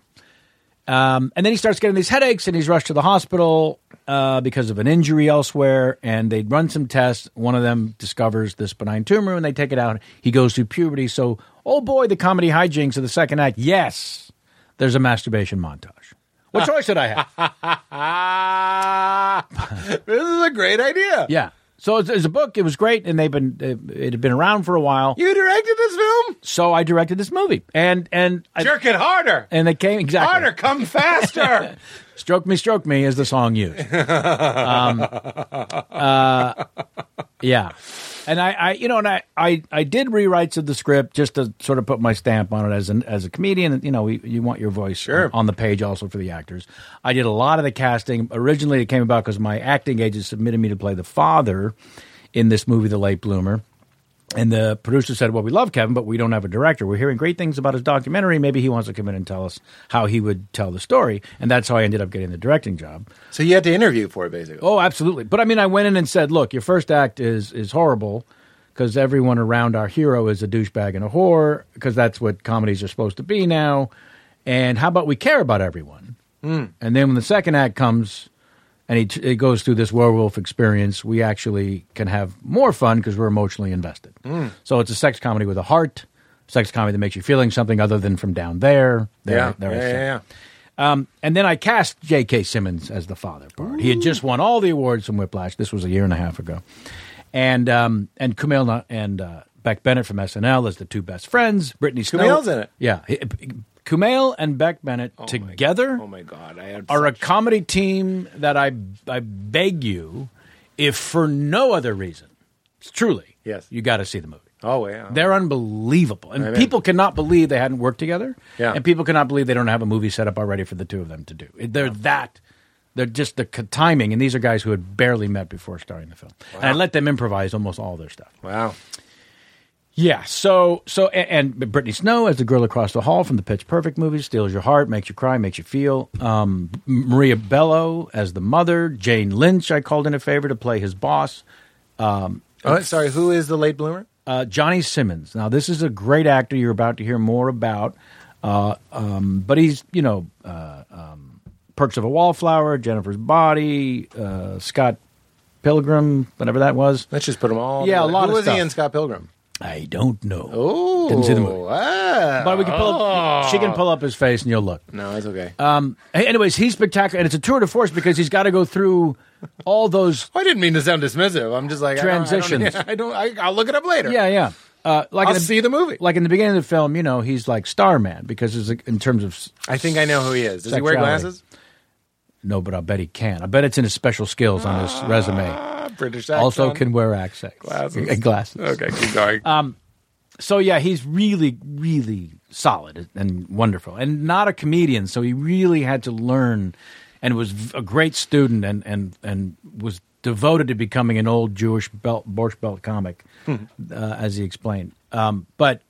Um, and then he starts getting these headaches, and he's rushed to the hospital uh, because of an injury elsewhere. And they run some tests. One of them discovers this benign tumor, and they take it out. He goes through puberty. So, oh boy, the comedy hijinks of the second act. Yes, there's a masturbation montage. What choice did I have? Ah, <laughs> this is a great idea. Yeah. So it's, it's a book. It was great, and they've been uh, it had been around for a while. You directed this film? So I directed this movie, and and I, Jerk it harder. and they came exactly Harder, <laughs> come faster. Stroke me, stroke me is the song used. um, uh, yeah, and I, I, you know, and I, I, I did rewrites of the script just to sort of put my stamp on it as an as a comedian. You know, we, you want your voice on, on the page also for the actors. I did a lot of the casting. Originally, it came about because my acting agent submitted me to play the father in this movie, The Late Bloomer. And the producer said, Well, we love Kevin, but we don't have a director. We're hearing great things about his documentary. Maybe he wants to come in and tell us how he would tell the story. And that's how I ended up getting the directing job. so you had to interview for it, basically. Oh, absolutely. But I mean, I went in and said, Look, your first act is, is horrible because everyone around our hero is a douchebag and a whore because that's what comedies are supposed to be now. And how about we care about everyone? Hmm. And then when the second act comes and he, t- he goes through this werewolf experience, we actually can have more fun because we're emotionally invested. Hmm. So it's a sex comedy with a heart, sex comedy that makes you feeling something other than from down there. There- yeah. there yeah, is yeah, sex. yeah. Um, and then I cast J.K. Simmons as the father part. He had just won all the awards from Whiplash. This was a year and a half ago. And um, and Kumail Na- and uh, Beck Bennett from SNL as the two best friends. Brittany Snow. Kumail's in it. Yeah. He- Kumail and Beck Bennett together Oh my god, I had are a comedy team that I I beg you, if for no other reason, truly, Yes. you got to see the movie. oh yeah. They're unbelievable, and people cannot believe they hadn't worked together. Yeah. and people cannot believe they don't have a movie set up already for the two of them to do. They're that. They're just the c- timing, and these are guys who had barely met before starting the film. And I let them improvise almost all their stuff. wow. Yeah. So so a- and, and Brittany Snow as the girl across the hall from the Pitch Perfect movie steals your heart, makes you cry, makes you feel. Um, M- Maria Bello as the mother. Jane Lynch I called in a favor to play his boss. Oh, sorry, who is the late bloomer? Uh, Johnny Simmons. Now this is a great actor you're about to hear more about. Uh, um, but he's you know uh, um, Perks of a Wallflower, Jennifer's Body, uh, Scott Pilgrim, whatever that was. Let's just put them all. Yeah, a lot who of was stuff. he in Scott Pilgrim? I don't know. Oh, Didn't see the movie. But we can pull up, she can pull up his face and you'll look. No, it's okay. Um, hey, anyways, he's spectacular, and it's a tour de force because he's got to go through all those. Oh, I didn't mean to sound dismissive. I'm just like I don't- Transitions. <laughs> I don't. I will look it up later. Yeah, yeah. Uh, like I'll in see the movie. Like in the beginning of the film, you know, he's like Starman because it's like, in terms of s- I think I know who he is. Does he wear Sexuality. glasses? no, but I bet he can. I bet it's in his special skills on his resume. Ah, British accent. Also, can wear accents, Glasses. <laughs> glasses. Okay, keep going. So yeah, he's really, really solid and wonderful, and not a comedian. So he really had to learn, and was v- a great student, and and and was devoted to becoming an old Jewish belt, Borscht Belt comic, Hmm. uh, as he explained. Um, but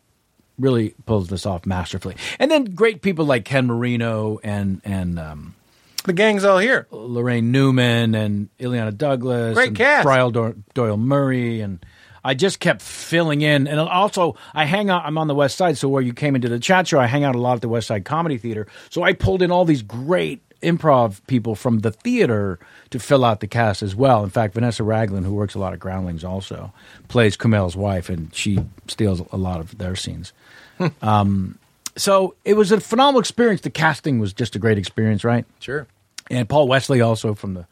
really pulls this off masterfully. And then great people like Ken Marino and and um, the gang's all here. Lorraine Newman and Ileana Douglas, Great and cast. Brian Doyle, Doyle Murray, and I just kept filling in. And also, I hang out. I'm on the West Side, so where you came into the chat show, I hang out a lot at the West Side Comedy Theater. So I pulled in all these great improv people from the theater to fill out the cast as well. In fact, Vanessa Raglan, who works a lot at Groundlings, also plays Kumail's wife, and she steals a lot of their scenes Hmm. Um, so it was a phenomenal experience. The casting was just a great experience, right? Sure. And Paul Wesley also from the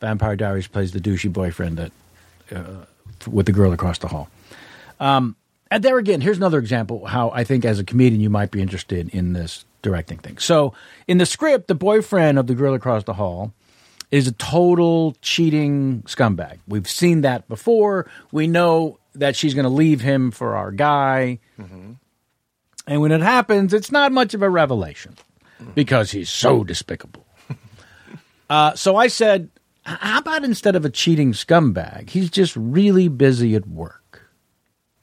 Vampire Diaries plays the douchey boyfriend that uh, f- with the girl across the hall. Um, and there again, here's another example how I think as a comedian you might be interested in this directing thing. So in the script, the boyfriend of the girl across the hall is a total cheating scumbag. We've seen that before. We know that she's going to leave him for our guy. And when it happens, it's not much of a revelation because he's so despicable. uh, so I said, "H- how about instead of a cheating scumbag, he's just really busy at work?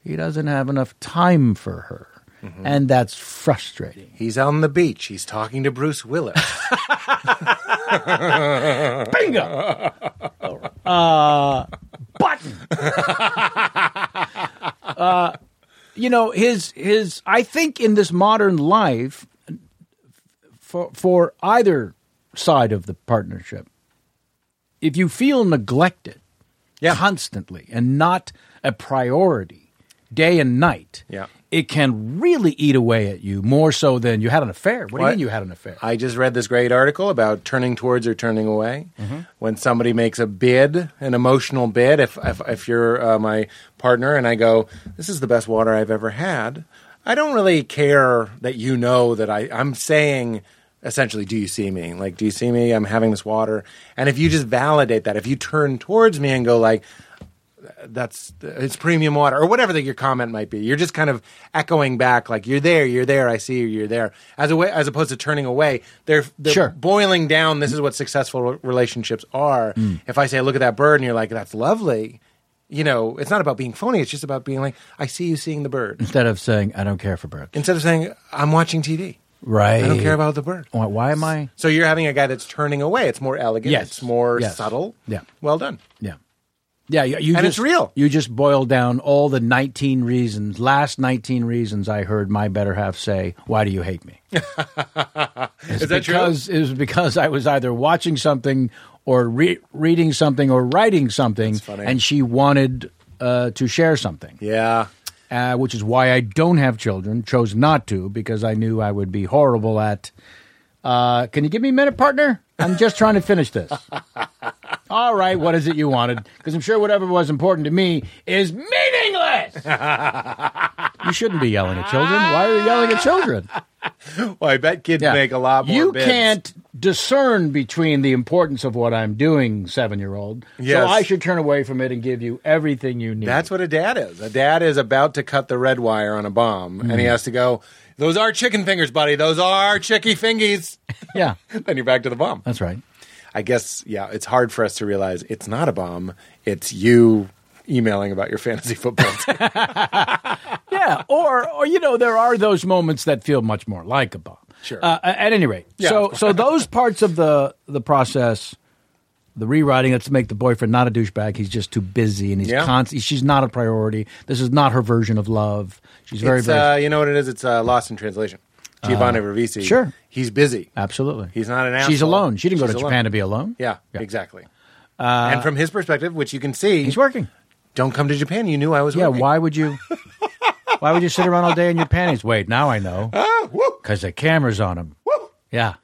He doesn't have enough time for her. And that's frustrating. He's on the beach. He's talking to Bruce Willis. <laughs> Bingo! uh, button! uh, you know, his, his, I think in this modern life, for, for either side of the partnership, if you feel neglected constantly and not a priority day and night, Yeah. it can really eat away at you more so than you had an affair. What, do you What? mean you had an affair? I just read this great article about turning towards or turning away. When somebody makes a bid, an emotional bid, if if, if you're uh, my partner and I go, "This is the best water I've ever had," I don't really care that you know that I. I'm saying essentially, "Do you see me?" Like, "Do you see me? I'm having this water." And if you just validate that, if you turn towards me and go like. That's it's premium water or whatever that your comment might be. You're just kind of echoing back, like you're there, you're there, I see you, you're there. As a way, as opposed to turning away, they're, they're Sure. boiling down. This is what successful re- relationships are. Mm. If I say, look at that bird, and you're like, that's lovely. You know, it's not about being phony. It's just about being like, I see you seeing <laughs> the bird. Instead of saying, I don't care for birds. Instead of saying, I'm watching TV. Right. I don't care about the bird. Why, why am I? So you're having a guy that's turning away. It's more elegant. Yes. It's more Yes. subtle. Yeah. Well done. Yeah. Yeah, you, you And just, it's real. You just boil down all the 19 reasons, last 19 reasons I heard my better half say, "Why do you hate me?" Is because it was because I was either watching something or re- reading something or writing something, funny. and she wanted uh, to share something, Yeah. uh, which is why I don't have children. Chose not to because I knew I would be horrible at Uh, can you give me a minute, partner? I'm just trying to finish <laughs> this. All right, what is it you wanted? Because I'm sure whatever was important to me is <laughs> meaningless. you shouldn't be yelling at children. Why are you yelling at children? Well, I bet kids Yeah. make a lot more. You bits. can't discern between the importance of what I'm doing, seven year old. So Yes. I should turn away from it and give you everything you need. That's what a dad is. A dad is about to cut the red wire on a bomb, and he Mm. has to go. Those are chicken fingers, buddy. Those are chicky fingies. <laughs> yeah, then you're back to the bomb. that's right. I guess, yeah, it's hard for us to realize it's not a bomb. It's you emailing about your fantasy <laughs> football. team. yeah, or or you know, there are those moments that feel much more like a bomb. Sure. Uh, at any rate, so so those parts of the the process, the rewriting, that's to make the boyfriend not a douchebag. He's just too busy, and he's Yeah. constant. She's not a priority. This is not her version of love. She's very it's, very uh, you know what it is? It's uh, Lost in Translation. Giovanni Ribisi. sure. Uh, He's busy. absolutely. He's not an asshole. She's alone. She didn't go She's to alone. Japan to be alone. Yeah, exactly. and from his perspective, which you can see, Uh, He's working. don't come to Japan. You knew I was Yeah, working. why would <laughs> you? why would you sit around all day in your panties? Wait, now I know. Ah, Because the camera's on him. Yeah.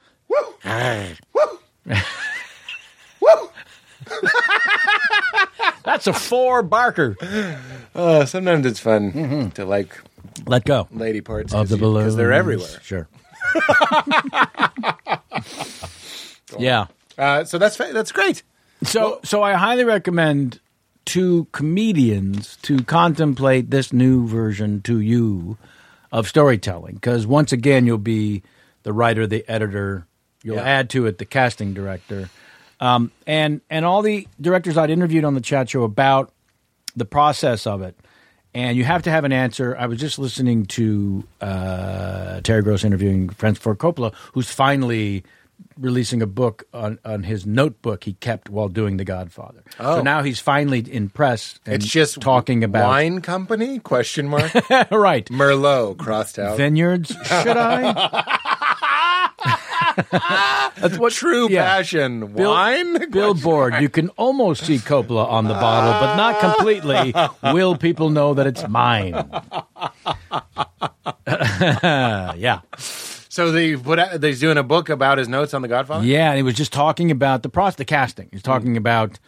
Ah. <laughs> That's a four barker. Uh, sometimes it's fun to like Let go lady parts Mm-hmm. of the balloon because they're everywhere. Sure. <laughs> yeah. Uh, so that's fa- that's great. So, so I highly recommend to comedians to contemplate this new version to you of storytelling because once again you'll be the writer, the editor, you'll Yeah. add to it the casting director, um, and and all the directors I'd interviewed on the chat show about the process of it. And you have to have an answer. I was just listening to uh, Terry Gross interviewing Francis Ford Coppola, who's finally releasing a book on, on his notebook he kept while doing The Godfather. So Oh. now he's finally in press. And It's just talking about wine company question <laughs> mark right Merlot crossed out. vineyards. Should <laughs> I? That's what True yeah. passion Bill- wine <laughs> billboard. You can almost see Coppola on the bottle, but not completely. Will people know that it's mine? <laughs> yeah, So they put out, they're doing a book about his notes on The Godfather. yeah. And he was just talking about the process, the casting. He's talking about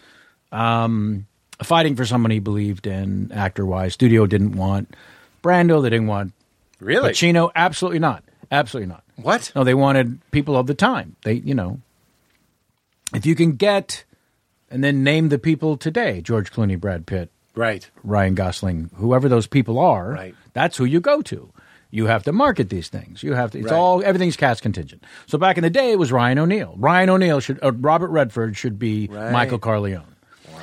um, fighting for someone he believed in, actor-wise. Studio didn't want Brando. They didn't want Really? Pacino. Absolutely not. Absolutely not. What? No, they wanted people of the time. They, you know, if you can get and then name the people today George Clooney, Brad Pitt, Right. Ryan Gosling, whoever those people are, Right. that's who you go to. You have to market these things. You have to. It's Right. all everything's cast contingent. So back in the day, it was Ryan O'Neill. Ryan O'Neill should uh, Robert Redford should be Right. Michael Carleone.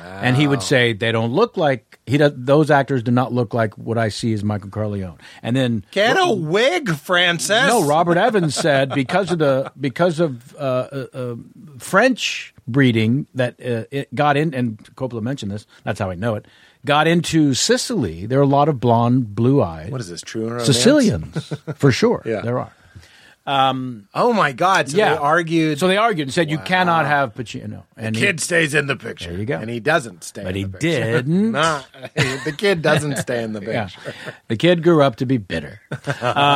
And he would say they don't look like he. Does, those actors do not look like what I see as Michael Carleone. And then Get a wig, Francis. no, Robert Evans said because of the because of uh, uh, uh, French breeding that uh, it got in, and Coppola mentioned this. That's how I know it. Got into Sicily. There are a lot of blonde, blue eyed What is this? True romance? Sicilians for sure. Yeah. there are. Oh my God! So they argued. So they argued and said you cannot have Pacino. And he- kid stays in the picture. There you go. And he doesn't stay. But in <laughs> he the picture. didn't. Nah, <laughs> the kid doesn't stay in the picture. <laughs> yeah. the kid grew up to be bitter,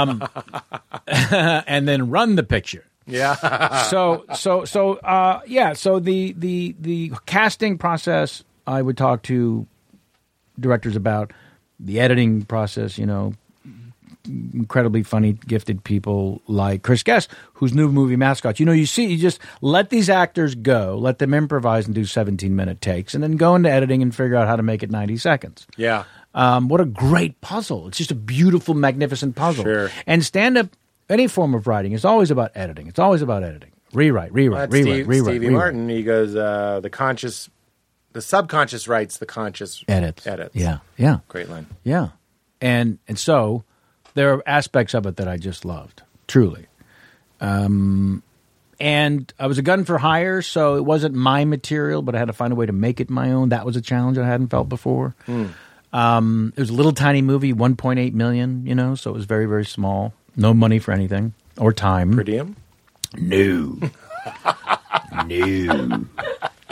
um, <laughs> and then run the picture. Yeah. <laughs> so so so uh, yeah so the the the casting process i would talk to directors about the editing process you know incredibly funny gifted people like chris guest whose new movie mascot you know you see you just let these actors go let them improvise and do 17 minute takes and then go into editing and figure out how to make it 90 seconds Yeah. um, what a great puzzle. It's just a beautiful, magnificent puzzle. Sure. And stand up, any form of writing, is always about editing. It's always about editing. Rewrite, rewrite, That's rewrite, Steve, rewrite. Stevie rewrite. Martin. He goes, uh, the conscious, the subconscious writes the conscious Edits. Edits. Yeah, yeah, Great line. yeah. And, and so there are aspects of it that I just loved, truly. Um, and I was a gun for hire, so it wasn't my material, but I had to find a way to make it my own. That was a challenge I hadn't felt before. Um, it was a little tiny movie, 1.8 million, you know, so it was very, very small. No money for anything or time. Per diem? No. no.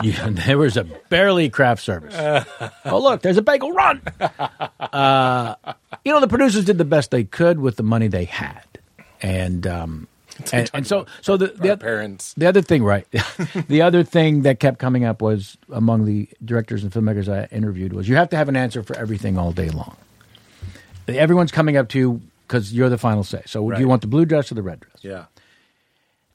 Yeah, <laughs> there was a barely craft <laughs> service. oh, look, there's a bagel. Run. Uh, you know, the producers did the best they could with the money they had. And um, and, and so so the, the Our oth- parents. the other thing, right? <laughs> the other thing that kept coming up was among the directors and filmmakers I interviewed was you have to have an answer for everything all day long. Everyone's coming up to you because you're the final say. So do Right. you want the blue dress or the red dress? Yeah.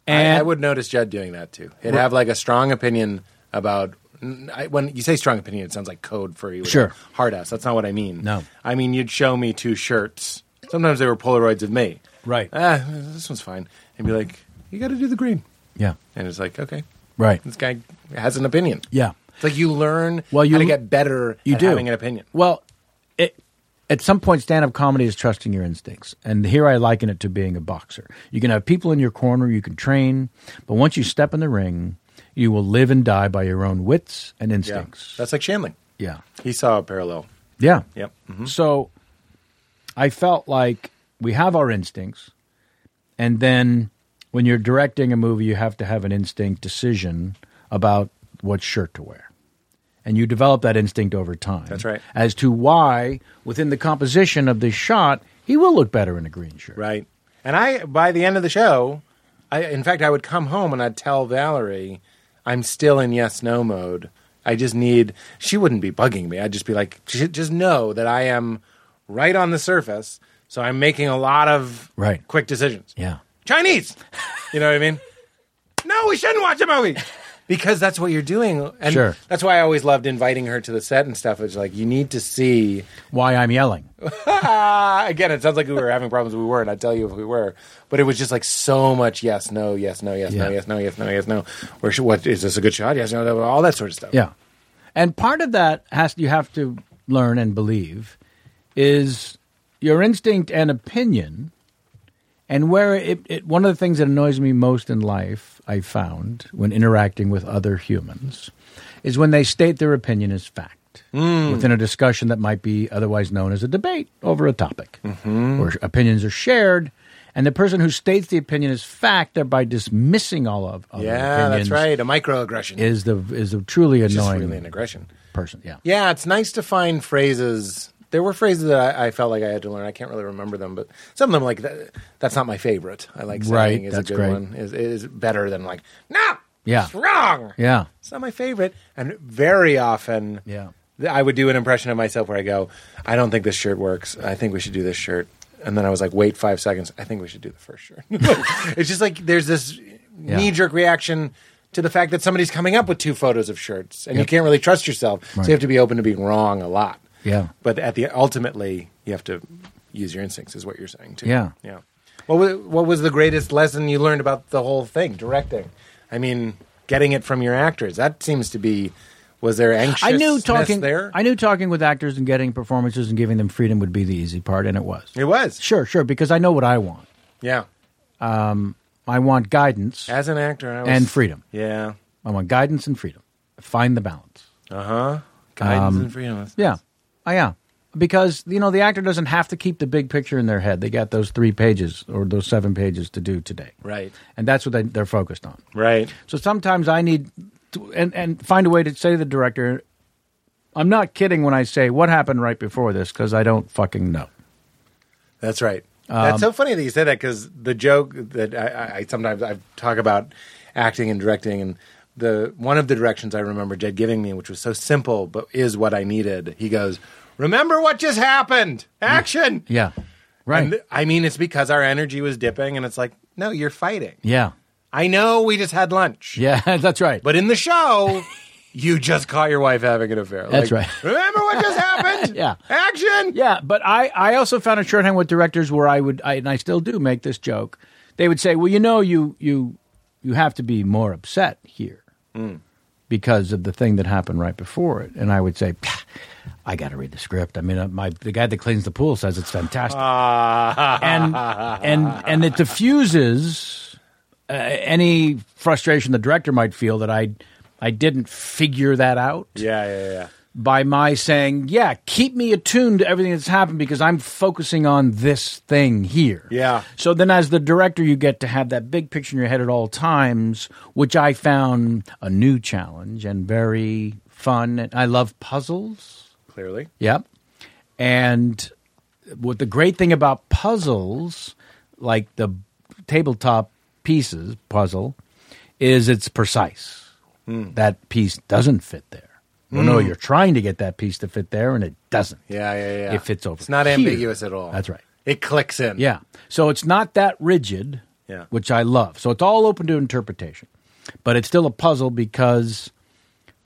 And I, I would notice Judd doing that too. He'd have like a strong opinion about. n- I- When you say strong opinion, it sounds like code for you. Sure. Hard ass. That's not what I mean. No. I mean, you'd show me two shirts. Sometimes they were Polaroids of me. Right. Ah, this one's fine. And be like, you got to do the green. yeah, And it's like, okay, right, this guy has an opinion. yeah. It's like you learn Well, you how to l- get better You at do having an opinion. Well, it, at some point, stand-up comedy is trusting your instincts, and here I liken it to being a boxer. You can have people in your corner, you can train, but once you step in the ring, you will live and die by your own wits and Yeah. instincts. That's like Shanley. Yeah, He saw a parallel. yeah. Yep. Mhm. So I felt like we have our instincts, and then when you're directing a movie, you have to have an instinct decision about what shirt to wear. And you develop that instinct over time. That's right. As to why, within the composition of this shot, he will look better in a green shirt. Right. And I, by the end of the show, I, in fact, I would come home and I'd tell Valerie, I'm still in yes no mode. I just need, she wouldn't be bugging me. I'd just be like, "J- just know that I am right on the surface. So I'm making a lot of Right. quick decisions. Yeah. Chinese. You know what I mean? <laughs> no, we shouldn't watch a movie. Because that's what you're doing. And Sure. that's why I always loved inviting her to the set and stuff. It's like, you need to see Why I'm yelling. Ah, again, it sounds like we were having problems. We weren't. I'd tell you if we were. But it was just like so much yes, no, yes, no, yes, no, Yeah. yes, no, yes, no, yes, no. Where should, what is this a good shot? Yes, no, no, all that sort of stuff. Yeah. And part of that has you have to learn and believe is your instinct and opinion and where it, it one of the things that annoys me most in life I found when interacting with other humans is when they state their opinion as fact Hmm. within a discussion that might be otherwise known as a debate over a topic Mm-hmm. where opinions are shared and the person who states the opinion as fact thereby dismissing all of other yeah, opinions that's right. A microaggression. is the is a truly It's just annoying really an aggression. person. Yeah. Yeah, it's nice to find phrases. There were phrases that I, I felt like I had to learn. I can't really remember them, but some of them like that, that's not my favorite. I like saying Right, is that's a good great. one. Is is better than like no, Yeah. it's wrong. Yeah. It's not my favorite. And very often, Yeah. th- I would do an impression of myself where I go, I don't think this shirt works. I think we should do this shirt. And then I was like, wait five seconds. I think we should do the first shirt. <laughs> it's just like there's this knee jerk reaction to the fact that somebody's coming up with two photos of shirts and you can't really trust yourself. So Right. you have to be open to being wrong a lot. Yeah. But at the ultimately, you have to use your instincts, is what you're saying too. Yeah. Yeah. What was, what was the greatest lesson you learned about the whole thing, directing? I mean, getting it from your actors. That seems to be. Was there anxious? I knew talking there. I knew talking with actors and getting performances and giving them freedom would be the easy part and it was. it was. Sure, sure because I know what I want. Yeah. I want guidance As an actor, I was, and freedom. Yeah. I want guidance and freedom. Find the balance. Uh huh. Guidance and freedom. Um, Yeah. I yeah. Because you know the actor doesn't have to keep the big picture in their head. They got those 3 pages or those 7 pages to do today. Right. And that's what they, they're focused on. Right. So sometimes I need to, and and find a way to say to the director, I'm not kidding when I say what happened right before this because I don't fucking know. That's right. Um, That's so funny that you said that because the joke that I, I, I sometimes I talk about acting and directing and the one of the directions I remember Jed giving me, which was so simple but is what I needed. He goes, "Remember what just happened. Action." Yeah, right. And I mean, it's because our energy was dipping, and it's like, no, you're fighting. yeah, I know we just had lunch, yeah. <laughs> That's right. but in <laughs> the show. You just caught your wife having an affair. That's Like, right. Remember what just happened? <laughs> Yeah. Action. yeah, but I I also found a shorthand with directors where I would I, and I still do make this joke. They would say, well, you know, you you you have to be more upset here Hmm. because of the thing that happened right before it, and I would say. "Pah, I got to read the script. I mean, uh, my the guy that cleans the pool says it's fantastic. Ah, and and and it diffuses uh, any frustration the director might feel that I I didn't figure that out <laughs> Yeah, yeah, yeah. by my saying, yeah, keep me attuned to everything that's happened because I'm focusing on this thing here. Yeah. So then, as the director, you get to have that big picture in your head at all times, which I found a new challenge and very fun. And I love puzzles. Clearly. Yep. And what the great thing about puzzles, like the tabletop pieces puzzle is it's precise. That piece doesn't fit there. Well, no, you're trying to get that piece to fit there, and it doesn't. Yeah, yeah, yeah. It fits over. It's not here. ambiguous at all. That's right. It clicks in. Yeah. So it's not that rigid, Yeah. which I love. So it's all open to interpretation, but it's still a puzzle because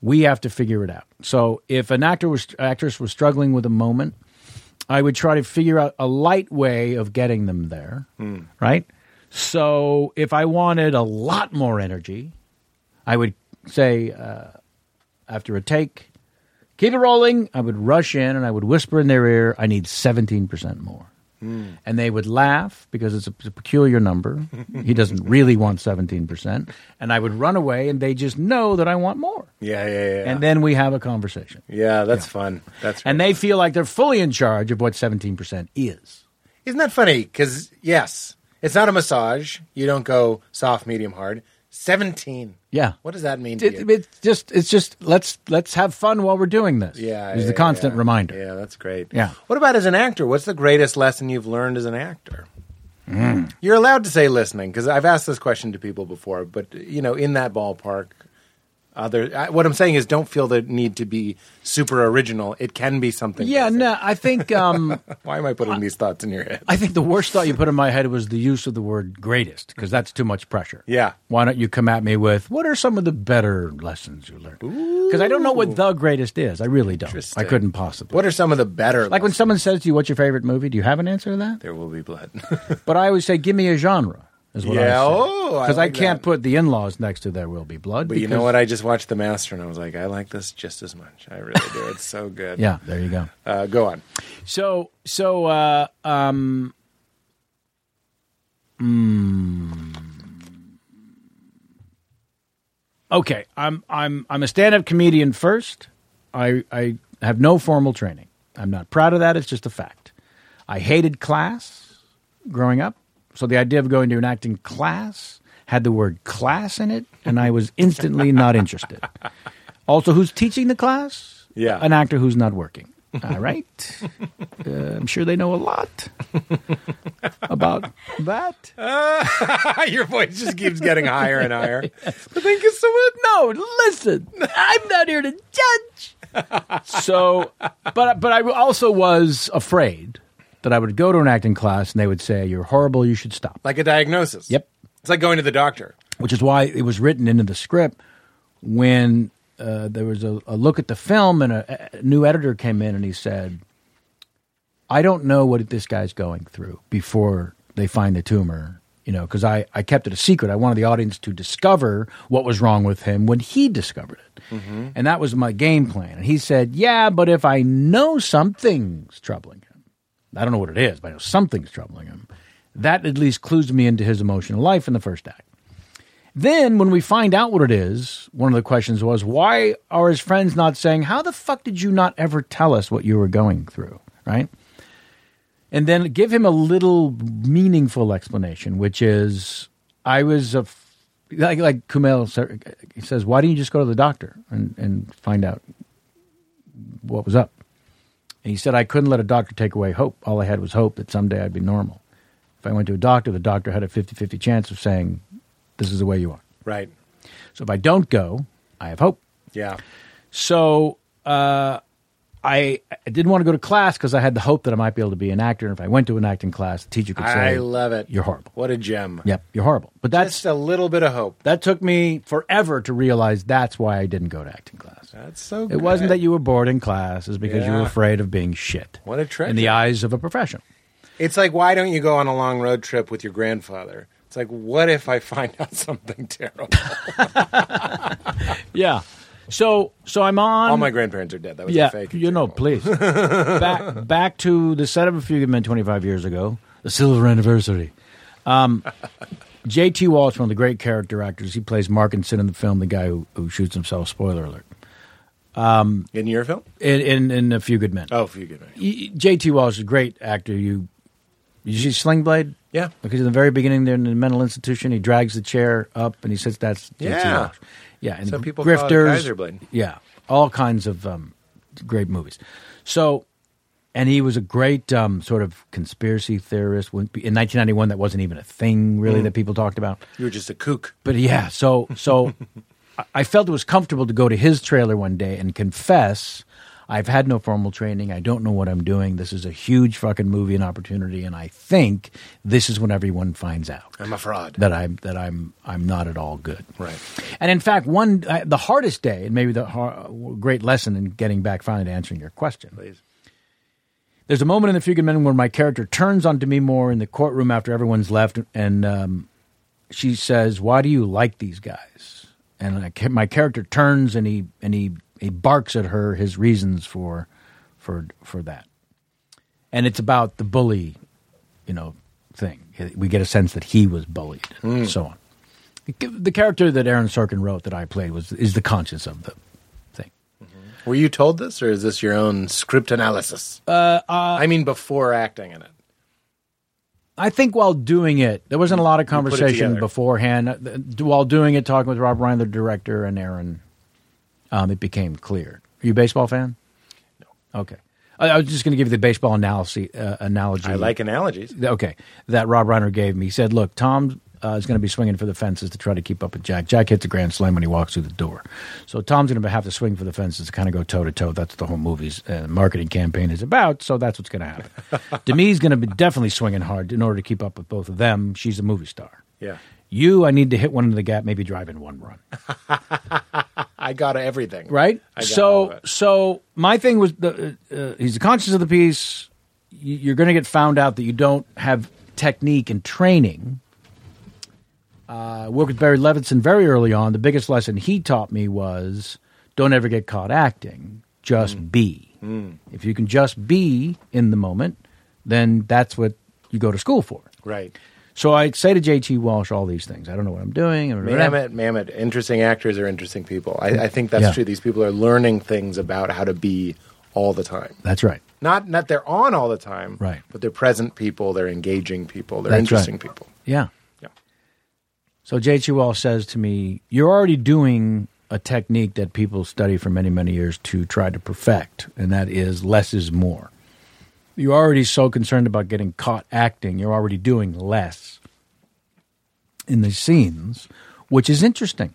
we have to figure it out. So if an actor was actress was struggling with a moment, I would try to figure out a light way of getting them there, right? So if I wanted a lot more energy, I would say uh, after a take, keep it rolling. I would rush in and I would whisper in their ear, I need seventeen percent more and they would laugh because it's a, it's a peculiar <laughs> number. he doesn't really want 17%. And I would run away, and they just know that I want more. Yeah, yeah, yeah. And then we have a conversation. yeah, that's fun. That's And really they feel like they're fully in charge of what 17% is. Isn't that funny? Because yes, it's not a massage. You don't go soft, medium, hard. Seventeen. Yeah. What does that mean? To you? It, it's just it's just let's let's have fun while we're doing this. yeah, is yeah, the constant yeah. reminder. Yeah, that's great. Yeah. What about as an actor? What's the greatest lesson you've learned as an actor? Mm-hmm. You're allowed to say listening because I've asked this question to people before, but you know, in that ballpark, other I, what I'm saying is, don't feel the need to be super original. It can be something. Yeah, basic. no, I think um, <laughs> Why am I putting these thoughts in your head? I think the worst thought you put in my head was the use of the word greatest because that's too much pressure. Yeah. Why don't you come at me with what are some of the better lessons you learned? Because I don't know what the greatest is. I really don't. I Interesting. couldn't possibly. What are some of the better? like when lessons? someone says to you, "What's your favorite movie?" Do you have an answer to that? there will be blood. <laughs> But I always say, "Give me a genre." Is what Yeah, I oh, I because like can't that. put the in-laws next to "There Will Be Blood." But you because- know what? I just watched The Master and I was like, I like this just as much. I really do. It's so good. <laughs> Yeah, there you go. Uh, go on. So so uh, um, mm, okay. I'm I'm I'm a stand-up comedian first. I I have no formal training. I'm not proud of that. It's just a fact. I hated class growing up, so the idea of going to an acting class had the word class in it, and I was instantly not interested. Also, who's teaching the class? Yeah. an actor who's not working. All right. Uh, I'm sure they know a lot about that. <laughs> Your voice just keeps getting higher and <laughs> higher. But thank you so much. No, listen, I'm not here to judge. so, but but I also was afraid that I would go to an acting class and they would say you're horrible, you should stop. Like a diagnosis. Yep. It's like going to the doctor. Which is why it was written into the script when uh, there was a, a look at the film and a, a new editor came in and he said, "I don't know what this guy's going through before they find the tumor." You know, because I, I kept it a secret. I wanted the audience to discover what was wrong with him when he discovered it. And that was my game plan. And he said, Yeah, but if I know something's troubling him, I don't know what it is, but I know something's troubling him. That at least clues me into his emotional life in the first act. Then, when we find out what it is, one of the questions was, why are his friends not saying, How the fuck did you not ever tell us what you were going through? Right? And then give him a little meaningful explanation, which is, I was a. F- like, like Kumail sa- he says, Why didn't you just go to the doctor and, and find out what was up? And he said, I couldn't let a doctor take away hope. All I had was hope that someday I'd be normal. If I went to a doctor, the doctor had a 50 50 chance of saying, This is the way you are. Right. So if I don't go, I have hope. Yeah. So uh, I, I didn't want to go to class because I had the hope that I might be able to be an actor. And if I went to an acting class, the teacher could say, I love it. You're horrible. What a gem. Yep, you're horrible. But that's Just uh, a little bit of hope. that took me forever to realize that's why I didn't go to acting class. That's so It wasn't that you were bored in class; it's because you Yeah. were afraid of being shit. What a In the treasure. eyes of a professional. It's like, why don't you go on a long road trip with your grandfather? It's like, what if I find <laughs> out something terrible? Yeah. So, so I'm on. All my grandparents are dead. That was yeah, a fake. you know, <laughs> please. back back to the setup of Few Good Men 25 years ago, the silver anniversary. Um, <laughs> J.T. Walsh, one of the great character actors, he plays Markinson in the film, the guy who, who shoots himself. Spoiler alert! In your film? In in, in a Few Good Men. Oh, if you get it. Y- J.T. Walsh is a great actor. You you see Sling Blade? Yeah. Because in the very beginning, they're in the mental institution. He drags the chair up and he says, "That's J.T. Yeah. Walsh." Yeah, and Some people call it grifters, Kaiser Blade. Yeah, all kinds of um, great movies. So, and he was a great um, sort of conspiracy theorist. When- In 1991, that wasn't even a thing Mm. really that people talked about. You were just a kook. But yeah, so so I- I felt it was comfortable to go to his trailer one day and confess I've had no formal training. I don't know what I'm doing. This is a huge fucking movie and opportunity, and I think this is when everyone finds out I'm a fraud. that I'm that I'm I'm not at all good. Right. And in fact, one uh, the hardest day, and maybe the har- great lesson in getting back finally to answering your question. Please. There's a moment in the Fugue Men where my character turns on Demi Moore in the courtroom after everyone's left, and um, she says, "Why do you like these guys?" And I, ca- my character turns and he and he he barks at her his reasons for for for that, and it's about the bully, you know, thing. We get a sense that he was bullied, and so on the character that Aaron Sorkin wrote that I played was is the conscience of the thing. Were you told this, or is this your own script analysis? Uh, I mean, before acting in it. I think while doing it, there wasn't a lot of conversation together. beforehand. Uh, th- While doing it, talking with Rob Ryan, the director, and Aaron, um, it became clear. Are you a baseball fan? No. Okay. I, I was just going to give you the baseball analogy. Uh, analogy. I like analogies. okay that Rob Reiner gave me. He said, "Look, Tom uh, is going to be swinging for the fences to try to keep up with Jack. Jack hits a grand slam when he walks through the door, so Tom's going to have to swing for the fences to kind of go toe to toe. That's what the whole movie's uh, marketing campaign is about. So that's what's going to happen. Demi's going to be definitely swinging hard in order to keep up with both of them. She's a movie star. Yeah. You, I need to hit one into the gap, maybe drive in one run." I got everything. right? I got all So, of it. so my thing was the uh, uh, he's the conscience of the piece. You- You're going to get found out that you don't have technique and training. Uh, I worked with Barry Levinson very early on. The biggest lesson he taught me was don't ever get caught acting. Just Mm. be. If you can just be in the moment, then that's what you go to school for. Right. So I say to J.T. Walsh all these things. I don't know what I'm doing. Mammoth, Mammoth. Interesting actors are interesting people. I, I think that's Yeah. true. These people are learning things about how to be all the time. That's right. Not not they're on all the time, Right. But they're present people. They're engaging people. They're That's interesting right. people. Yeah. Yeah. So J.T. Walsh says to me, "You're already doing a technique that people study for many, many years to try to perfect, and that is less is more. You're already so concerned about getting caught acting, you're already doing less in the scenes, which is interesting.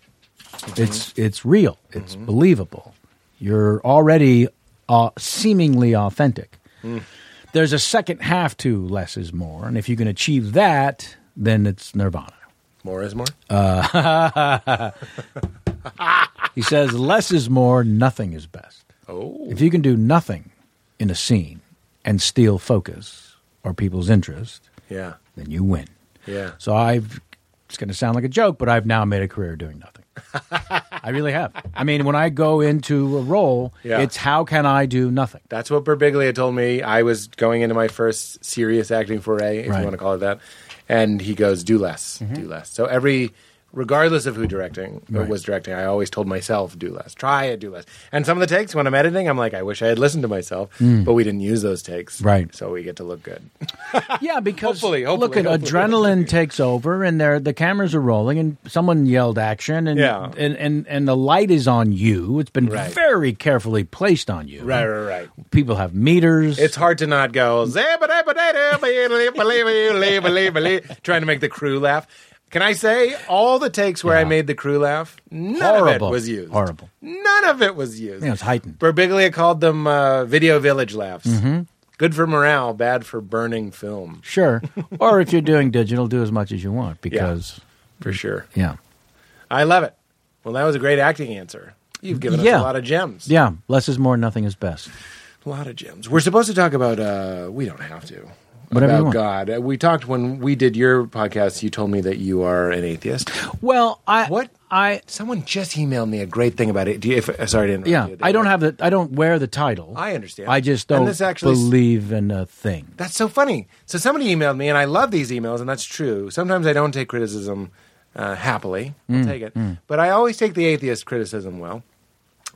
It's it's real. It's believable. You're already uh, seemingly authentic. There's a second half to less is more, and if you can achieve that, then it's nirvana." More is more. Uh, He says, less is more, nothing is best. Oh. If you can do nothing in a scene and steal focus or people's interest, yeah. then you win. Yeah. So I've, it's going to sound like a joke, but I've now made a career doing <laughs> nothing. I really have. I mean, when I go into a role, Yeah. it's how can I do <laughs> nothing? That's what Berbiglia told me. I was going into my first serious acting foray, if Right. you want to call it that. And he goes, "Do less, do less." So every, regardless of who directing or Right. was directing, I always told myself, "Do less, try it, do less." And some of the takes when I'm editing, I'm like, "I wish I had listened to myself," but we didn't use those takes, Right. So we get to look good. Yeah, because Hopefully, hopefully, look, at hopefully. adrenaline takes over, and there the cameras are rolling, and someone yelled action, and Yeah. and, and and the light is on you. It's been Right. very carefully placed on you. right, right, right. People have meters. It's hard to not go trying to make the crew laugh. Can I say all the takes where I made the crew laugh? None Horrible. of it was used. Horrible. None of it was used. Yeah, it was heightened. Berbiglia called them uh, video village laughs. Mm-hmm. Good for morale, bad for burning film, sure. or if you're doing digital, do as much as you want because for sure. yeah, I love it. Well, that was a great acting answer. You've given us Yeah. a lot of gems. yeah, less is more, nothing is best. A lot of gems. We're supposed to talk about. Uh, we don't have to. Whatever you about want. God. Uh, We talked when we did your podcast. You told me that you are an atheist. Well, I What? I Someone just emailed me a great thing about it. Do you, if, uh, sorry to interrupt. yeah, you. They I don't were- have the I don't wear the title. I understand. I just And don't this actually s- believe in a thing. That's so funny. So somebody emailed me, and I love these emails, and that's true. Sometimes I don't take criticism uh, happily. I'll take it, but I always take the atheist criticism well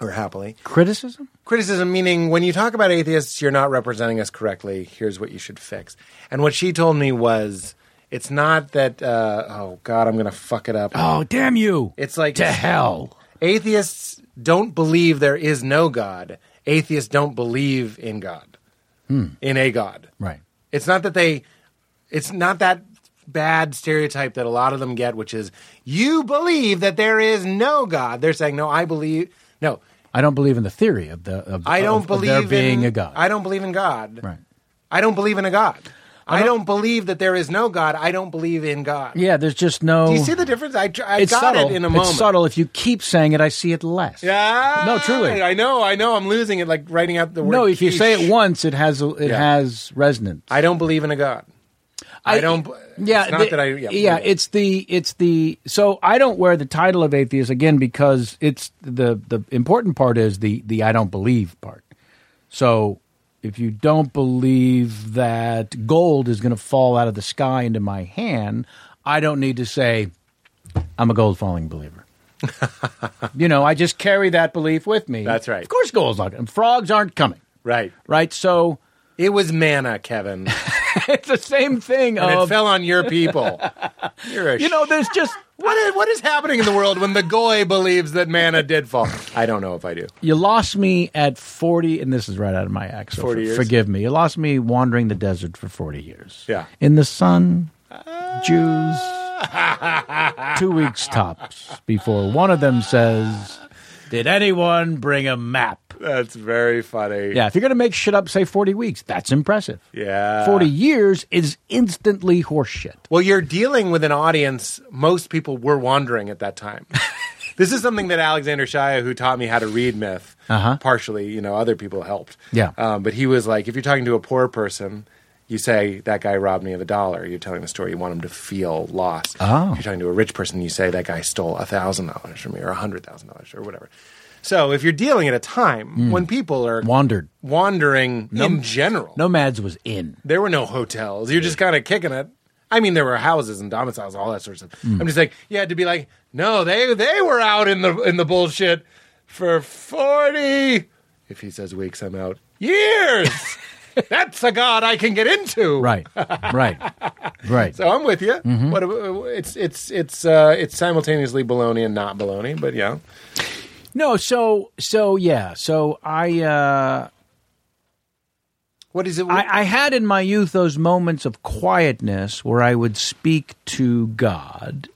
or happily. Criticism? criticism meaning when you talk about atheists you're not representing us correctly here's what you should fix and what she told me was it's not that uh, oh god i'm gonna fuck it up Oh, damn you! it's like to hell. atheists don't believe there is no god atheists don't believe in god in a god. Right. It's not that they, it's not that bad stereotype that a lot of them get, which is you believe that there is no God. They're saying, no, I believe, no, I don't believe in the theory of the. Of, I don't of- of believe there being in, a god. I don't believe in God. Right. I don't believe in a God. I don't believe that there is no God. I don't believe in God. Yeah, there's just no. Do you see the difference? I, tr- I it's got subtle. it in a moment. It's subtle. If you keep saying it, I see it less. Yeah. No, truly. I know. I know. I'm losing it. Like writing out the word. No, if you say quiche. it once, it has a- it Yeah. has resonance. I don't believe in a God. I, don't. b- Yeah, it's not the- that I. Yeah, yeah, anyway. it's the it's the so I don't wear the title of atheist again because it's the the important part is the the I don't believe part. So if you don't believe that gold is going to fall out of the sky into my hand, I don't need to say I'm a gold falling <laughs> believer. you know, I just carry that belief with me. That's right. Of course, gold's not. And frogs aren't coming. right. Right. <laughs> So It was manna, <laughs> Kevin, it's the same thing and it of fell on your <laughs> people. You're a you know. There's just What is, what is happening in the world when the goy believes that manna did fall? I don't know if I do. You lost me at 40, and this is right out of my act, so 40 for- years? forgive me. You lost me wandering the desert for 40 years. Yeah. In the sun, Jews, <laughs> two weeks tops before one of them says, Did anyone bring a map? That's very funny. Yeah, if you're going to make shit up, say 40 weeks. That's impressive. Yeah. 40 years is instantly horseshit. Well, you're dealing with an audience. Most people were wandering at that time. <laughs> this is something that Alexander Shia, who taught me how to read myth, Uh-huh. partially, you know, other people helped. Yeah. Um, but he was like, if you're talking to a poor person, you say, that guy robbed me of a dollar. You're telling the story. You want him to feel lost. Oh. If you're talking to a rich person, you say, that guy stole $1,000 from me or $100,000 or whatever. So if you're dealing at a time Hmm. when people are Wandered. wandering in general, Nomads was in. there were no hotels. You're just kind of kicking it. I mean, there were houses and domiciles, all that sort of stuff. Mm. I'm just like, you had to be like, no, they they were out in the in the bullshit for forty. If he says weeks, I'm out. Years. <laughs> That's a god I can get into. Right, <laughs> Mm-hmm. right, right. So I'm with you. What uh, it's it's it's uh, it's simultaneously baloney and not baloney, but yeah. no, so, so yeah, so I, uh, What is it? I, I had in my youth those moments of quietness where I would speak to God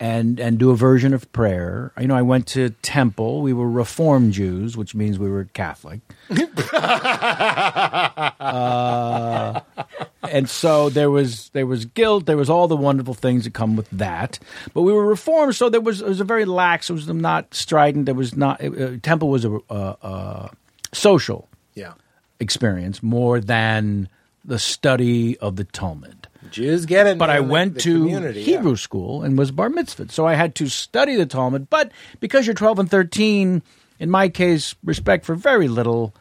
and and do a version of prayer. You know, I went to temple. We were Reform Jews, which means we were Catholic. Uh, and so there was there was guilt. There was all the wonderful things that come with that. But we were Reformed, so there was it was a very lax. It was not strident. There was not uh, temple was a uh, uh, social yeah. experience more than the study of the Talmud. Jews get it. But I man, the- went the to community, yeah. Hebrew school and was bar mitzvahed. So I had to study the Talmud. But because you're 12 and 13, in my case, respect for very little,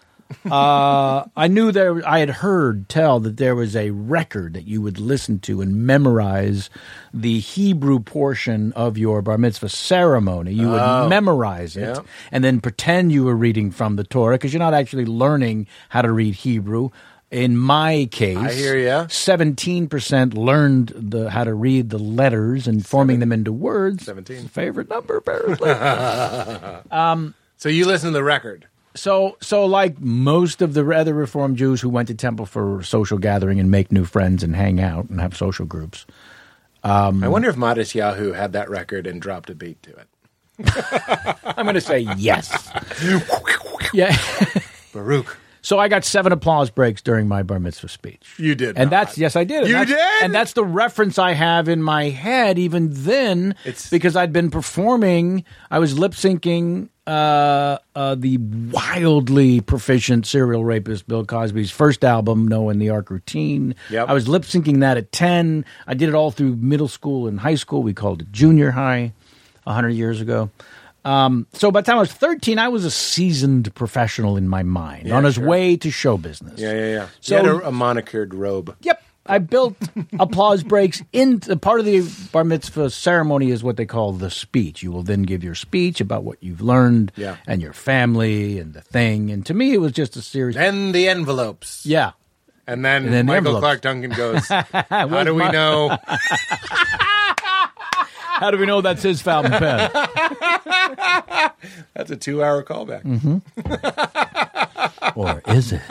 uh, I knew there, I had heard tell that there was a record that you would listen to and memorize the Hebrew portion of your bar mitzvah ceremony. You would memorize it Oh. Yeah. and then pretend you were reading from the Torah because you're not actually learning how to read Hebrew. In my case, I hear ya. Seventeen percent learned the how to read the letters and forming them into words. 17. favorite number apparently. So you listen to the record. so, so like most of the other Reformed Jews who went to temple for social gathering and make new friends and hang out and have social groups. I Mm-hmm. wonder if Modest Yahoo had that record and dropped a beat to it. I'm going to say yes. <laughs> yeah. <laughs> <laughs> Baruch. So I got seven applause breaks during my bar mitzvah speech. You did and not. that's yes, I did. And You that's- did? and that's the reference I have in my head. Even then, It's- because I'd been performing, I was lip syncing uh, uh, the wildly proficient serial rapist Bill Cosby's first album, "Knowing the Arc Routine." Yep. I was lip syncing that at ten. I did it all through middle school and high school. We called it junior high, hundred years ago. Um, so by the time I was 13, I was a seasoned professional in my mind on his way to show business. Yeah, yeah, yeah. So- So had a, a monocured robe. Yep. I built applause breaks into part of the bar mitzvah ceremony is what they call the speech. You will then give your speech about what you've learned Yeah. and your family and the thing. And to me, it was just a series. Then the envelopes. yeah. And then, And then the Michael envelopes. Clark <laughs> Duncan goes, How do we know? How do we know that's his fountain pen? Mm-hmm. That's a two hour callback. or is it?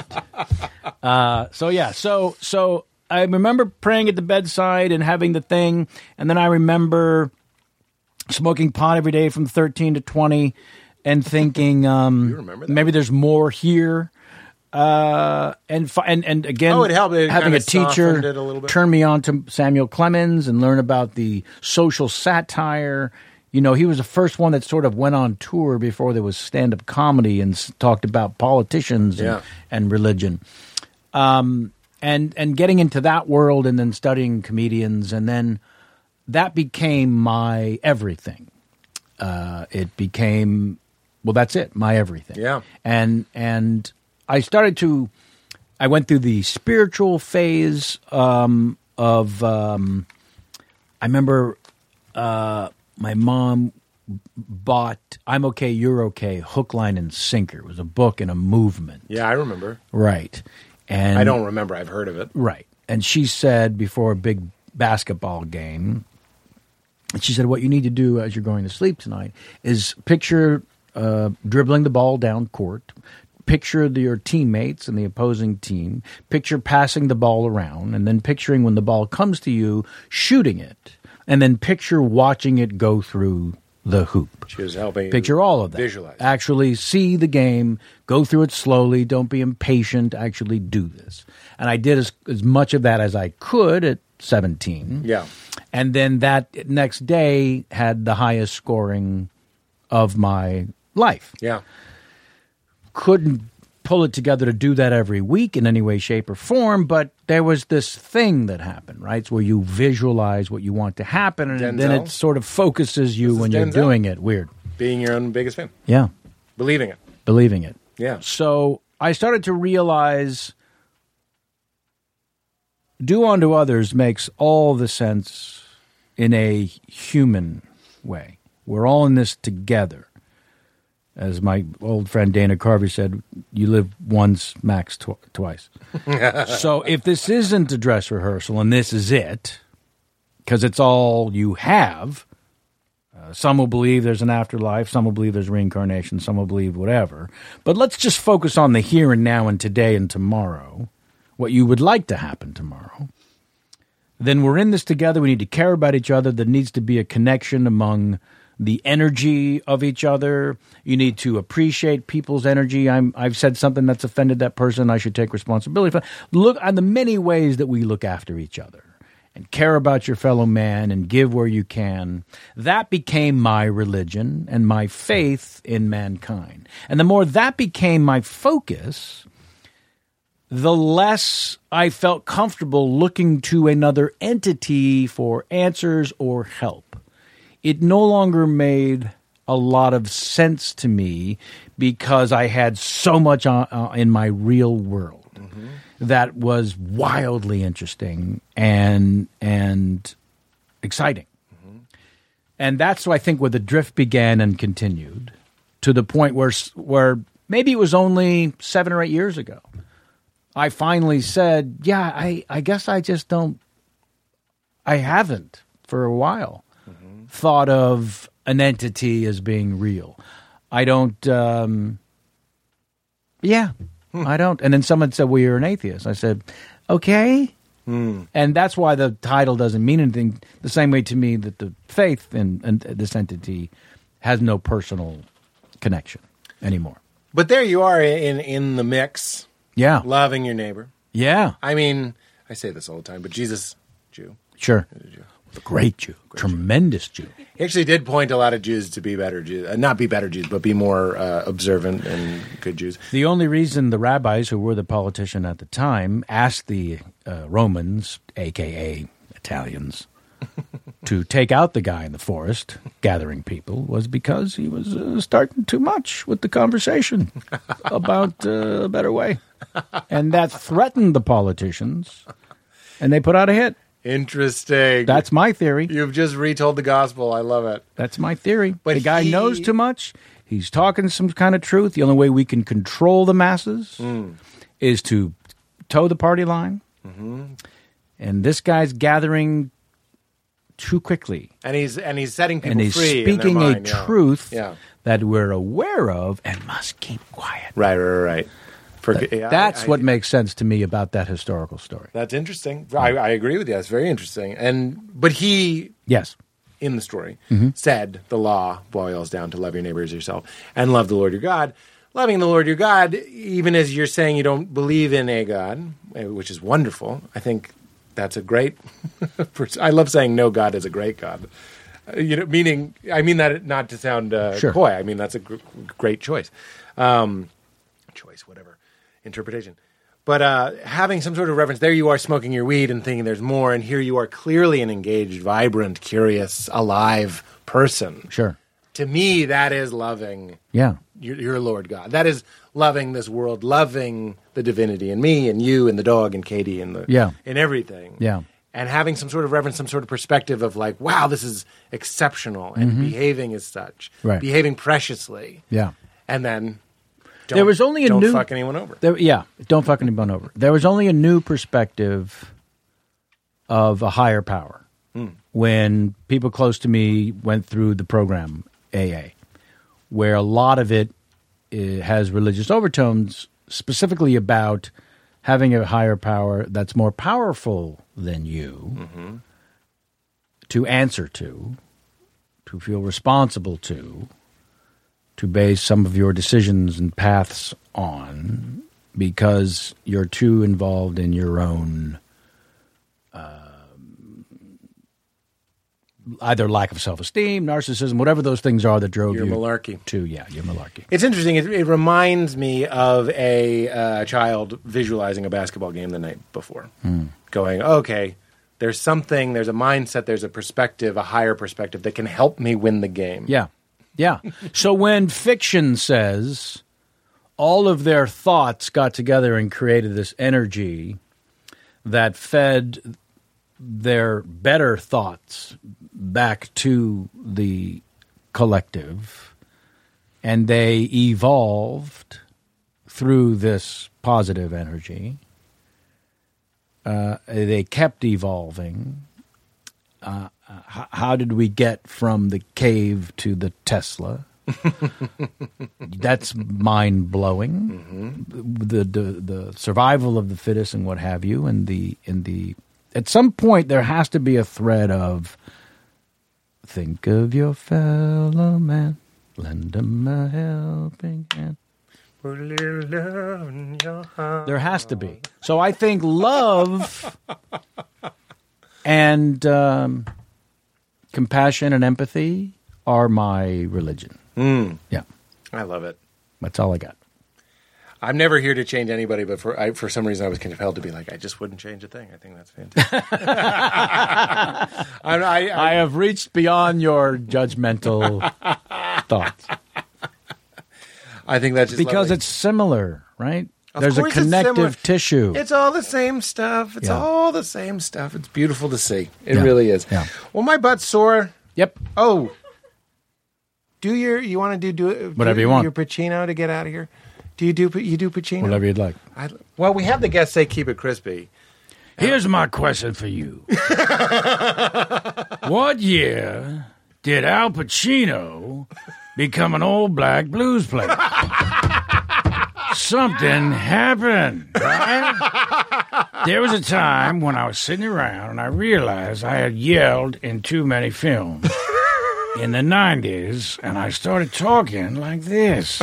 Uh, so yeah, so so I remember praying at the bedside and having the thing, and then I remember smoking pot every day from thirteen to twenty, and thinking um, maybe there's more here. Uh, and fi- and and again, Oh, it helped. It having kinda a teacher softened it a little bit. turn me on to Samuel Clemens and learn about the social satire. You know, he was the first one that sort of went on tour before there was stand up comedy and s- talked about politicians and, Yeah. and religion. Um, and and getting into that world and then studying comedians and then that became my everything. Uh, it became well, that's it, my everything. Yeah. and and I started to, I went through the spiritual phase um, of. Um, I remember uh, my mom bought "I'm Okay, You're Okay," hook, line, and sinker. It was a book and a movement, Yeah, I remember. right? And I don't remember. I've heard of it. Right. And she said before a big basketball game, she said, What you need to do as you're going to sleep tonight is picture uh, dribbling the ball down court, picture the, your teammates and the opposing team, picture passing the ball around, and then picturing when the ball comes to you, shooting it, and then picture watching it go through the hoop She was helping. you picture all of that. Visualize. Actually see the game, go through it slowly, don't be impatient, actually do this. And I did as, as much of that as I could at 17. Yeah. And then that next day had the highest scoring of my life. Yeah. Couldn't pull it together to do that every week in any way shape or form but there was this thing that happened right it's where you visualize what you want to happen and then Denzel? it sort of focuses you is when you're Denzel. doing it weird Being your own biggest fan. yeah Believing it. believing it Yeah. so I started to realize do unto others makes all the sense in a human way. We're all in this together. As my old friend Dana Carvey said, you live once, max tw- twice. so if this isn't a dress rehearsal and this is it, because it's all you have, Uh, some will believe there's an afterlife. Some will believe there's reincarnation. Some will believe whatever. But let's just focus on the here and now and today and tomorrow, what you would like to happen tomorrow. Then we're in this together. We need to care about each other. There needs to be a connection among the energy of each other. You need to appreciate people's energy. I'm, I've said something that's offended that person. I should take responsibility for. Look on the many ways that we look after each other and care about your fellow man and give where you can. That became my religion and my faith in mankind. And the more that became my focus, the less I felt comfortable looking to another entity for answers or help. It no longer made a lot of sense to me because I had so much on, uh, in my real world that was wildly interesting and and exciting. And that's I think where the drift began and continued to the point where s- where maybe it was only 7 or 8 years ago. I finally said, "Yeah, I I guess I just don't I haven't for a while thought of an entity as being real. I don't um yeah, I don't. And then someone said, "Well, you're an atheist." I said, "Okay." And that's why the title doesn't mean anything. The same way to me that the faith in, in this entity has no personal connection anymore. But there you are in in the mix, Yeah, loving your neighbor. yeah, I mean, I say this all the time, but Jesus, Jew, sure. Great Jew, tremendous Jew. he actually did point a lot of Jews to be better Jews, uh, not be better Jews, but be more uh, observant and good Jews. The only reason the rabbis, who were the politician at the time, asked the uh, Romans, aka <laughs> Italians, to take out the guy in the forest gathering people was because he was uh, starting too much with the <laughs> conversation about uh, a better way, and that threatened the politicians, and they put out a hit. Interesting. That's my theory. you've just retold the gospel. I love it. That's my theory. But the guy he- knows too much. He's talking some kind of truth. The only way we can control the masses Hmm. is to toe the party line. Mm-hmm. And this guy's gathering too quickly, And he's and he's setting people and he's free. in their speaking mind, a yeah. truth Yeah. that we're aware of and must keep quiet. Right, right, right, right. For yeah, I- That's I- what makes sense to me about that historical story. That's interesting. I, I agree with you. That's very interesting. And but he Yes. in the story said the law boils down to love your neighbors yourself and love the Lord your God. Loving the Lord your God, even as you're saying you don't believe in a God, eh, which is wonderful. I think that's a great. <laughs> pers- I love saying no God is a great God. Uh, You know, meaning I mean that not to sound uh, Sure. coy. I mean that's a gr- great choice, um, choice whatever interpretation. But uh, having some sort of reference, there you are smoking your weed and thinking there's more, and here you are clearly an engaged, vibrant, curious, alive person. Sure. To me, that is loving Yeah. your, your Lord God. That is loving this world, loving the divinity in me and you and the dog and Katie and the Yeah. and everything. Yeah. And having some sort of reverence, some sort of perspective of like, wow, this is exceptional and behaving as such, Mm-hmm. Right. behaving preciously. Yeah. And then don't, There was only a don't new- fuck anyone over. There, yeah, don't fuck anyone over. There was only a new perspective of a higher power when people close to me went through the program AA, where a lot of it, eh, has religious overtones, specifically about having a higher power that's more powerful than you to answer to, to feel responsible to, to base some of your decisions and paths on because you're too involved in your own um either lack of self-esteem, narcissism, whatever those things are that drove Your you malarkey. to yeah, your malarkey. It's interesting. It, it reminds me of a uh, child visualizing a basketball game the night before, Hmm. going, "Okay, there's something. There's a mindset. There's a perspective, a higher perspective that can help me win the game." Yeah. Yeah. so when fiction says all of their thoughts got together and created this energy that fed their better thoughts back to the collective and they evolved through this positive energy uh, they kept evolving h- how did we get from the cave to the Tesla? That's mind blowing. The, the the survival of the fittest and what have you, and the and the at some point there has to be a thread of think of your fellow man, lend him a helping hand. There has to be. So I think love and um, compassion and empathy are my religion. Hmm. Yeah, I love it. that's all I got. I'm never here to change anybody, but for I, for some reason I was compelled to be like, I just wouldn't change a thing. I think that's fantastic. <laughs> I, I, I, I have reached beyond your judgmental <laughs> thoughts I think that's just because lovely. it's similar, right? Of There's a course it's similar. connective tissue. It's all the same stuff. It's Yeah. all the same stuff. It's beautiful to see. It Yeah. really is. Yeah. Well, my butt's sore. yep. Oh, do your you want to do do Whatever do you want. your Pacino to get out of here? Do you do you do Pacino? Whatever you'd like. I, well, we have the guests say keep it crispy. Here's my question for you. what year did Al Pacino become an old black blues player? Something happened, right? There was a time when I was sitting around and I realized I had yelled in too many films in the 90s and I started talking like this.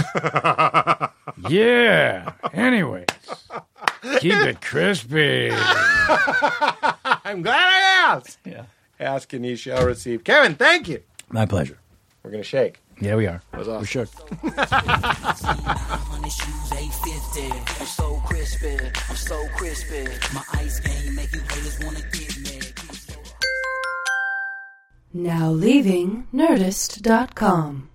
Yeah. Anyways, keep it crispy. I'm glad I asked. Yeah. Ask and you shall receive. Kevin, thank you. My pleasure. We're gonna shake. Yeah, we are. awesome. We should. on the shoes, 850. I'm so crispy, I'm so crispy. My ice game make you haters wanna get mad. Keep so- Now leaving Nerdist.com.